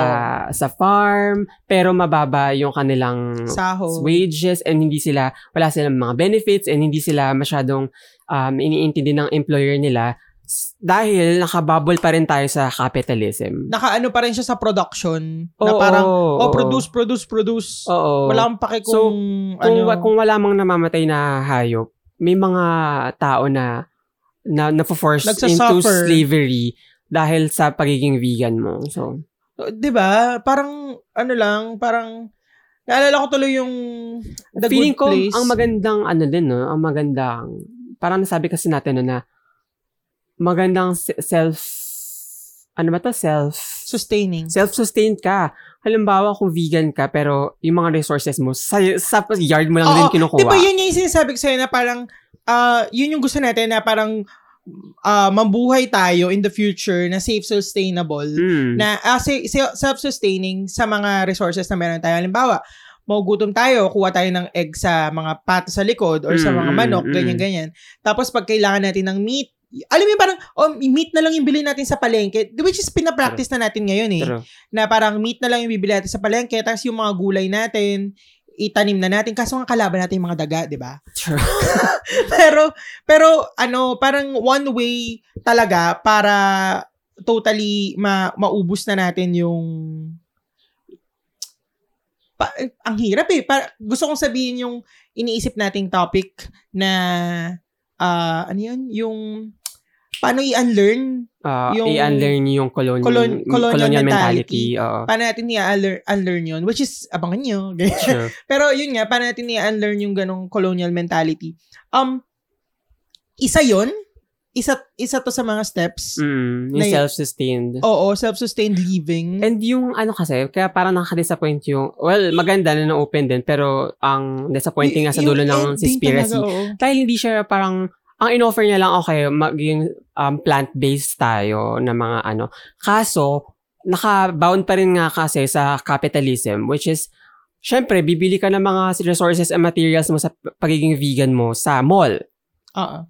Speaker 1: sa farm pero mababa yung kanilang
Speaker 2: Sahod.
Speaker 1: wages and hindi sila wala silang mga benefits and hindi sila masyadong um, iniintindi ng employer nila s- dahil nakabubble pa rin tayo sa capitalism.
Speaker 2: nakaano pa rin siya sa production na
Speaker 1: Oo,
Speaker 2: parang
Speaker 1: oo,
Speaker 2: oh
Speaker 1: oo.
Speaker 2: produce produce produce
Speaker 1: Oo.
Speaker 2: wala akong pake kung
Speaker 1: So,
Speaker 2: ano
Speaker 1: kung, wa- kung wala mang namamatay na hayop, may mga tao na na na-force into
Speaker 2: Nagsasuffer.
Speaker 1: slavery dahil sa pagiging vegan mo. So,
Speaker 2: Oh, 'di ba parang ano lang parang naalala ko tuloy yung The
Speaker 1: feeling
Speaker 2: Good
Speaker 1: ko
Speaker 2: Place
Speaker 1: ang magandang ano din no, ang magandang parang nasabi kasi natin no, na magandang se- self ano ba to self
Speaker 2: sustaining
Speaker 1: self-sustained ka. Halimbawa kung vegan ka pero yung mga resources mo sa, sa yard mo lang
Speaker 2: Oo,
Speaker 1: din kinukuha.
Speaker 2: 'di ba yun yung sinasabi ko sa'yo na parang ah yun yung gusto natin na parang ah, mambuhay tayo in the future na safe sustainable
Speaker 1: Mm.
Speaker 2: na ah, si- si- self-sustaining sa mga resources na meron tayo. Halimbawa, magugutom tayo, kuha tayo ng egg sa mga pato sa likod or sa
Speaker 1: Mm,
Speaker 2: mga
Speaker 1: mm,
Speaker 2: manok,
Speaker 1: mm.
Speaker 2: ganyan-ganyan. Tapos pag kailangan natin ng meat, alam mo yung parang, oh, meat na lang yung bilhin natin sa palengke, which is pinapractice na natin ngayon eh.
Speaker 1: True.
Speaker 2: Na parang meat na lang yung bibili natin sa palengke, tapos yung mga gulay natin, itanim na natin. Kaso nga kalaban natin yung mga daga, di ba?
Speaker 1: True.
Speaker 2: pero pero ano, parang one way talaga para totally ma- maubos na natin yung Pa- ang hirap eh. Para, gusto kong sabihin yung iniisip nating topic na ah, ano yun? Yung paano i-unlearn?
Speaker 1: Ah,
Speaker 2: Yung-
Speaker 1: i-unlearn yung colon-
Speaker 2: colon- colonial
Speaker 1: colonial
Speaker 2: mentality.
Speaker 1: mentality. Oo.
Speaker 2: Paano natin i-unlearn unlearn yun? Which is, abangan nyo.
Speaker 1: True.
Speaker 2: Pero yun nga, paano natin i-unlearn yung ganong colonial mentality? Um, isa yon isa, isa to sa mga steps.
Speaker 1: Mm, yung
Speaker 2: Na yun.
Speaker 1: self-sustained.
Speaker 2: Oo, self-sustained living.
Speaker 1: And yung ano kasi, kaya parang nakaka-disappoint yung, well, maganda na na-open din, pero ang disappointing nga sa
Speaker 2: Yung
Speaker 1: dulo ng
Speaker 2: ending
Speaker 1: conspiracy.
Speaker 2: talaga, oo.
Speaker 1: Dahil hindi siya parang, ang in-offer niya lang, okay, maging um, plant-based tayo na mga ano. Kaso, nakabound pa rin nga kasi sa capitalism, which is, syempre, bibili ka ng mga resources and materials mo sa pagiging vegan mo sa mall.
Speaker 2: Oo.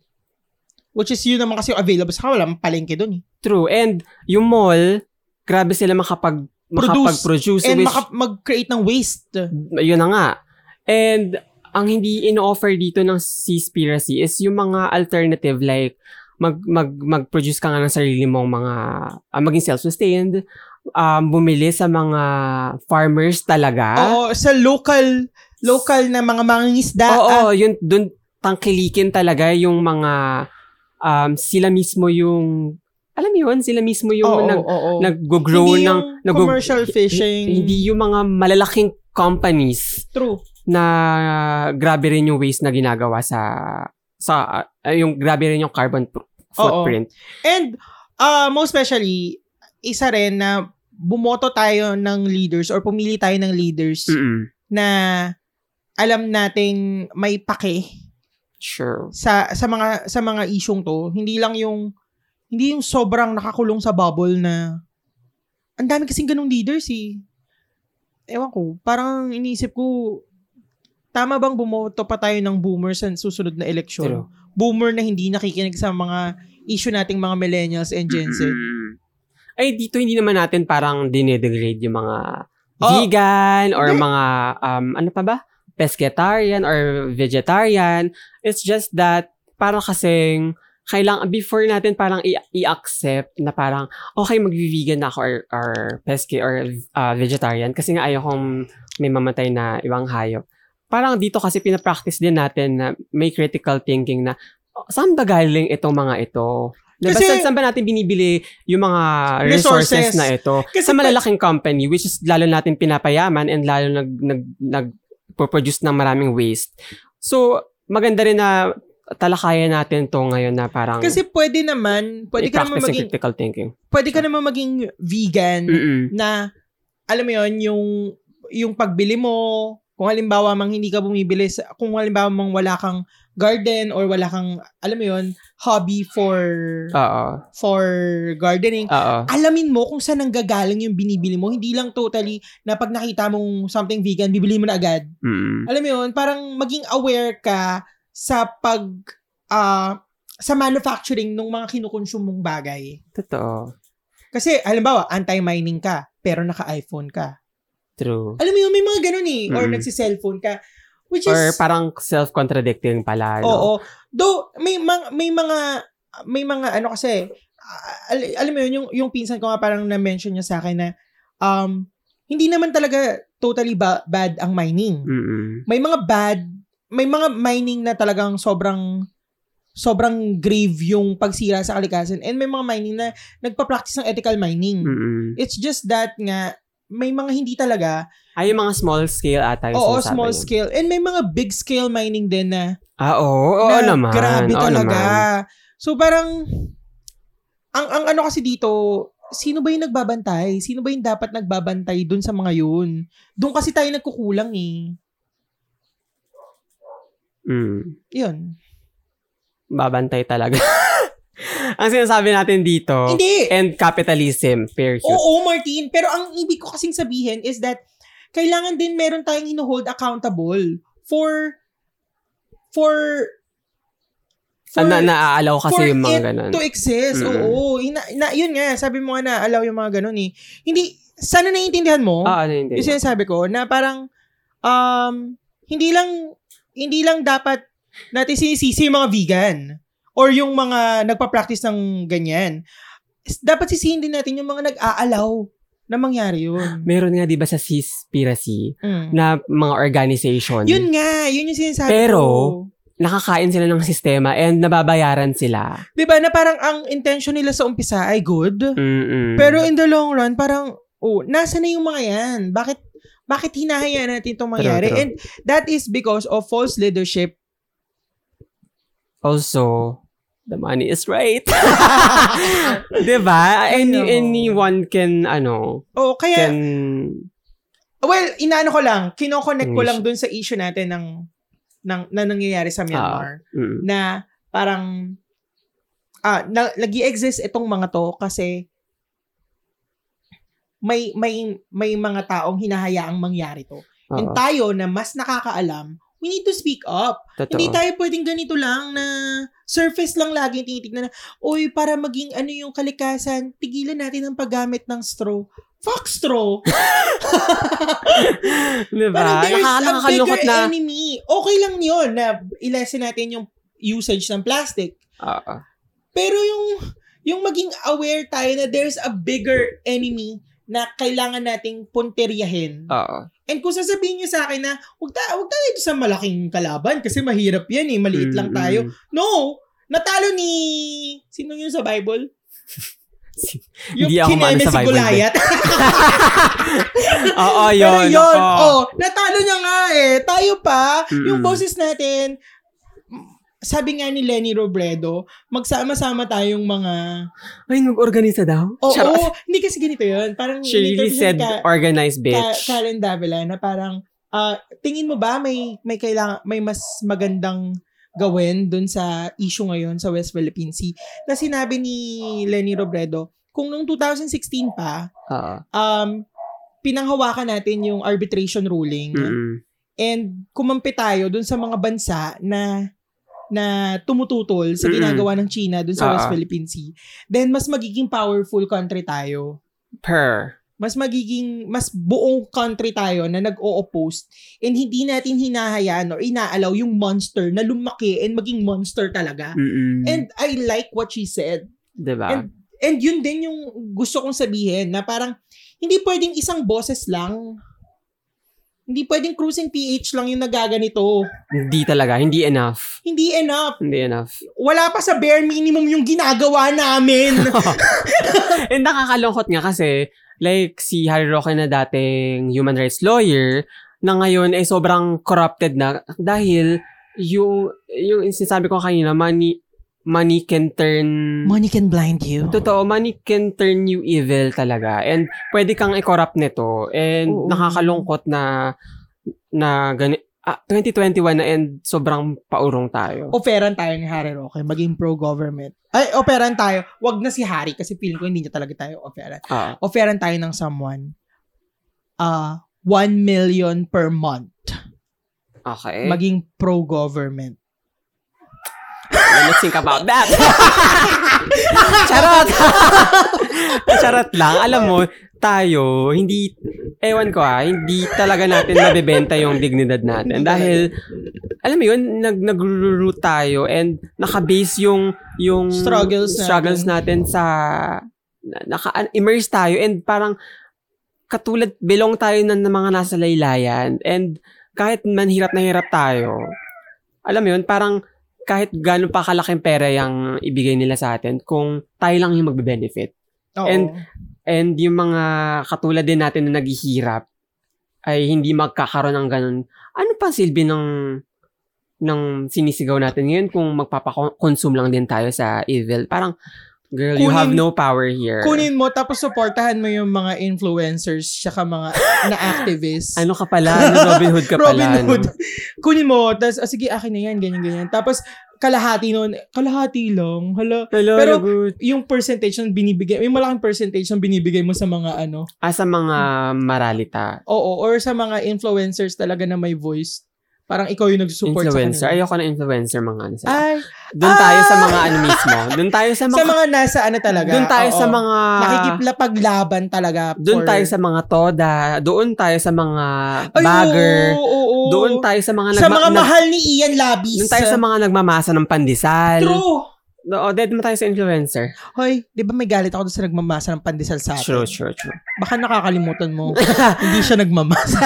Speaker 2: Which is yun naman kasi yung available sa wala palengke dun eh.
Speaker 1: True. And yung mall, grabe sila makapag,
Speaker 2: Produce.
Speaker 1: makapag-produce.
Speaker 2: And
Speaker 1: which-
Speaker 2: maka- mag-create ng waste.
Speaker 1: yun na nga. And ang hindi ino-offer dito ng Seaspiracy is yung mga alternative like mag mag mag-produce ka nga ng sarili mong mga ah, maging self-sustained, um, bumili sa mga farmers talaga.
Speaker 2: Oo, sa local, local na mga mangingisda. ah,
Speaker 1: yun dun tangkilikin talaga yung mga um, sila mismo yung alam mo yun, sila mismo yung
Speaker 2: oo,
Speaker 1: nag
Speaker 2: oo, oo.
Speaker 1: nag-grow
Speaker 2: Hindi
Speaker 1: ng
Speaker 2: yung
Speaker 1: nag-go-
Speaker 2: commercial fishing.
Speaker 1: hindi yung mga malalaking companies
Speaker 2: True.
Speaker 1: na grabe rin yung waste na ginagawa sa sa ah, yung grabe rin yung carbon pr- footprint.
Speaker 2: And uh, most especially, isa rin na bumoto tayo ng leaders or pumili tayo ng leaders
Speaker 1: Mm-mm.
Speaker 2: na alam nating may pake
Speaker 1: Sure.
Speaker 2: sa sa mga sa mga isyung to. Hindi lang yung hindi yung sobrang nakakulong sa bubble na ang dami kasing ganung leaders eh. Ewan ko, parang iniisip ko tama bang bumoto pa tayo ng boomers sa susunod na eleksyon?
Speaker 1: True.
Speaker 2: Boomer na hindi nakikinig sa mga issue nating mga millennials and Gen Z.
Speaker 1: Mm-mm. Ay dito hindi naman natin parang dinedegrade yung mga
Speaker 2: Oh.
Speaker 1: vegan or
Speaker 2: Hindi.
Speaker 1: mga um ano pa ba? pescatarian or vegetarian. It's just that parang kasing kailang before natin parang i- i-accept na parang okay magvi-vegan na ako or, or pesky or uh, vegetarian kasi nga ayokong may mamatay na ibang hayop. Parang dito kasi pinapractice din natin na may critical thinking na "Oh, saan ba galing itong mga ito? Diba,
Speaker 2: Kasi-
Speaker 1: saan, saan ba natin binibili yung mga
Speaker 2: Resources.
Speaker 1: resources, na ito?
Speaker 2: Kasi
Speaker 1: sa
Speaker 2: pa-
Speaker 1: malalaking company which is lalo natin pinapayaman and lalo nag nag nag produce ng maraming waste. So, maganda rin na talakayan natin to ngayon na parang
Speaker 2: Kasi pwede naman, pwede ka
Speaker 1: i-practice
Speaker 2: naman
Speaker 1: yung
Speaker 2: maging
Speaker 1: critical thinking.
Speaker 2: pwede ka naman maging vegan
Speaker 1: Mm-mm.
Speaker 2: na alam mo 'yon yung yung pagbili mo kung halimbawa mang hindi ka bumibili sa, kung halimbawa mang wala kang garden or wala kang alam mo 'yon hobby for
Speaker 1: Oo.
Speaker 2: for gardening
Speaker 1: Oo.
Speaker 2: alamin mo kung saan nanggagaling yung binibili mo hindi lang totally na pag nakita mong something vegan bibili mo na agad
Speaker 1: Mm-mm.
Speaker 2: alam mo yun, parang maging aware ka sa pag, ah, sa manufacturing ng mga kinukonsume mong bagay.
Speaker 1: Totoo.
Speaker 2: Kasi, halimbawa, anti-mining ka, pero naka-iPhone ka.
Speaker 1: True.
Speaker 2: Alam mo yun, may mga ganun eh. Or
Speaker 1: Mm.
Speaker 2: nagsi-cellphone ka. Which
Speaker 1: Or
Speaker 2: is,
Speaker 1: parang ano? self-contradicting pala. no?
Speaker 2: oo. Though, may, mga, may mga, may mga ano kasi, ah, al- alam mo yun, yung, yung pinsan ko nga parang na-mention niya sa akin na, um, hindi naman talaga totally ba- bad ang mining.
Speaker 1: Mm-mm.
Speaker 2: may mga bad, may mga mining na talagang sobrang sobrang grave yung pagsira sa kalikasan and may mga mining na nagpa-practice ng ethical mining.
Speaker 1: Mm-mm.
Speaker 2: It's just that nga may mga hindi talaga.
Speaker 1: Ay, yung mga small scale ata yung
Speaker 2: Oo,
Speaker 1: sinasabi
Speaker 2: small
Speaker 1: yun.
Speaker 2: scale. And may mga big scale mining din na,
Speaker 1: Ah, oo. Oo,
Speaker 2: na
Speaker 1: naman.
Speaker 2: grabe
Speaker 1: Oo
Speaker 2: talaga.
Speaker 1: naman.
Speaker 2: So parang ang ang ano kasi dito, sino ba yung nagbabantay? Sino ba yung dapat nagbabantay dun sa mga yun? Doon kasi tayo nagkukulang eh.
Speaker 1: Mm.
Speaker 2: Yun.
Speaker 1: Babantay talaga. Ang sinasabi natin dito,
Speaker 2: Hindi!
Speaker 1: and capitalism, fair Ah, use.
Speaker 2: Oo, Martin. Pero ang ibig ko kasing sabihin is that kailangan din meron tayong hinuhold accountable for for for,
Speaker 1: na, naaalaw
Speaker 2: for
Speaker 1: kasi yung mga
Speaker 2: it
Speaker 1: ganun.
Speaker 2: to exist.
Speaker 1: Mm-mm.
Speaker 2: Oo. Ina- na- yun nga, sabi mo nga na allow yung mga ganun eh. Hindi, sana naiintindihan mo
Speaker 1: Ah, ano hindi.
Speaker 2: yung sinasabi ko na parang um, hindi lang hindi lang dapat natin sinisisi yung mga vegan or yung mga nagpa-practice ng ganyan. S- Dapat sisihin din natin yung mga nag-aalaw na mangyari yun.
Speaker 1: Meron nga 'di ba sa Seaspiracy
Speaker 2: Mm.
Speaker 1: na mga organization.
Speaker 2: Yun nga, yun yung sinasabi
Speaker 1: Pero,
Speaker 2: ko.
Speaker 1: nakakain sila ng sistema and nababayaran sila.
Speaker 2: 'Di ba Diba, na parang ang intention nila sa umpisa ay good,
Speaker 1: Mm-mm.
Speaker 2: pero in the long run parang oh, nasa na yung mga yan? Bakit bakit hinahayaan natin itong mangyari?
Speaker 1: true.
Speaker 2: And that is because of false leadership
Speaker 1: also the money is right. 'Di ba? Any
Speaker 2: Ayun.
Speaker 1: anyone can ano,
Speaker 2: Oo, kaya,
Speaker 1: can
Speaker 2: well, inaano ko lang, kinoconnect ko
Speaker 1: English.
Speaker 2: lang dun sa issue natin ng, ng na nangyayari sa Myanmar.
Speaker 1: mm,
Speaker 2: Na parang, ah, na, nag exist itong mga to kasi may may may mga taong hinahayaang mangyari to. And
Speaker 1: Oo,
Speaker 2: tayo na mas nakakaalam, we need to speak up.
Speaker 1: totoo.
Speaker 2: Hindi tayo pwedeng ganito lang na surface lang lagi yung tinitignan na, uy, para maging ano yung kalikasan, tigilan natin ang paggamit ng straw. Fuck straw!
Speaker 1: diba?
Speaker 2: Parang there's a
Speaker 1: Nakakalungkot
Speaker 2: bigger
Speaker 1: na.
Speaker 2: enemy. Okay lang yun na ilesen natin yung usage ng plastic.
Speaker 1: Oo.
Speaker 2: Pero yung yung maging aware tayo na there's a bigger enemy na kailangan nating punteriyahin.
Speaker 1: Oo.
Speaker 2: And kung sasabihin niyo sa akin na wag ta wag tayo dito sa malaking kalaban kasi mahirap 'yan eh, maliit
Speaker 1: Mm,
Speaker 2: lang tayo.
Speaker 1: mm.
Speaker 2: No, natalo ni sino yun sa Bible?
Speaker 1: Si-
Speaker 2: Yung
Speaker 1: Hindi ako
Speaker 2: kineme
Speaker 1: maano sa
Speaker 2: si
Speaker 1: Bible,
Speaker 2: Goliath.
Speaker 1: Oo,
Speaker 2: Pero
Speaker 1: yun.
Speaker 2: yun,
Speaker 1: oo.
Speaker 2: oh, natalo niya nga eh. Tayo pa, yung
Speaker 1: Mm-mm.
Speaker 2: boses natin, sabi nga ni Lenny Robredo, magsama-sama tayong mga
Speaker 1: Ay, nag-organisa daw?
Speaker 2: Oo,
Speaker 1: Charot.
Speaker 2: hindi kasi ganito yun. Parang
Speaker 1: She really
Speaker 2: in-interview
Speaker 1: said,
Speaker 2: ni Ka-
Speaker 1: organized
Speaker 2: Ka-
Speaker 1: bitch.
Speaker 2: Karen Davila na parang, ah, tingin mo ba may, may, kailangan, may mas magandang gawin dun sa issue ngayon sa West Philippine Sea? Na sinabi ni Lenny Robredo, kung noong 2016 pa,
Speaker 1: Oo.
Speaker 2: um, pinanghawakan natin yung arbitration ruling
Speaker 1: Mm-mm.
Speaker 2: and kumampi tayo dun sa mga bansa na na tumututol sa
Speaker 1: Mm-mm.
Speaker 2: ginagawa ng China dun sa
Speaker 1: Oo.
Speaker 2: West Philippine Sea, then mas magiging powerful country tayo
Speaker 1: Per.
Speaker 2: mas magiging, mas buong country tayo na nag-o-oppose and hindi natin hinahayaan or inaalaw yung monster na lumaki and maging monster talaga.
Speaker 1: Mm-mm.
Speaker 2: And I like what she said.
Speaker 1: diba?
Speaker 2: and- And yun din yung gusto kong sabihin na parang hindi pwedeng isang boses lang. Hindi pwedeng cruising PH lang yung nagaganito.
Speaker 1: hindi talaga. Hindi enough.
Speaker 2: Hindi enough.
Speaker 1: Hindi enough.
Speaker 2: Wala pa sa bare minimum yung ginagawa namin.
Speaker 1: And Eh, nakakalungkot nga kasi, like si Harry Roque na dating human rights lawyer, na ngayon ay sobrang corrupted na dahil yung, yung sinasabi ko kanina, money, money can turn...
Speaker 2: Money can blind you.
Speaker 1: Totoo, money can turn you evil talaga. And pwede kang i-corrupt nito. And
Speaker 2: Oo.
Speaker 1: nakakalungkot na na gani ah, 2021 na and sobrang paurong tayo.
Speaker 2: operan tayo ni Harry Roque, maging pro-government. Ay, operan tayo. Wag na si Harry kasi feeling ko hindi niya talaga tayo operan.
Speaker 1: Ah,
Speaker 2: Operan tayo ng someone. Uh, 1 million per month.
Speaker 1: okay.
Speaker 2: Maging pro-government.
Speaker 1: Let's think about that. Charot! Charot lang. Alam mo, tayo, hindi, ewan ko ah, hindi talaga natin mabebenta yung dignidad natin.
Speaker 2: Hindi
Speaker 1: Dahil, alam mo yun, nag, nag-root tayo and nakabase yung, yung
Speaker 2: Struggles natin.
Speaker 1: struggles natin, sa, na- naka-immerse tayo and parang katulad, belong tayo ng, ng mga nasa laylayan and kahit man hirap na hirap tayo, alam mo yun, parang kahit gano'n pa kalaking pera yung ibigay nila sa atin, kung tayo lang yung magbe-benefit.
Speaker 2: Oo.
Speaker 1: And- And yung mga katulad din natin na naghihirap ay hindi magkakaroon ng ganun. Ano pang silbi ng ng sinisigaw natin ngayon kung magpapakonsume lang din tayo sa evil? Parang, girl, you
Speaker 2: Kunin-
Speaker 1: have no power here.
Speaker 2: Kunin mo, tapos supportahan mo yung mga influencers, saka mga na-activists.
Speaker 1: Ano ka pala? Ano Robin Hood ka pala?
Speaker 2: Robin
Speaker 1: ano?
Speaker 2: Hood. Kunin mo, tapos, ah, sige, akin na yan, ganyan-ganyan. Tapos, kalahati nun, kalahati lang, hala,
Speaker 1: Hello,
Speaker 2: Pero-
Speaker 1: Pero,
Speaker 2: yung percentage ng binibigay, may malaking percentage ng binibigay mo sa mga ano,
Speaker 1: Ah, sa mga maralita.
Speaker 2: Oo, or sa mga influencers talaga na may voice. Parang ikaw yung nag-support
Speaker 1: influencer.
Speaker 2: sa kanila.
Speaker 1: Ayoko na influencer, mga ano sila.
Speaker 2: Ay,
Speaker 1: Doon tayo sa
Speaker 2: Ah!
Speaker 1: mga ano mismo. Doon tayo sa mga...
Speaker 2: sa mga nasa ano talaga.
Speaker 1: Doon tayo
Speaker 2: oo.
Speaker 1: sa mga...
Speaker 2: Nakikiplapaglaban talaga.
Speaker 1: Doon
Speaker 2: for-
Speaker 1: tayo sa mga toda. Doon tayo sa mga
Speaker 2: Ay,
Speaker 1: bagger.
Speaker 2: oo, oo, oo.
Speaker 1: Doon tayo sa mga...
Speaker 2: sa mga
Speaker 1: nag-
Speaker 2: mahal ni Ian Labis.
Speaker 1: doon tayo sa mga nagmamasa ng pandesal.
Speaker 2: True.
Speaker 1: Oo, dead mo tayo sa influencer.
Speaker 2: Hoy, di ba may galit ako doon sa nagmamasa ng pandesal sa atin?
Speaker 1: True, true, true.
Speaker 2: Baka nakakalimutan mo. hindi siya nagmamasa.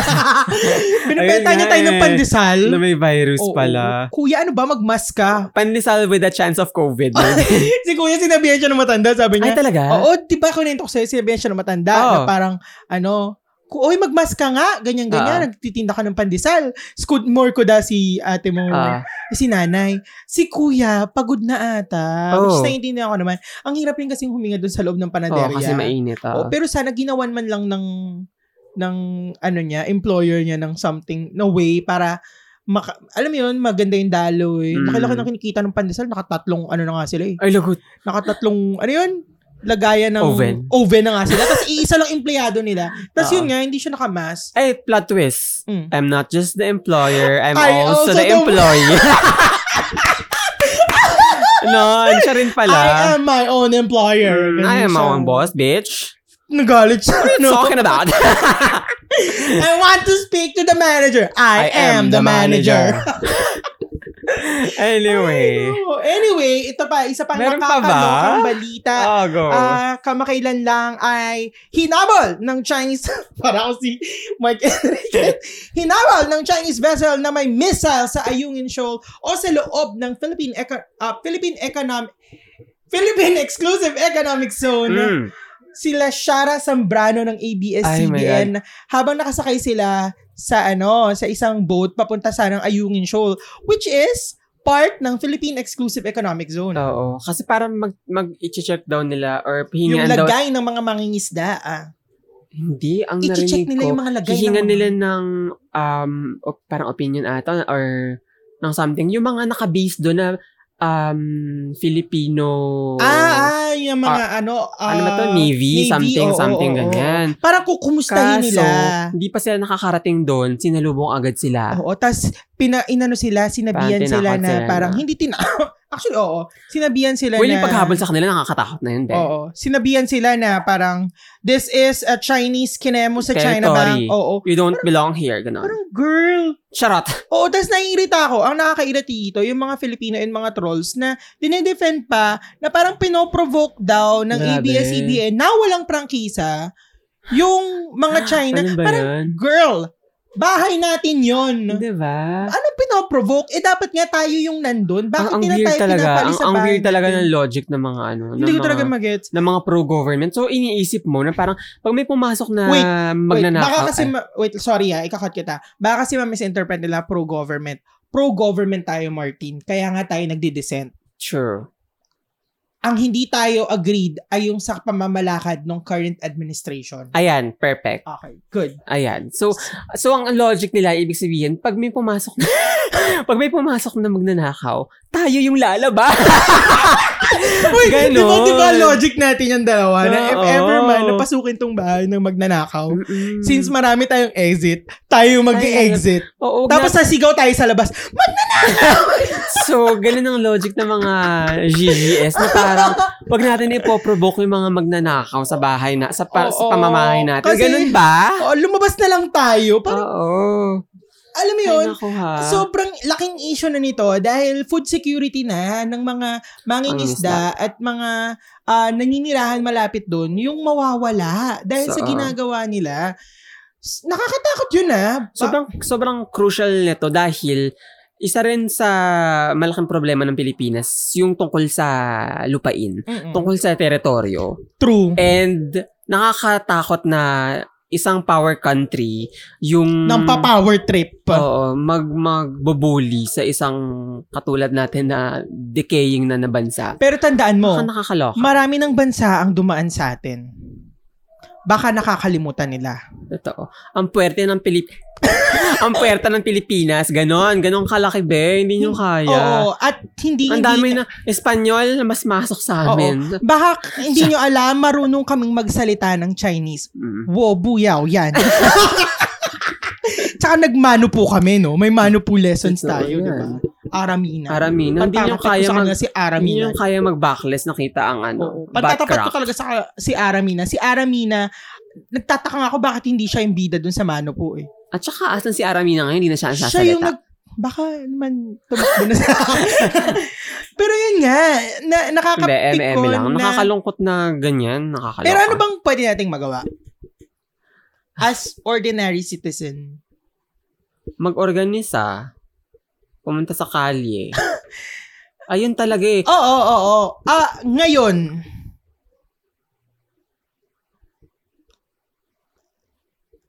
Speaker 2: Binibenta
Speaker 1: Ayun
Speaker 2: niya
Speaker 1: nga
Speaker 2: tayo ng
Speaker 1: eh.
Speaker 2: pandesal.
Speaker 1: Na may virus
Speaker 2: Hmm? Oo.
Speaker 1: pala.
Speaker 2: Kuya, ano ba? Magmask ka.
Speaker 1: Pandesal with a chance of COVID.
Speaker 2: si kuya sinabihan siya ng matanda. Sabi niya,
Speaker 1: Ay, talaga?
Speaker 2: Oo, di ba kunento ko sa'yo, sinabihan siya ng matanda
Speaker 1: Oo.
Speaker 2: na parang, ano, ku- Uy, magmask ka nga, ganyan-ganyan,
Speaker 1: Ah.
Speaker 2: nagtitinda ka ng pandesal. Scoot more ko da si ate mo,
Speaker 1: Ah,
Speaker 2: si nanay. Si kuya, pagod na ata.
Speaker 1: Oo.
Speaker 2: Which naiintindihan ko naman. Ang hirap rin kasing huminga doon sa loob
Speaker 1: oo,
Speaker 2: ng panaderia.
Speaker 1: kasi mainit. ah.
Speaker 2: Oo, pero sana ginawan man lang ng, ng ano niya, employer niya ng something, na way para maka- alam mo yun, maganda yung daloy.
Speaker 1: Mm.
Speaker 2: Nakilaki na kinikita ng pandesal, nakatatlong ano na nga sila eh.
Speaker 1: Ay, lagot.
Speaker 2: Nakatatlong, ano yun? lagayan ng
Speaker 1: Oven.
Speaker 2: oven na nga sila. Tapos iisa lang empleyado nila. Tapos yun nga, hindi siya nakamask.
Speaker 1: Ay, plot twist.
Speaker 2: Mm.
Speaker 1: I'm not just the employer, I'm
Speaker 2: I
Speaker 1: also, the
Speaker 2: also the-
Speaker 1: employee. no, siya rin pala.
Speaker 2: I am my own employer.
Speaker 1: Mm,
Speaker 2: Ganun
Speaker 1: I am my
Speaker 2: siya.
Speaker 1: own boss, bitch.
Speaker 2: Nagalit siya.
Speaker 1: What are you
Speaker 2: no?
Speaker 1: talking about?
Speaker 2: I want to speak to the manager. I, am, the manager.
Speaker 1: anyway.
Speaker 2: Ano? Anyway, ito pa, isa pang
Speaker 1: Meron pa ba?
Speaker 2: nakakalokang balita.
Speaker 1: Oh, go.
Speaker 2: Ah, kamakailan lang ay hinabol ng Chinese para ako si Mike Enriquez. hinabol ng Chinese vessel na may missile sa Ayungin Shoal o sa loob ng Philippine Eco- ah, Philippine Economic Philippine Exclusive Economic Zone
Speaker 1: Mm.
Speaker 2: sila Shara Zambrano ng
Speaker 1: Ay,
Speaker 2: ABS-CBN habang nakasakay sila sa ano sa isang boat papunta sa ng Ayungin Shoal which is part ng Philippine Exclusive Economic Zone.
Speaker 1: Oo. Kasi parang mag, mag-check daw nila or
Speaker 2: Yung
Speaker 1: hihingan daw.
Speaker 2: lagay ng mga mangingisda ah.
Speaker 1: Hindi, ang narinig
Speaker 2: I-check nila
Speaker 1: ko.
Speaker 2: yung mga lagay.
Speaker 1: Hihingan
Speaker 2: ng mga-
Speaker 1: nila ng um, o- parang opinion ata or ng something. Yung mga nakabase doon na um, Filipino...
Speaker 2: Ah, ah, yung mga ano. ah,
Speaker 1: ano ba to? Navy, something,
Speaker 2: oo, oo,
Speaker 1: something,
Speaker 2: oo.
Speaker 1: ganyan.
Speaker 2: Parang kukumustahin
Speaker 1: Kaso,
Speaker 2: nila.
Speaker 1: hindi pa sila nakakarating doon, sinalubong agad sila.
Speaker 2: Oo, tas pina, inano sila, sinabihan
Speaker 1: Ah. Parang
Speaker 2: sila
Speaker 1: tinakot
Speaker 2: na
Speaker 1: sila na.
Speaker 2: parang hindi tina... Actually, oo. Sinabihan sila
Speaker 1: Well,
Speaker 2: na...
Speaker 1: yung paghabol sa kanila, nakakatakot na yun, Ben.
Speaker 2: Oo. Sinabihan sila na parang, this is a Chinese kinemo sa China
Speaker 1: Territory.
Speaker 2: Bank. Oo.
Speaker 1: You don't belong here, gano'n.
Speaker 2: Parang, girl.
Speaker 1: Charot.
Speaker 2: Oo, tas naiirita ako. Ang nakakairita dito, yung mga Filipino and mga trolls na dinedefend pa na parang pinoprovoke daw ng
Speaker 1: Grabe.
Speaker 2: ABS-CBN na walang prangkisa yung mga China.
Speaker 1: Ano ba
Speaker 2: parang,
Speaker 1: yun?
Speaker 2: girl, bahay natin yon.
Speaker 1: Diba?
Speaker 2: Ano pinoprovoke? Eh, dapat nga tayo yung nandun. Bakit
Speaker 1: ang, ang
Speaker 2: nila
Speaker 1: weird
Speaker 2: tayo
Speaker 1: talaga.
Speaker 2: pinapali
Speaker 1: Ang,
Speaker 2: sa
Speaker 1: ang
Speaker 2: bahay
Speaker 1: weird talaga
Speaker 2: natin?
Speaker 1: ng logic ng mga ano. Ng
Speaker 2: Hindi ko
Speaker 1: mga,
Speaker 2: talaga magets.
Speaker 1: ng mga pro-government. So, iniisip mo na parang pag may pumasok na
Speaker 2: Wait, Wait,
Speaker 1: magnanakaw.
Speaker 2: baka kasi, ma- wait, sorry ha, ikakat kita. Baka kasi ma-misinterpret nila pro-government. Pro-government tayo, Martin. Kaya nga tayo nagdi-dissent.
Speaker 1: sure.
Speaker 2: ang hindi tayo agreed ay yung sa pamamalakad ng current administration.
Speaker 1: Ayan, perfect.
Speaker 2: Okay, good.
Speaker 1: Ayan. So, so ang logic nila, ibig sabihin, pag may pumasok na, pag may pumasok na magnanakaw, tayo yung lalabas.
Speaker 2: Uy,
Speaker 1: Ganon.
Speaker 2: di ba, di ba logic natin yung dalawa na if
Speaker 1: Oo.
Speaker 2: ever man napasukin tong bahay ng magnanakaw, since marami tayong exit, tayo yung mag-exit.
Speaker 1: Oo, wag
Speaker 2: Tapos sasigaw tayo sa labas.
Speaker 1: So, ganun ang logic ng mga GGS na parang wag natin ipoprovoke yung mga magnanakaw sa bahay na sa, para, sa
Speaker 2: Oo.
Speaker 1: pamamahay natin.
Speaker 2: Kasi-
Speaker 1: ganun ba?
Speaker 2: Oh, lumabas na lang tayo. Parang,
Speaker 1: Oo.
Speaker 2: alam mo
Speaker 1: Ay,
Speaker 2: yun,
Speaker 1: naku ha.
Speaker 2: sobrang laking issue na nito dahil food security na ng mga mangingisda at mga ah, naninirahan malapit doon yung mawawala dahil sa
Speaker 1: So,
Speaker 2: ginagawa nila. S- Nakakatakot yun ah. Ba-
Speaker 1: sobrang, sobrang crucial nito dahil isa rin sa malaking problema ng Pilipinas yung tungkol sa lupain,
Speaker 2: Mm-mm.
Speaker 1: tungkol sa teritoryo.
Speaker 2: True.
Speaker 1: And nakakatakot na isang power country yung
Speaker 2: Nang pa-power trip.
Speaker 1: Oo, mag magbubuli sa isang katulad natin na decaying na nabansa.
Speaker 2: Pero tandaan
Speaker 1: Baka
Speaker 2: mo,
Speaker 1: nakakaloka.
Speaker 2: marami ng bansa ang dumaan sa atin. Baka nakakalimutan nila.
Speaker 1: Totoo. Ang puwerte ng Pilip ang puwerte ng Pilipinas, ganon, ganon kalaki be, hindi nyo kaya.
Speaker 2: Oo. At hindi,
Speaker 1: Ang
Speaker 2: hindi
Speaker 1: dami na Espanyol na mas masok sa amin.
Speaker 2: Baka hindi nyo alam, marunong kaming magsalita ng Chinese.
Speaker 1: Mm.
Speaker 2: Wo, buyaw, yan. Tsaka nagmano po kami, no? May mano po lessons
Speaker 1: Totoo
Speaker 2: tayo, di ba?
Speaker 1: yan.
Speaker 2: Aramina.
Speaker 1: Aramina. Hindi nyo
Speaker 2: Pantatapat ko
Speaker 1: kaya
Speaker 2: sa
Speaker 1: mag
Speaker 2: kanya si
Speaker 1: hindi
Speaker 2: Aramina.
Speaker 1: nyo kaya mag-backless nakita ang
Speaker 2: Oo.
Speaker 1: ano. butt
Speaker 2: Pagtatapat ko
Speaker 1: crack.
Speaker 2: talaga sa ka- si Aramina. Si Aramina, nagtataka nga ako bakit hindi siya yung bida dun sa mano po eh.
Speaker 1: At saka asan si Aramina ngayon, hindi na siya ang sasalita.
Speaker 2: Siya yung nag... Baka naman tumakbo na sa Pero yun nga, na,
Speaker 1: Hindi,
Speaker 2: nakakapit
Speaker 1: MM
Speaker 2: ko
Speaker 1: lang.
Speaker 2: na...
Speaker 1: Nakakalungkot na ganyan. Nakakaloka.
Speaker 2: Pero ano bang pwede nating magawa? As ordinary citizen.
Speaker 1: mag-organisa, pumunta sa kalye. Ayun talaga eh.
Speaker 2: Oo, oo, oo. Ah, ngayon.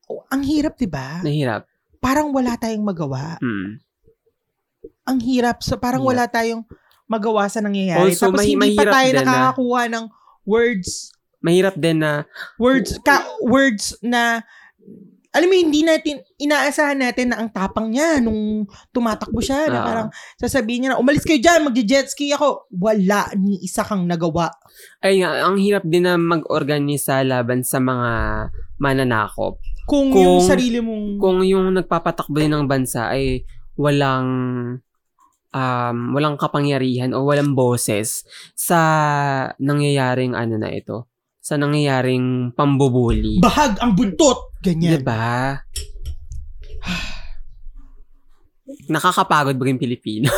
Speaker 2: Oh, ang hirap, 'di ba?
Speaker 1: Nahirap.
Speaker 2: Parang wala tayong magawa.
Speaker 1: Mm.
Speaker 2: Ang hirap. So parang
Speaker 1: Hirap.
Speaker 2: wala tayong magawa sa nangyayari.
Speaker 1: Also,
Speaker 2: Tapos
Speaker 1: mahi-
Speaker 2: hindi pa
Speaker 1: mahirap
Speaker 2: tayo
Speaker 1: din, ah.
Speaker 2: nakakakuha ng words
Speaker 1: Mahirap din na
Speaker 2: words ka words na alam mo, hindi natin, inaasahan natin na ang tapang niya nung tumatakbo siya. Na
Speaker 1: Oo.
Speaker 2: parang sasabihin niya na, umalis kayo dyan, magje-jet ski ako. Wala ni isa kang nagawa.
Speaker 1: Ay nga, ang hirap din na mag-organisa laban sa mga mananakop.
Speaker 2: Kung,
Speaker 1: Kung-
Speaker 2: yung sarili mong...
Speaker 1: Kung yung nagpapatakbo din ng bansa ay walang um, walang kapangyarihan o walang boses sa nangyayaring ano na ito, sa nangyayaring pambubuli.
Speaker 2: bahag ang buntot. Ganyan.
Speaker 1: Diba? Nakakapagod ba yung Pilipino?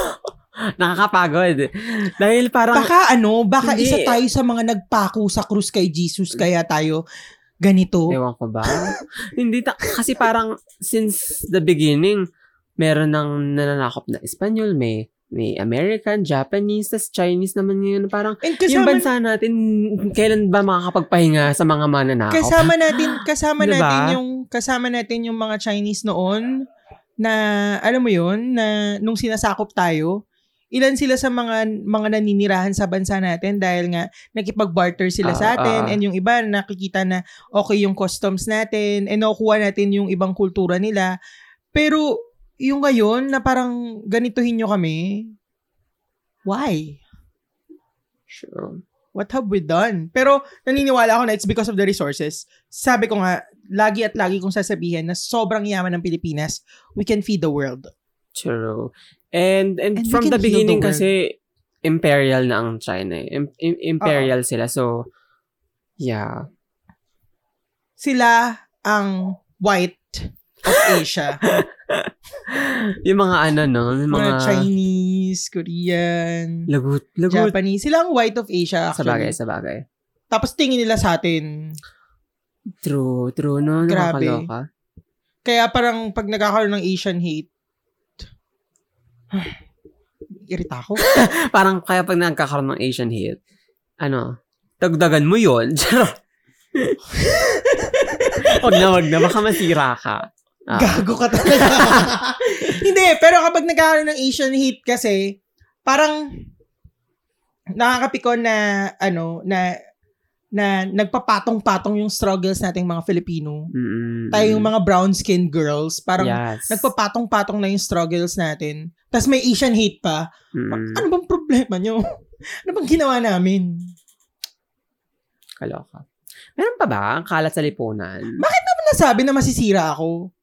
Speaker 1: Nakakapagod. Dahil parang...
Speaker 2: Baka ano, baka
Speaker 1: Hindi.
Speaker 2: isa tayo sa mga nagpako sa krus kay Jesus kaya tayo ganito.
Speaker 1: Ewan ko ba? Oh. Hindi ta- kasi parang since the beginning, meron ng nananakop na Espanyol, may may American, Japanese, tas Chinese naman ngayon. Parang
Speaker 2: And
Speaker 1: yung
Speaker 2: kasama,
Speaker 1: bansa natin, kailan ba makakapagpahinga sa mga mananakop?
Speaker 2: kasama natin, kasama
Speaker 1: Diba?
Speaker 2: natin yung kasama natin yung mga Chinese noon na alam mo yun na nung sinasakop tayo, ilan sila sa mga mga naninirahan sa bansa natin dahil nga nakipag-barter sila
Speaker 1: Ah,
Speaker 2: sa atin
Speaker 1: ah.
Speaker 2: and yung iba nakikita na okay yung customs natin and nakukuha natin yung ibang kultura nila. Pero yung ngayon na parang ganituhin nyo kami, why?
Speaker 1: Sure.
Speaker 2: what have we done? Pero naniniwala ako na it's because of the resources. Sabi ko nga, lagi at lagi kong sasabihin na sobrang yaman ng Pilipinas, we can feed the world.
Speaker 1: True. And, and,
Speaker 2: And we
Speaker 1: from the
Speaker 2: can heal the
Speaker 1: beginning
Speaker 2: world.
Speaker 1: kasi, imperial na ang China. eh. Im- im- imperial sila. So, yeah.
Speaker 2: Sila ang white of Asia.
Speaker 1: yung mga ano, no? Yung
Speaker 2: mga
Speaker 1: mga...
Speaker 2: Chinese, Korean,
Speaker 1: Lagot, lagot.
Speaker 2: Japanese. Sila ang white of Asia
Speaker 1: Sa bagay,
Speaker 2: actually.
Speaker 1: sa bagay.
Speaker 2: Tapos tingin nila sa atin.
Speaker 1: True, true. No,
Speaker 2: Grabe.
Speaker 1: nakakaloka.
Speaker 2: Kaya parang pag nagkakaroon ng Asian hate, irita ako.
Speaker 1: Parang kaya pag nagkakaroon ng Asian hate, ano, dagdagan mo yun. Charot. wag na, wag na. Baka masira ka. Ah.
Speaker 2: Gago ka talaga. Hindi, pero kapag nagkakaroon ng Asian hate kasi, parang nakakapikon na, ano, na, na nagpapatong-patong yung struggles nating mga Filipino.
Speaker 1: Mm-mm.
Speaker 2: Tayo yung mga brown-skinned girls, parang
Speaker 1: Mm-hmm. yes.
Speaker 2: nagpapatong-patong na yung struggles natin. Tapos may Asian hate pa.
Speaker 1: Mm-mm.
Speaker 2: Ano bang problema nyo? Ano bang ginawa namin? Ano
Speaker 1: Kaloka. Meron pa ba ang kalat sa lipunan?
Speaker 2: Ano nasabi na masisira ako?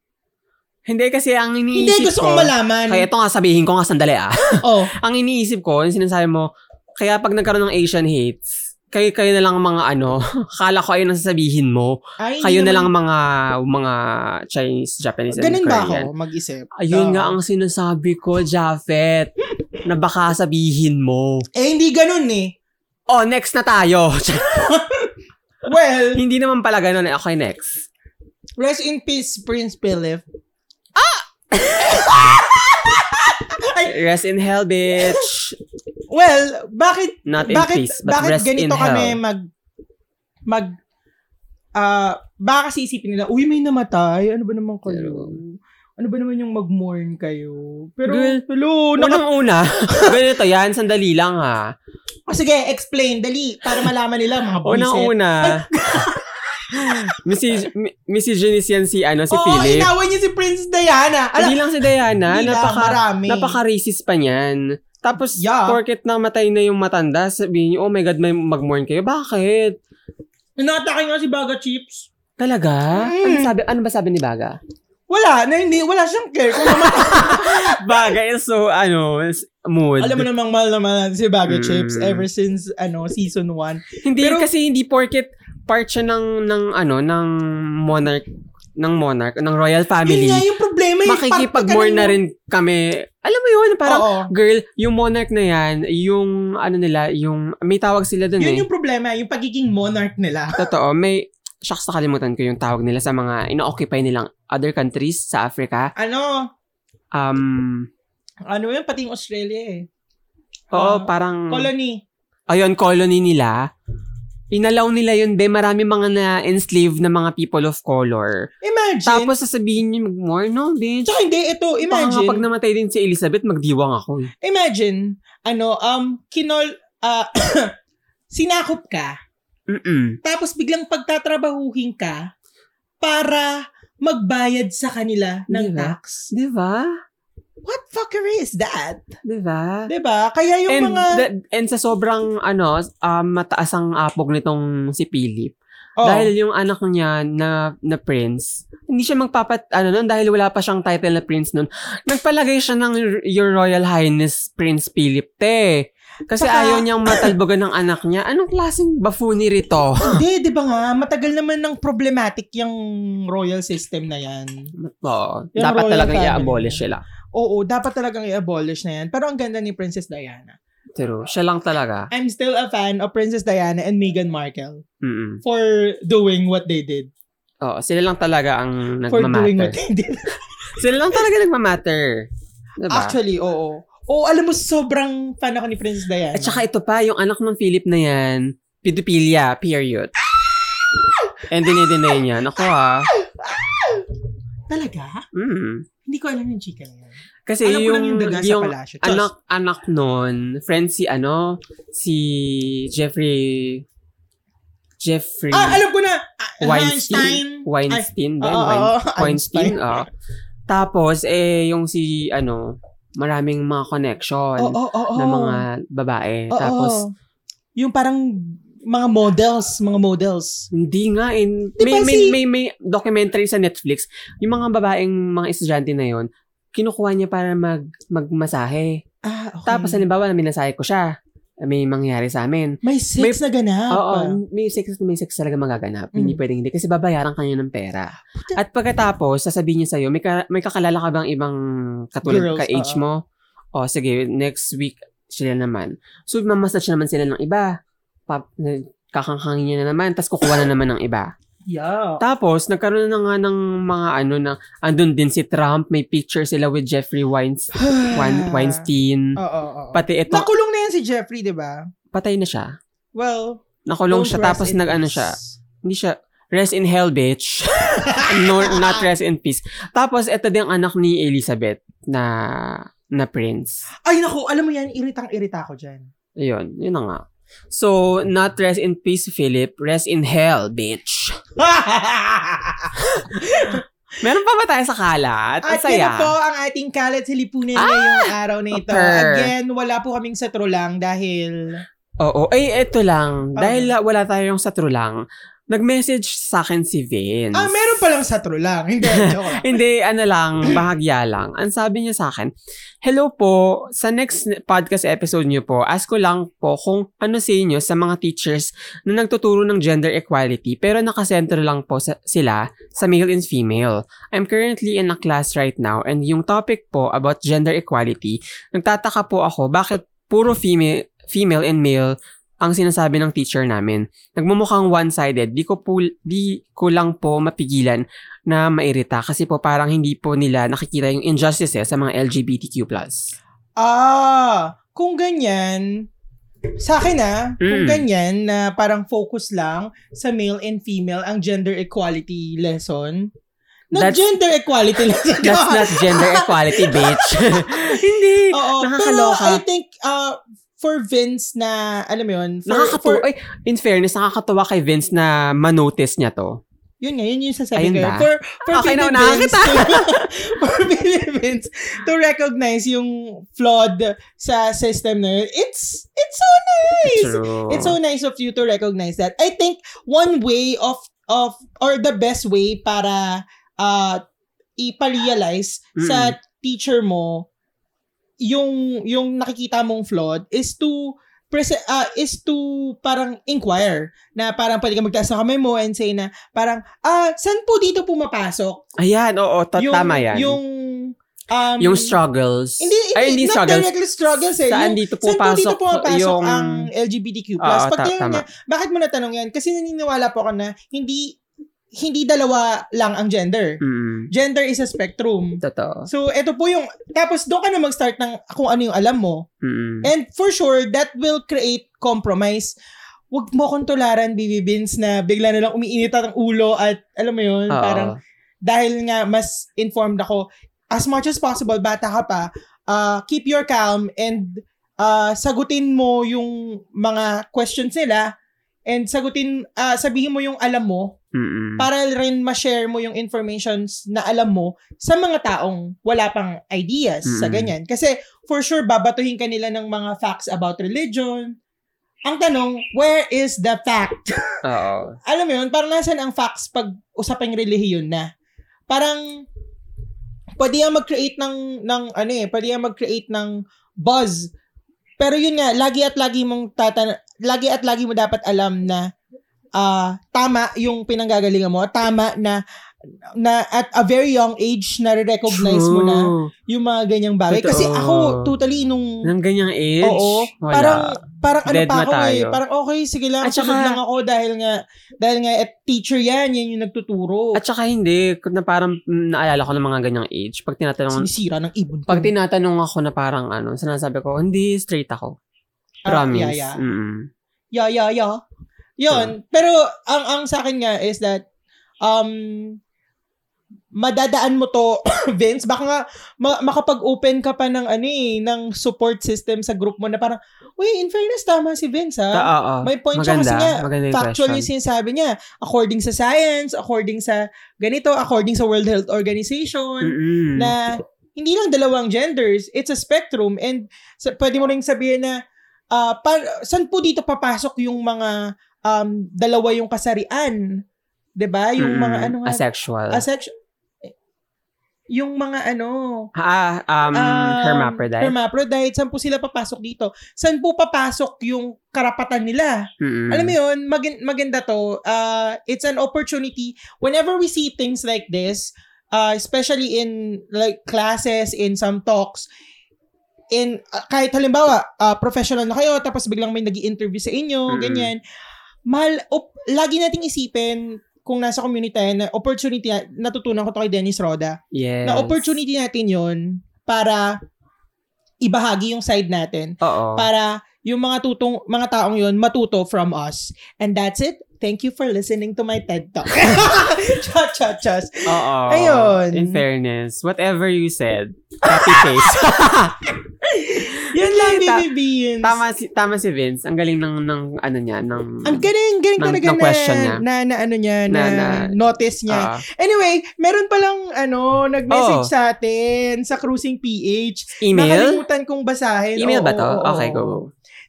Speaker 1: Hindi kasi ang iniisip
Speaker 2: Hindi, gusto
Speaker 1: ko.
Speaker 2: kong malaman.
Speaker 1: Kaya ito nga sabihin ko nga sandali ah.
Speaker 2: oh,
Speaker 1: ang iniisip ko, yung sinasabi mo, kaya pag nagkaroon ng Asian hates, kayo kayo na lang mga ano, kala ko ayun ang sasabihin mo.
Speaker 2: ay, hindi
Speaker 1: Kayo na lang
Speaker 2: naman-
Speaker 1: mga mga Chinese, Japanese, and
Speaker 2: Ganun
Speaker 1: Korean.
Speaker 2: ba ako mag-isip?
Speaker 1: Ayun
Speaker 2: Oo.
Speaker 1: nga ang sinasabi ko, Jafet, na baka sabihin mo.
Speaker 2: Eh, hindi ganun eh.
Speaker 1: Oh, next na tayo.
Speaker 2: Well,
Speaker 1: Hindi naman pala ganun. eh. Okay, next.
Speaker 2: rest in peace, Prince Philip.
Speaker 1: Rest in hell, bitch.
Speaker 2: Well, bakit
Speaker 1: Not in
Speaker 2: bakit
Speaker 1: peace, but
Speaker 2: bakit
Speaker 1: rest in
Speaker 2: ganito
Speaker 1: hell.
Speaker 2: kami mag mag ah baka kasi isipin nila, uy, may namatay. Ano ba naman kayo? Ano ba naman yung mag-mourn kayo? Pero,
Speaker 1: Girl,
Speaker 2: hello, naka-
Speaker 1: Unang-una, ganito yan. Sandali lang ha.
Speaker 2: Oh, sige, explain, dali, para malaman nila mga buset.
Speaker 1: Unang-una, Missy, mi- Missy Janice yan si, ano, si
Speaker 2: Oo,
Speaker 1: Philip.
Speaker 2: inawan niya si Prince Diana. Ala,
Speaker 1: Hindi lang si Diana.
Speaker 2: hindi lang,
Speaker 1: napaka,
Speaker 2: marami.
Speaker 1: napaka-racist pa niyan. Tapos,
Speaker 2: Yeah.
Speaker 1: porket na matay na yung matanda, sabihin niyo, oh my God, may mag-mourn kayo. Bakit?
Speaker 2: Inatake nga si Baga Chips.
Speaker 1: Talaga?
Speaker 2: Mm.
Speaker 1: Ano, sabi, ano ba sabi ni Baga?
Speaker 2: Wala, na hindi, wala siyang care. Kung namatay,
Speaker 1: Baga is so, ano, is mood.
Speaker 2: alam mo namang mahal naman natin si Baga Chips
Speaker 1: Mm.
Speaker 2: ever since, ano, season 1.
Speaker 1: hindi,
Speaker 2: pero-
Speaker 1: kasi hindi porket part siya ng, ng, ano, ng monarch, ng monarch, ng royal family.
Speaker 2: Yun nga yung problema. eh.
Speaker 1: Makikipag-mourn na rin kami. Alam mo yun,
Speaker 2: Parang,
Speaker 1: parang,
Speaker 2: Oo.
Speaker 1: Girl, yung monarch na yan, yung ano nila, yung may tawag sila dun eh.
Speaker 2: Yun yung problema, yung pagiging monarch nila.
Speaker 1: Totoo, may shucks nakalimutan ko yung tawag nila sa mga ino-occupy nilang other countries sa Africa.
Speaker 2: Ano,
Speaker 1: Um,
Speaker 2: ano yun, pati yung Australia eh.
Speaker 1: oo,
Speaker 2: Ah,
Speaker 1: parang
Speaker 2: Colony.
Speaker 1: ayun colony nila. Inalaw nila yun, be marami mga na-enslave na mga people of color.
Speaker 2: Imagine.
Speaker 1: Tapos
Speaker 2: Tapos,
Speaker 1: sasabihin niyo mag-more, no, bitch.
Speaker 2: Tsaka hindi, ito,
Speaker 1: Baka nga pag
Speaker 2: imagine.
Speaker 1: namatay din si Elizabeth, magdiwang ako. eh.
Speaker 2: imagine, ano, um, kinol, ah, sinakop ka,
Speaker 1: Mm-mm.
Speaker 2: tapos biglang pagtatrabahuhin ka para magbayad sa kanila
Speaker 1: Diba?
Speaker 2: ng tax.
Speaker 1: Di ba?
Speaker 2: What fuckery is that?
Speaker 1: Di ba?
Speaker 2: Diba? Kaya yung
Speaker 1: and,
Speaker 2: mga...
Speaker 1: the- and sa sobrang ano, um, mataas ang apog nitong si Philip.
Speaker 2: Oh,
Speaker 1: Dahil yung anak niya na, na prince, hindi siya magpapat, ano nun, dahil wala pa siyang title na prince nun, nagpalagay siya ng Your- Your Royal Highness Prince Philip, te. Kasi
Speaker 2: Saka-
Speaker 1: ayaw niyang matalbogan ng anak niya. Anong klaseng buffoonry to?
Speaker 2: hindi, di ba nga? Matagal naman ng problematic yung royal system na yan.
Speaker 1: Oo,
Speaker 2: Yung
Speaker 1: dapat
Speaker 2: royal
Speaker 1: talagang
Speaker 2: family.
Speaker 1: i-abolish sila.
Speaker 2: Oo, dapat talagang i-abolish na yan. Pero ang ganda ni Princess Diana.
Speaker 1: Pero siya lang talaga.
Speaker 2: I'm still a fan of Princess Diana and Meghan Markle
Speaker 1: Mm-mm.
Speaker 2: for doing what they did.
Speaker 1: Oo, sila lang talaga ang
Speaker 2: For doing what
Speaker 1: nagmamatter.
Speaker 2: they did.
Speaker 1: Sila lang talaga nagmamatter. Diba?
Speaker 2: Actually, oo. Oo, alam mo, sobrang fan ako ni Princess Diana.
Speaker 1: At saka ito pa, yung anak ng Philip na yan, pedophilia, period.
Speaker 2: Ah!
Speaker 1: And dinideny niya. Naku ha.
Speaker 2: Talaga?
Speaker 1: Mm.
Speaker 2: Hindi ko alam yung chika na yan.
Speaker 1: Kasi
Speaker 2: Alam ko
Speaker 1: yung,
Speaker 2: lang yung daga sa
Speaker 1: yung
Speaker 2: palasyo. Chos.
Speaker 1: anak, anak nun, friend si ano, si Jeffrey, Jeffrey
Speaker 2: Ah, alam ko na! Ah,
Speaker 1: Weinstein.
Speaker 2: Einstein.
Speaker 1: Weinstein
Speaker 2: Ay,
Speaker 1: ba?
Speaker 2: oo,
Speaker 1: Wein-
Speaker 2: oo,
Speaker 1: Weinstein,
Speaker 2: Einstein.
Speaker 1: ah. Tapos, eh, yung si, ano, maraming mga connection
Speaker 2: Oo, oo, oo.
Speaker 1: na mga babae.
Speaker 2: Oo.
Speaker 1: Eh, Tapos,
Speaker 2: yung parang mga models, mga models.
Speaker 1: Hindi nga. In,
Speaker 2: Di
Speaker 1: may,
Speaker 2: ba
Speaker 1: may,
Speaker 2: si-
Speaker 1: may, may documentary sa Netflix. Yung mga babaeng mga estudyante na yon kinukuha niya para mag, magmasahe.
Speaker 2: Ah, okay.
Speaker 1: Tapos, ano, halimbawa, minasahe ko siya. May mangyari sa amin.
Speaker 2: may sex
Speaker 1: may-
Speaker 2: na ganap.
Speaker 1: Oo,
Speaker 2: ah.
Speaker 1: may sex may sex talaga magaganap.
Speaker 2: Mm.
Speaker 1: Hindi pwedeng hindi. Kasi babayaran ka niya ng pera. At pagkatapos, sasabihin niya sa'yo, may, ka, may kakalala ka bang ibang katulad
Speaker 2: Girls,
Speaker 1: ka-age
Speaker 2: oo.
Speaker 1: mo? O, sige, next week sila naman. So, mamassage naman sila ng iba. Pap, kakangkangin niya na naman. Tapos, kukuha na naman ng iba.
Speaker 2: Yeah.
Speaker 1: Tapos, nagkaroon na nga ng mga ano na, andun din si Trump, may picture sila with Jeffrey Weins,
Speaker 2: Ah.
Speaker 1: Wein- Weinstein.
Speaker 2: Oo, oo, oo.
Speaker 1: Pati ito,
Speaker 2: Nakulong na yan si Jeffrey, di ba?
Speaker 1: patay na siya.
Speaker 2: Well,
Speaker 1: Nakulong
Speaker 2: don't
Speaker 1: siya,
Speaker 2: rest
Speaker 1: tapos
Speaker 2: in
Speaker 1: nag-ano
Speaker 2: peace.
Speaker 1: siya. Hindi siya, rest in hell, bitch. no, not rest in peace. Tapos, ito din ang anak ni Elizabeth na na prince.
Speaker 2: Ay, naku, alam mo yan, iritang-irita ko dyan.
Speaker 1: Ayun, yun na nga. So, not rest in peace, Philip. Rest in hell, bitch. Meron pa ba tayo sa kalat? Ang
Speaker 2: At
Speaker 1: saya. Ah!
Speaker 2: yan na po ang ating kalat silipunan ngayong araw na ito.
Speaker 1: upper.
Speaker 2: Again, wala po kaming sa lang dahil...
Speaker 1: Oo. Ay, eto lang.
Speaker 2: Ah.
Speaker 1: Dahil la- wala tayong sa true lang, nag-message sa akin si Vince.
Speaker 2: Ah, meron palang sa lang. Hindi, joke lang.
Speaker 1: Hindi, ano lang, bahagya lang. Ang sabi niya sa akin, Hello po, sa next podcast episode niyo po, ask ko lang po kung ano sa inyo sa mga teachers na nagtuturo ng gender equality pero nakasentro lang po sa, sila sa male and female. I'm currently in a class right now and yung topic po about gender equality, nagtataka po ako bakit puro female, female and male ang sinasabi ng teacher namin. Nagmumukhang one-sided. Di ko, po, di ko lang po mapigilan na mairita kasi po parang hindi po nila nakikita yung injustices sa mga LGBTQ+.
Speaker 2: Ah, kung ganyan, sa akin ah, kung
Speaker 1: Mm.
Speaker 2: ganyan na parang focus lang sa male and female ang gender equality lesson. Not
Speaker 1: That's-
Speaker 2: gender equality lesson.
Speaker 1: That's not gender equality, bitch. hindi.
Speaker 2: Oo,
Speaker 1: Nakakaloka.
Speaker 2: Pero I think uh, for Vince na, alam mo yun, for,
Speaker 1: Nakakatuwa.
Speaker 2: for-
Speaker 1: Ay, in fairness, nakakatuwa kay Vince na manotice niya to.
Speaker 2: yun nga, yun yung sasabihin
Speaker 1: Ayun
Speaker 2: ko.
Speaker 1: ba?
Speaker 2: For, for
Speaker 1: Okay,
Speaker 2: Philippines
Speaker 1: naunahan kita.
Speaker 2: to- for Philippines to recognize yung flawed sa system na yun, it's, it's so nice.
Speaker 1: True.
Speaker 2: It's so nice of you to recognize that. I think one way of of or the best way para uh iparealize
Speaker 1: Mm.
Speaker 2: sa teacher mo yung yung nakikita mong flawed is to prese- uh, is to parang inquire na parang pwede ka magtaas ng kamay mo and say na parang ah saan po dito pumapasok
Speaker 1: Ayan, oo. ta- tama yan. Yung,
Speaker 2: yung um,
Speaker 1: struggles.
Speaker 2: hindi, hindi,
Speaker 1: Ay, hindi
Speaker 2: not
Speaker 1: struggles.
Speaker 2: directly struggles eh.
Speaker 1: Saan
Speaker 2: Yung-
Speaker 1: dito
Speaker 2: Saan po dito
Speaker 1: pumapasok
Speaker 2: pumapasok
Speaker 1: yung...
Speaker 2: ang LGBTQ+.
Speaker 1: Oo,
Speaker 2: Pag
Speaker 1: ta-
Speaker 2: tinanong
Speaker 1: tama.
Speaker 2: niya, bakit mo natanong yan? Kasi naniniwala po ako na hindi hindi dalawa lang ang gender.
Speaker 1: Mm,
Speaker 2: Gender is a spectrum.
Speaker 1: totoo.
Speaker 2: So, ito po yung, tapos doon ka na mag-start ng kung ano yung alam mo.
Speaker 1: Mm,
Speaker 2: And for sure, that will create compromise. Huwag mo akong tularan, Bibi Bins, na bigla na lang umiinit ang ulo at alam mo yun,
Speaker 1: oo.
Speaker 2: parang dahil nga mas informed ako, as much as possible, bata ka pa, uh, keep your calm and uh, sagutin mo yung mga questions nila and sagutin, uh, sabihin mo yung alam mo
Speaker 1: Mm-mm.
Speaker 2: para rin ma-share mo yung informations na alam mo sa mga taong wala pang ideas sa
Speaker 1: Mm.
Speaker 2: ganyan. Kasi for sure, babatuhin ka nila ng mga facts about religion. Ang tanong, where is the fact?
Speaker 1: Oo.
Speaker 2: alam mo yun, parang nasan ang facts pag usaping relihiyon na? Parang, pwede yan mag-create ng, ng ano eh, pwede yan mag-create ng buzz. Pero yun nga, lagi at lagi mong tatan lagi at lagi mo dapat alam na ah, tama yung pinanggagalingan mo, tama na na at a very young age na recognize mo na yung mga ganyang bagay. Kasi
Speaker 1: Totoo.
Speaker 2: ako, totally nung
Speaker 1: Nang ganyang age?
Speaker 2: Oo.
Speaker 1: Wala.
Speaker 2: Parang parang ano
Speaker 1: Dead
Speaker 2: pa
Speaker 1: na
Speaker 2: ako eh.
Speaker 1: tayo.
Speaker 2: Parang okay, sige lang,
Speaker 1: At
Speaker 2: sunod
Speaker 1: saka-
Speaker 2: lang ako dahil nga dahil nga at teacher yan, yan yung nagtuturo.
Speaker 1: At saka hindi, na parang mm, naalala ko ng mga ganyang age. Pag tinatanong,
Speaker 2: sinisira ng ibon ko.
Speaker 1: pag tinatanong ako na parang ano, sinasabi ko, hindi, straight ako.
Speaker 2: Ah,
Speaker 1: Promise.
Speaker 2: yeah, yeah.
Speaker 1: Mm-mm.
Speaker 2: Yeah, yeah, yeah. Yun. Pero ang ang sa akin nga is that um madadaan mo to, Vince, baka nga ma- makapag-open ka pa ng ano eh, ng support system sa group mo na parang, uy, in fairness, tama si Vince ha.
Speaker 1: Ta- oo.
Speaker 2: Ah, May point siya
Speaker 1: maganda.
Speaker 2: kasi nga,
Speaker 1: maganda yung
Speaker 2: factual yung
Speaker 1: question.
Speaker 2: sinasabi niya. According sa science, according sa ganito, according sa World Health Organization,
Speaker 1: Mm-mm.
Speaker 2: na hindi lang dalawang genders, it's a spectrum. And sa, pwede mo rin sabihin na, ah, pa- saan po dito papasok yung mga um, dalawa yung kasarian? 'Di ba Yung
Speaker 1: Mm-mm.
Speaker 2: mga ano nga?
Speaker 1: Asexual.
Speaker 2: asex- yung mga ano,
Speaker 1: ah, um, hermaphrodite.
Speaker 2: Hermaphrodite. Saan po sila papasok dito? Saan po papasok yung karapatan nila?
Speaker 1: Mm-mm.
Speaker 2: Alam mo yun, magin- maganda to. Uh, it's an opportunity. Whenever we see things like this, uh, especially in like classes, in some talks, in uh, kahit halimbawa, uh, professional na kayo, tapos biglang may nag interview sa inyo,
Speaker 1: Mm-mm.
Speaker 2: ganyan. Mahal, op- lagi nating isipin kung nasa community tayo, na opportunity, na- natutunan ko to kay Dennis Roda,
Speaker 1: Yes.
Speaker 2: na opportunity natin yon para ibahagi yung side natin
Speaker 1: Oo.
Speaker 2: para yung mga tutong mga taong yon matuto from us and that's it thank you for listening to my TED talk cha cha cha
Speaker 1: Oo.
Speaker 2: Ayun.
Speaker 1: In fairness, whatever you said, copy paste.
Speaker 2: yun lang
Speaker 1: Ta-
Speaker 2: baby beans
Speaker 1: tama si tama si Vince. Ang galing ng ng ano niya, ng
Speaker 2: ang galing galing
Speaker 1: Ng-
Speaker 2: talaga
Speaker 1: ng
Speaker 2: na,
Speaker 1: question niya.
Speaker 2: na na ano niya na,
Speaker 1: Na- na-
Speaker 2: notice
Speaker 1: Ah,
Speaker 2: niya anyway meron palang ano nag-message
Speaker 1: Oo.
Speaker 2: sa atin sa Cruising PH
Speaker 1: email.
Speaker 2: nakalimutan kong basahin
Speaker 1: Email ba
Speaker 2: Oo,
Speaker 1: to?
Speaker 2: oo, oo.
Speaker 1: okay, go.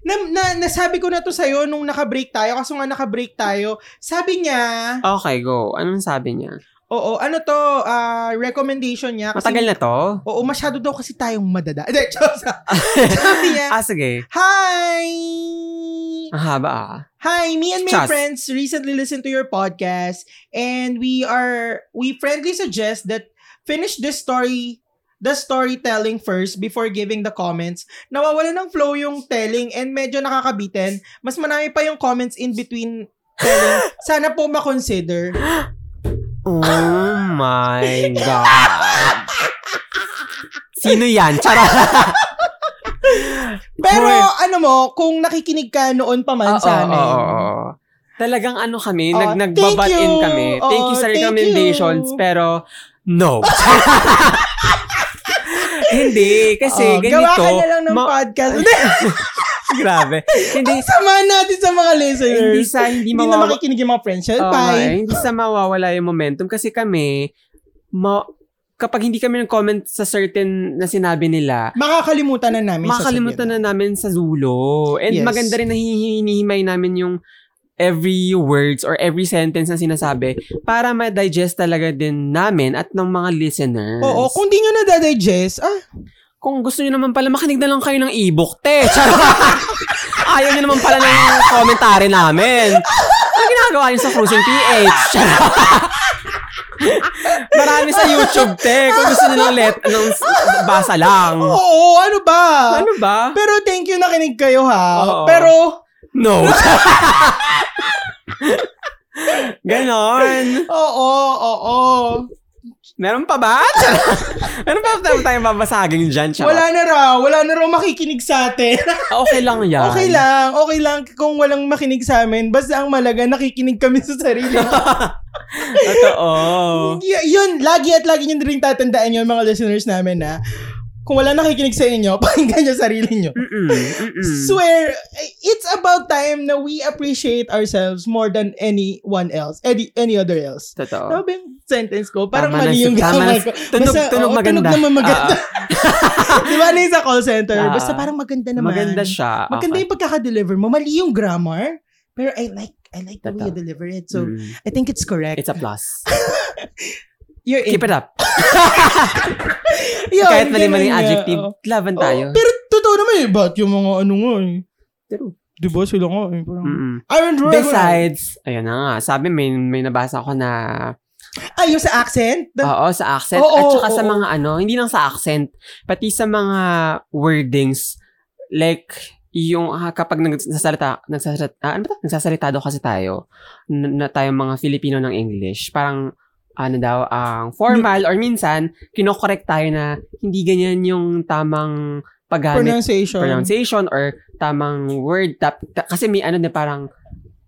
Speaker 2: na, na, nasabi ko na to sa'yo nung nakabreak tayo. Kaso nga nakabreak tayo. Sabi niya,
Speaker 1: Okay, go. Anong sabi niya?
Speaker 2: oo, ano to, ah, recommendation niya. Kasi,
Speaker 1: Matagal na to?
Speaker 2: Oo, masyado daw kasi tayong madada. Hindi, joke lang. sabi niya,
Speaker 1: Ah, sige.
Speaker 2: Hi!
Speaker 1: Ang haba ah.
Speaker 2: Hi, me and my
Speaker 1: Chas.
Speaker 2: friends recently listened to your podcast and we are, we friendly suggest that finish this story the storytelling first before giving the comments. Nawawala ng flow yung telling and medyo nakakabitin. Mas marami pa yung comments in between telling. Sana po makonsider.
Speaker 1: Oh my God. Sino yan? Charot.
Speaker 2: Pero
Speaker 1: Hoy.
Speaker 2: ano mo, kung nakikinig ka noon pa
Speaker 1: Oo,
Speaker 2: man sa amin.
Speaker 1: oo, oo. Talagang ano kami,
Speaker 2: Oo,
Speaker 1: nag
Speaker 2: thank
Speaker 1: nagbabat in
Speaker 2: you.
Speaker 1: kami. Thank you
Speaker 2: Oo,
Speaker 1: sa
Speaker 2: thank
Speaker 1: recommendations,
Speaker 2: you.
Speaker 1: pero no. Hindi, kasi
Speaker 2: Oo,
Speaker 1: ganito.
Speaker 2: Ah, Oh, Gawa ka na lang ng
Speaker 1: ma-
Speaker 2: podcast. Hindi,
Speaker 1: grabe. Hindi,
Speaker 2: ang sama natin sa mga listeners.
Speaker 1: hindi sa hindi
Speaker 2: Hindi na
Speaker 1: mawawala.
Speaker 2: makikinig yung mga friends. Shall
Speaker 1: Oo,
Speaker 2: bye.
Speaker 1: eh, hindi sa mawawala yung momentum kasi kami ma- kapag hindi kami nag-comment sa certain na sinabi nila,
Speaker 2: Makakalimutan na namin.
Speaker 1: makakalimutan na namin sa zulo. And
Speaker 2: Yes.
Speaker 1: maganda rin na hinihimay namin yung every words or every sentence na sinasabi para ma-digest talaga din namin at ng mga listeners.
Speaker 2: Oo, kung di nyo nadadigest, ah,
Speaker 1: Kung gusto nyo naman pala, makinig na lang kayo ng e-book, te. Ayaw nyo naman pala ng commentary namin. Ano ginagawa nyo sa Cruising PH? Marami sa YouTube, te. Kung gusto nyo ng let, ng s- basa lang.
Speaker 2: oo, ano ba?
Speaker 1: Hmm. Ano ba?
Speaker 2: Pero thank you nakinig kayo ha.
Speaker 1: Oo.
Speaker 2: Pero,
Speaker 1: No. Ganon.
Speaker 2: oo, oo.
Speaker 1: Meron pa ba? Charot. Meron pa ba tayong babasagin dyan? Charot.
Speaker 2: Wala na raw, wala na raw makikinig sa atin.
Speaker 1: Okay lang yan.
Speaker 2: okay lang, okay lang kung walang makinig sa amin. Basta ang malaga, nakikinig kami sa sarili.
Speaker 1: Totoo.
Speaker 2: Y- yun, lagi at lagi nyo rin tatandaan yun mga listeners namin na Kung wala nakikinig sa inyo, pakinggan niyo sarili niyo.
Speaker 1: Mm-mm, mm-mm.
Speaker 2: Swear, it's about time na we appreciate ourselves more than anyone else, any, any other else. Ano
Speaker 1: Totoo.
Speaker 2: ba yung sentence ko? Parang
Speaker 1: Tama na
Speaker 2: mali
Speaker 1: si-
Speaker 2: yung
Speaker 1: tama
Speaker 2: ginawa
Speaker 1: na-
Speaker 2: ko.
Speaker 1: Tunog,
Speaker 2: Basta,
Speaker 1: tunog
Speaker 2: oo,
Speaker 1: maganda.
Speaker 2: Tunog naman maganda.
Speaker 1: Ah,
Speaker 2: Di ba na yung sa call center?
Speaker 1: Ah.
Speaker 2: Basta parang maganda naman.
Speaker 1: maganda siya.
Speaker 2: Maganda
Speaker 1: Okay.
Speaker 2: yung pagkaka-deliver mo. Mali yung grammar. Pero I like I like the
Speaker 1: Totoo.
Speaker 2: way you deliver it. So, eh.
Speaker 1: Mm.
Speaker 2: I think it's correct.
Speaker 1: It's a plus.
Speaker 2: You're in.
Speaker 1: Keep it up.
Speaker 2: Yun,
Speaker 1: Kahit mali-mali
Speaker 2: ganun
Speaker 1: yung
Speaker 2: nga,
Speaker 1: adjective,
Speaker 2: oo.
Speaker 1: laban
Speaker 2: Oo,
Speaker 1: tayo.
Speaker 2: Oh, pero totoo naman eh. Ba't yung mga ano nga eh.
Speaker 1: True. Mm.
Speaker 2: Di ba sila nga eh. Parang,
Speaker 1: Mm-mm.
Speaker 2: Iron Dragon.
Speaker 1: Besides, ayun na nga, sabi may, may nabasa ko na,
Speaker 2: Ay, yung sa accent? The-
Speaker 1: oo, sa accent,
Speaker 2: Oo,
Speaker 1: at saka sa
Speaker 2: oo.
Speaker 1: mga ano, hindi lang sa accent, pati sa mga wordings, like, yung ah, kapag nagsasalita, nagsasalita, ah, ano ba ta? Nagsasalita daw kasi tayo, na, na tayo mga Filipino ng English, parang, ano daw, ang formal, or minsan, kinokorek tayo na hindi ganyan yung tamang paggamit
Speaker 2: pronunciation.
Speaker 1: Ah, pronunciation or tamang word. Tap, ta- kasi may ano na parang,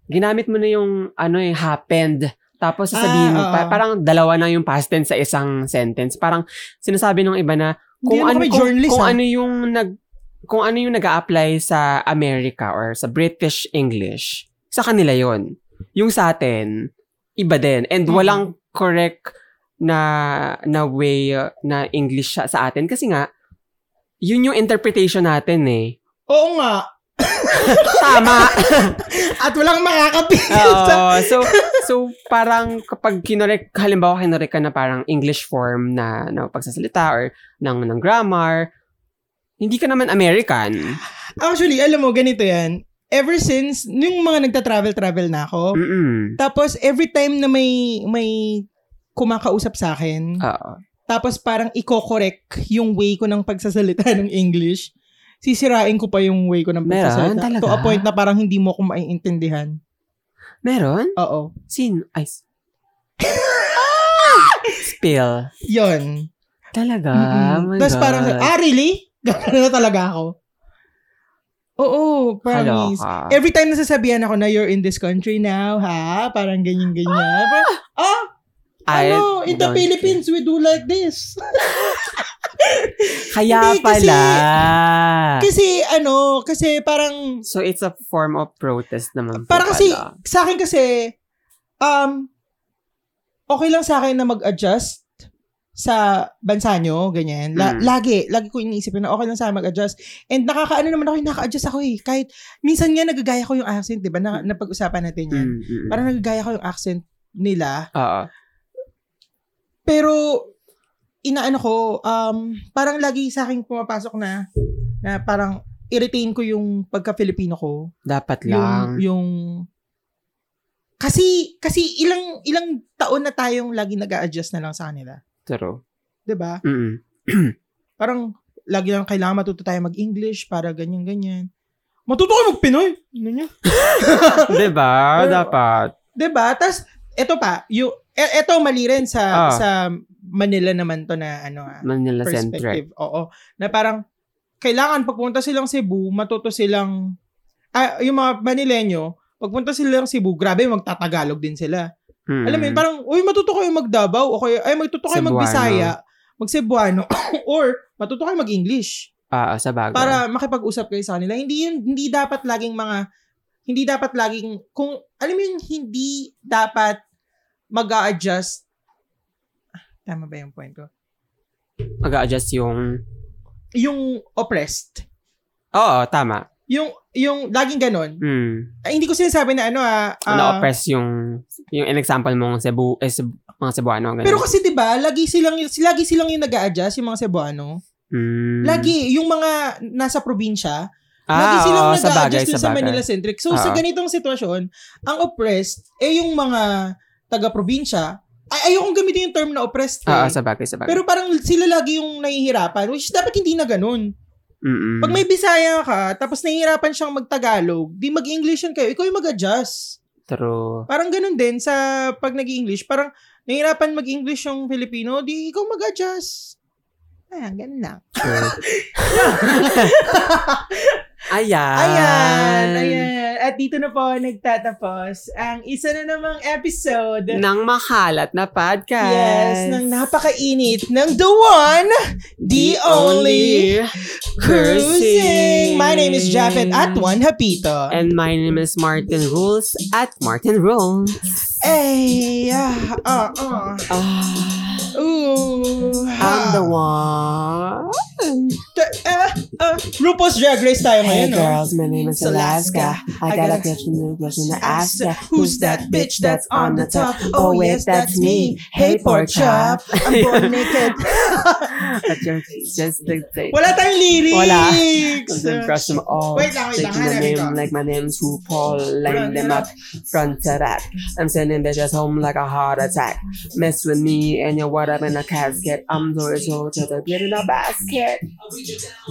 Speaker 1: ginamit mo na yung ano eh, happened. Tapos sasabihin mo,
Speaker 2: Ah,
Speaker 1: pa-
Speaker 2: oo.
Speaker 1: parang dalawa na yung past tense sa isang sentence. Parang sinasabi ng iba na,
Speaker 2: Hindi
Speaker 1: kung
Speaker 2: naman
Speaker 1: ano,
Speaker 2: kami
Speaker 1: kung,
Speaker 2: journalist,
Speaker 1: kung
Speaker 2: ah.
Speaker 1: ano yung nag kung ano yung nag-a-apply sa America or sa British English, sa kanila yon. Yung sa atin, iba din. And
Speaker 2: Mhm.
Speaker 1: walang correct na na way uh, na English siya sa atin kasi nga yun yung interpretation natin eh.
Speaker 2: Oo nga.
Speaker 1: Tama.
Speaker 2: At walang makakapigil sa...
Speaker 1: Oo. so so parang kapag kinorek halimbawa kinorek ka na parang English form na na pagsasalita or ng ng grammar, hindi ka naman American.
Speaker 2: Actually, alam mo, ganito yan. Ever since, yung mga nagta-travel-travel na ako,
Speaker 1: Mm-mm.
Speaker 2: tapos every time na may, may kumakausap sa akin,
Speaker 1: Oo.
Speaker 2: Tapos parang iko-correct yung way ko ng pagsasalita ng English. Sisirain ko pa yung way ko ng
Speaker 1: Meron?
Speaker 2: pagsasalita.
Speaker 1: Talaga?
Speaker 2: To a point na parang hindi mo ako maiintindihan.
Speaker 1: Meron?
Speaker 2: Oo.
Speaker 1: Sin? Ay. s- Spill.
Speaker 2: Yun.
Speaker 1: Talaga? Oh my
Speaker 2: Mm-mm. Tapos
Speaker 1: God.
Speaker 2: parang, ah, really? Gano'n na talaga ako. Oo, parang
Speaker 1: Kaloka.
Speaker 2: Every time nasasabihan ako na you're in this country now, ha? Parang ganyan-ganyan. Parang, ah,
Speaker 1: I
Speaker 2: ano, in the
Speaker 1: don't- Ah.
Speaker 2: Philippines, we do like this.
Speaker 1: Kaya
Speaker 2: Hindi, kasi-
Speaker 1: pala.
Speaker 2: kasi, ano, kasi parang
Speaker 1: so, it's a form of protest naman po
Speaker 2: Parang kasi,
Speaker 1: pala.
Speaker 2: sa akin kasi, um, okay lang sa akin na mag-adjust sa bansa nyo, ganyan. La-
Speaker 1: Mm.
Speaker 2: Lagi, lagi ko iniisip yun na okay lang sa akin mag-adjust. And nakakaano naman ako, nakaka-adjust ako eh. Kahit, minsan nga nagagaya ko yung accent, di ba? Na, napag-usapan natin yan.
Speaker 1: Mm, mm, mm.
Speaker 2: Parang nagagaya ko yung accent nila.
Speaker 1: Oo.
Speaker 2: Pero, inaano ko, um, parang lagi sa akin pumapasok na, na parang, i-retain ko yung pagka-Filipino ko.
Speaker 1: Dapat lang.
Speaker 2: Yung, yung kasi kasi ilang ilang taon na tayong lagi nag-a-adjust na lang sa kanila,
Speaker 1: True.
Speaker 2: 'di ba?
Speaker 1: Mm-mm.
Speaker 2: Parang lagi lang kailangan matuto tayo mag-English para ganyan ganyan. Matuto ka mag-Pinoy. Ano niya?
Speaker 1: diba?
Speaker 2: Pero-
Speaker 1: Dapat.
Speaker 2: 'Di ba? Diba? Tas eto pa, yung e- eto mali rin sa
Speaker 1: Ah.
Speaker 2: sa Manila naman to na ano ah,
Speaker 1: Manila centric.
Speaker 2: perspective. Oo. Na parang kailangan pagpunta silang Cebu, matuto silang ah, yung mga Manileño, pagpunta silang Cebu, grabe magtatagalog din sila.
Speaker 1: Mm-mm.
Speaker 2: Alam mo yun, parang, uy, matuto kayo mag-Davao, o kayo, ay, matuto kayo
Speaker 1: Mm. Cebuano.
Speaker 2: mag-Bisaya, mag-Cebuano, or matuto kayo mag-English
Speaker 1: Oo, sa bagay.
Speaker 2: para makipag-usap kayo sa kanila. Hindi yun, hindi dapat laging mga, hindi dapat laging, kung, alam mo yun, hindi dapat mag adjust Tama ba yung point ko?
Speaker 1: Mag-adjust yung...
Speaker 2: Yung oppressed.
Speaker 1: Oo, tama.
Speaker 2: Yung, yung laging ganon.
Speaker 1: Mm.
Speaker 2: Ay, hindi ko sinasabi na ano ah. ah,
Speaker 1: Na-oppress yung... Yung an example mong Cebu... Eh, Cebu mga Cebuano. Ganun.
Speaker 2: pero kasi 'di ba, lagi silang lagi silang yung nag-a-adjust yung mga Cebuano.
Speaker 1: Mm.
Speaker 2: Lagi, yung mga nasa probinsya,
Speaker 1: Ah,
Speaker 2: lagi silang
Speaker 1: oo, sa bagay,
Speaker 2: nag-a-adjust dun
Speaker 1: sa
Speaker 2: sa,
Speaker 1: bagay.
Speaker 2: Manila-centric. So, sa
Speaker 1: Ah.
Speaker 2: ganitong sitwasyon, ang oppressed, eh yung mga taga-probinsya, ay, ayokong gamitin yung term na oppressed. eh.
Speaker 1: Oo, Ah, sa bagay, sa bagay.
Speaker 2: Pero parang sila lagi yung nahihirapan, which is dapat hindi na ganun.
Speaker 1: Mm-mm.
Speaker 2: Pag may Bisaya ka, tapos nahihirapan siyang magtagalog, di mag-English yun kayo, ikaw yung mag-adjust.
Speaker 1: True.
Speaker 2: Parang ganun din sa pag nag english parang nahihirapan mag-English yung Filipino, di ikaw mag-adjust. Ayan, ganun lang.
Speaker 1: True. ayan.
Speaker 2: Ayan, ayan. Ayan, at dito na po nagtatapos ang isa na namang episode
Speaker 1: ng makalat na podcast.
Speaker 2: Yes, ng napakainit ng The One, The, Only, Cruising. My name is Japheth at Juan Hapito.
Speaker 1: And my name is Martin Rules at Martin Rules.
Speaker 2: Ay, ah, ah, ah.
Speaker 1: Ah,
Speaker 2: Ooh.
Speaker 1: I'm
Speaker 2: ah.
Speaker 1: the one.
Speaker 2: T- ah, ah. RuPaul's Drag Race tayo
Speaker 1: Hey
Speaker 2: ngayon, no?
Speaker 1: girls, my name is
Speaker 2: It's Alaska.
Speaker 1: Alaska. I got a
Speaker 2: gotta-
Speaker 1: question, new question to ask ya.
Speaker 2: Who's that bitch that's on the top? Oh, yes, that's me. Hey, pork chop. I'm born naked.
Speaker 1: But you're just the thing.
Speaker 2: Wala tayong lyrics.
Speaker 1: Wala. I'm the crush them all.
Speaker 2: Wait lang, wait lang.
Speaker 1: Taking the
Speaker 2: Hanapin ko.
Speaker 1: name like my name's RuPaul.
Speaker 2: Hanapin
Speaker 1: Line them
Speaker 2: ko.
Speaker 1: up front to back. I'm sending bitches home like a heart attack. Mess with me and you're what up in a casket. I'm Doris Ho to the get in a basket.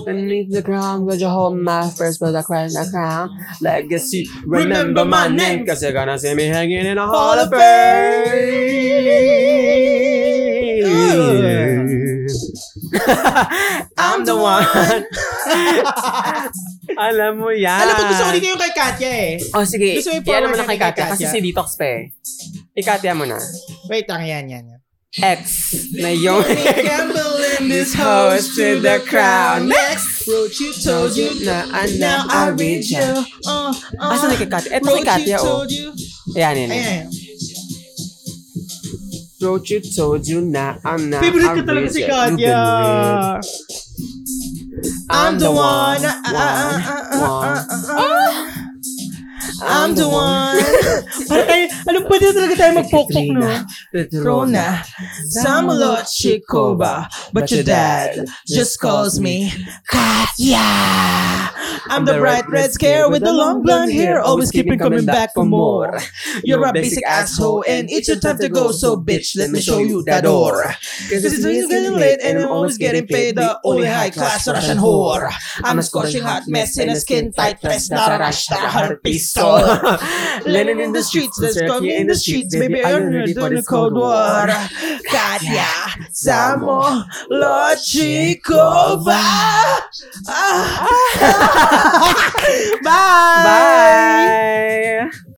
Speaker 1: Beneath the ground, would you hold my first brother crown a crown? Legacy, remember my name, cause you're gonna see me hanging in a hall of fame. I'm the one. Alam mo yan.
Speaker 2: Alam mo, gusto ko dito yung kay Katya eh.
Speaker 1: Oh, sige.
Speaker 2: Gusto mo
Speaker 1: Gusto mo
Speaker 2: yung forward
Speaker 1: na kay
Speaker 2: natin kay
Speaker 1: Katya. Kasi
Speaker 2: Katya.
Speaker 1: si Detox pa eh. Ikatya mo na.
Speaker 2: Wait lang, yan, yan. yan.
Speaker 1: X na yung...
Speaker 2: Campbell in
Speaker 1: this house to the crown.
Speaker 2: Next! Wrote you, told you,
Speaker 1: na, ah,
Speaker 2: now I read you. Uh, uh,
Speaker 1: Asa na kay Katya? Eto kay
Speaker 2: Wrote you,
Speaker 1: Katya, oh.
Speaker 2: told you.
Speaker 1: Ayan, yan. yan.
Speaker 2: Ayan.
Speaker 1: Wrote you, told you na, ah, I'm not
Speaker 2: Favorite ko talaga si Katya. I'm the one. ah, ah, ah, ah, ah, ah, ah. I'm the one. Para tayo, ano pwede talaga tayo magpokpok, no? Rona, Samalot Chikova, but your dad just calls me Katya. I'm the bright red scare with the long blonde hair, always keeping coming back for more. You're a basic asshole, and it's your time to go, so bitch, let me show you that door.
Speaker 1: Cause
Speaker 2: This
Speaker 1: it's
Speaker 2: is really
Speaker 1: getting late and I'm always getting paid the only high class Russian whore.
Speaker 2: I'm a scorching hot mess in a skin tight dress, not a rush, not a hard pistol. Lenin in the streets, let's go in the streets, baby, I'm ready for the Cold War. Katya, Samo, Lochikova. Ah. Bye.
Speaker 1: Bye!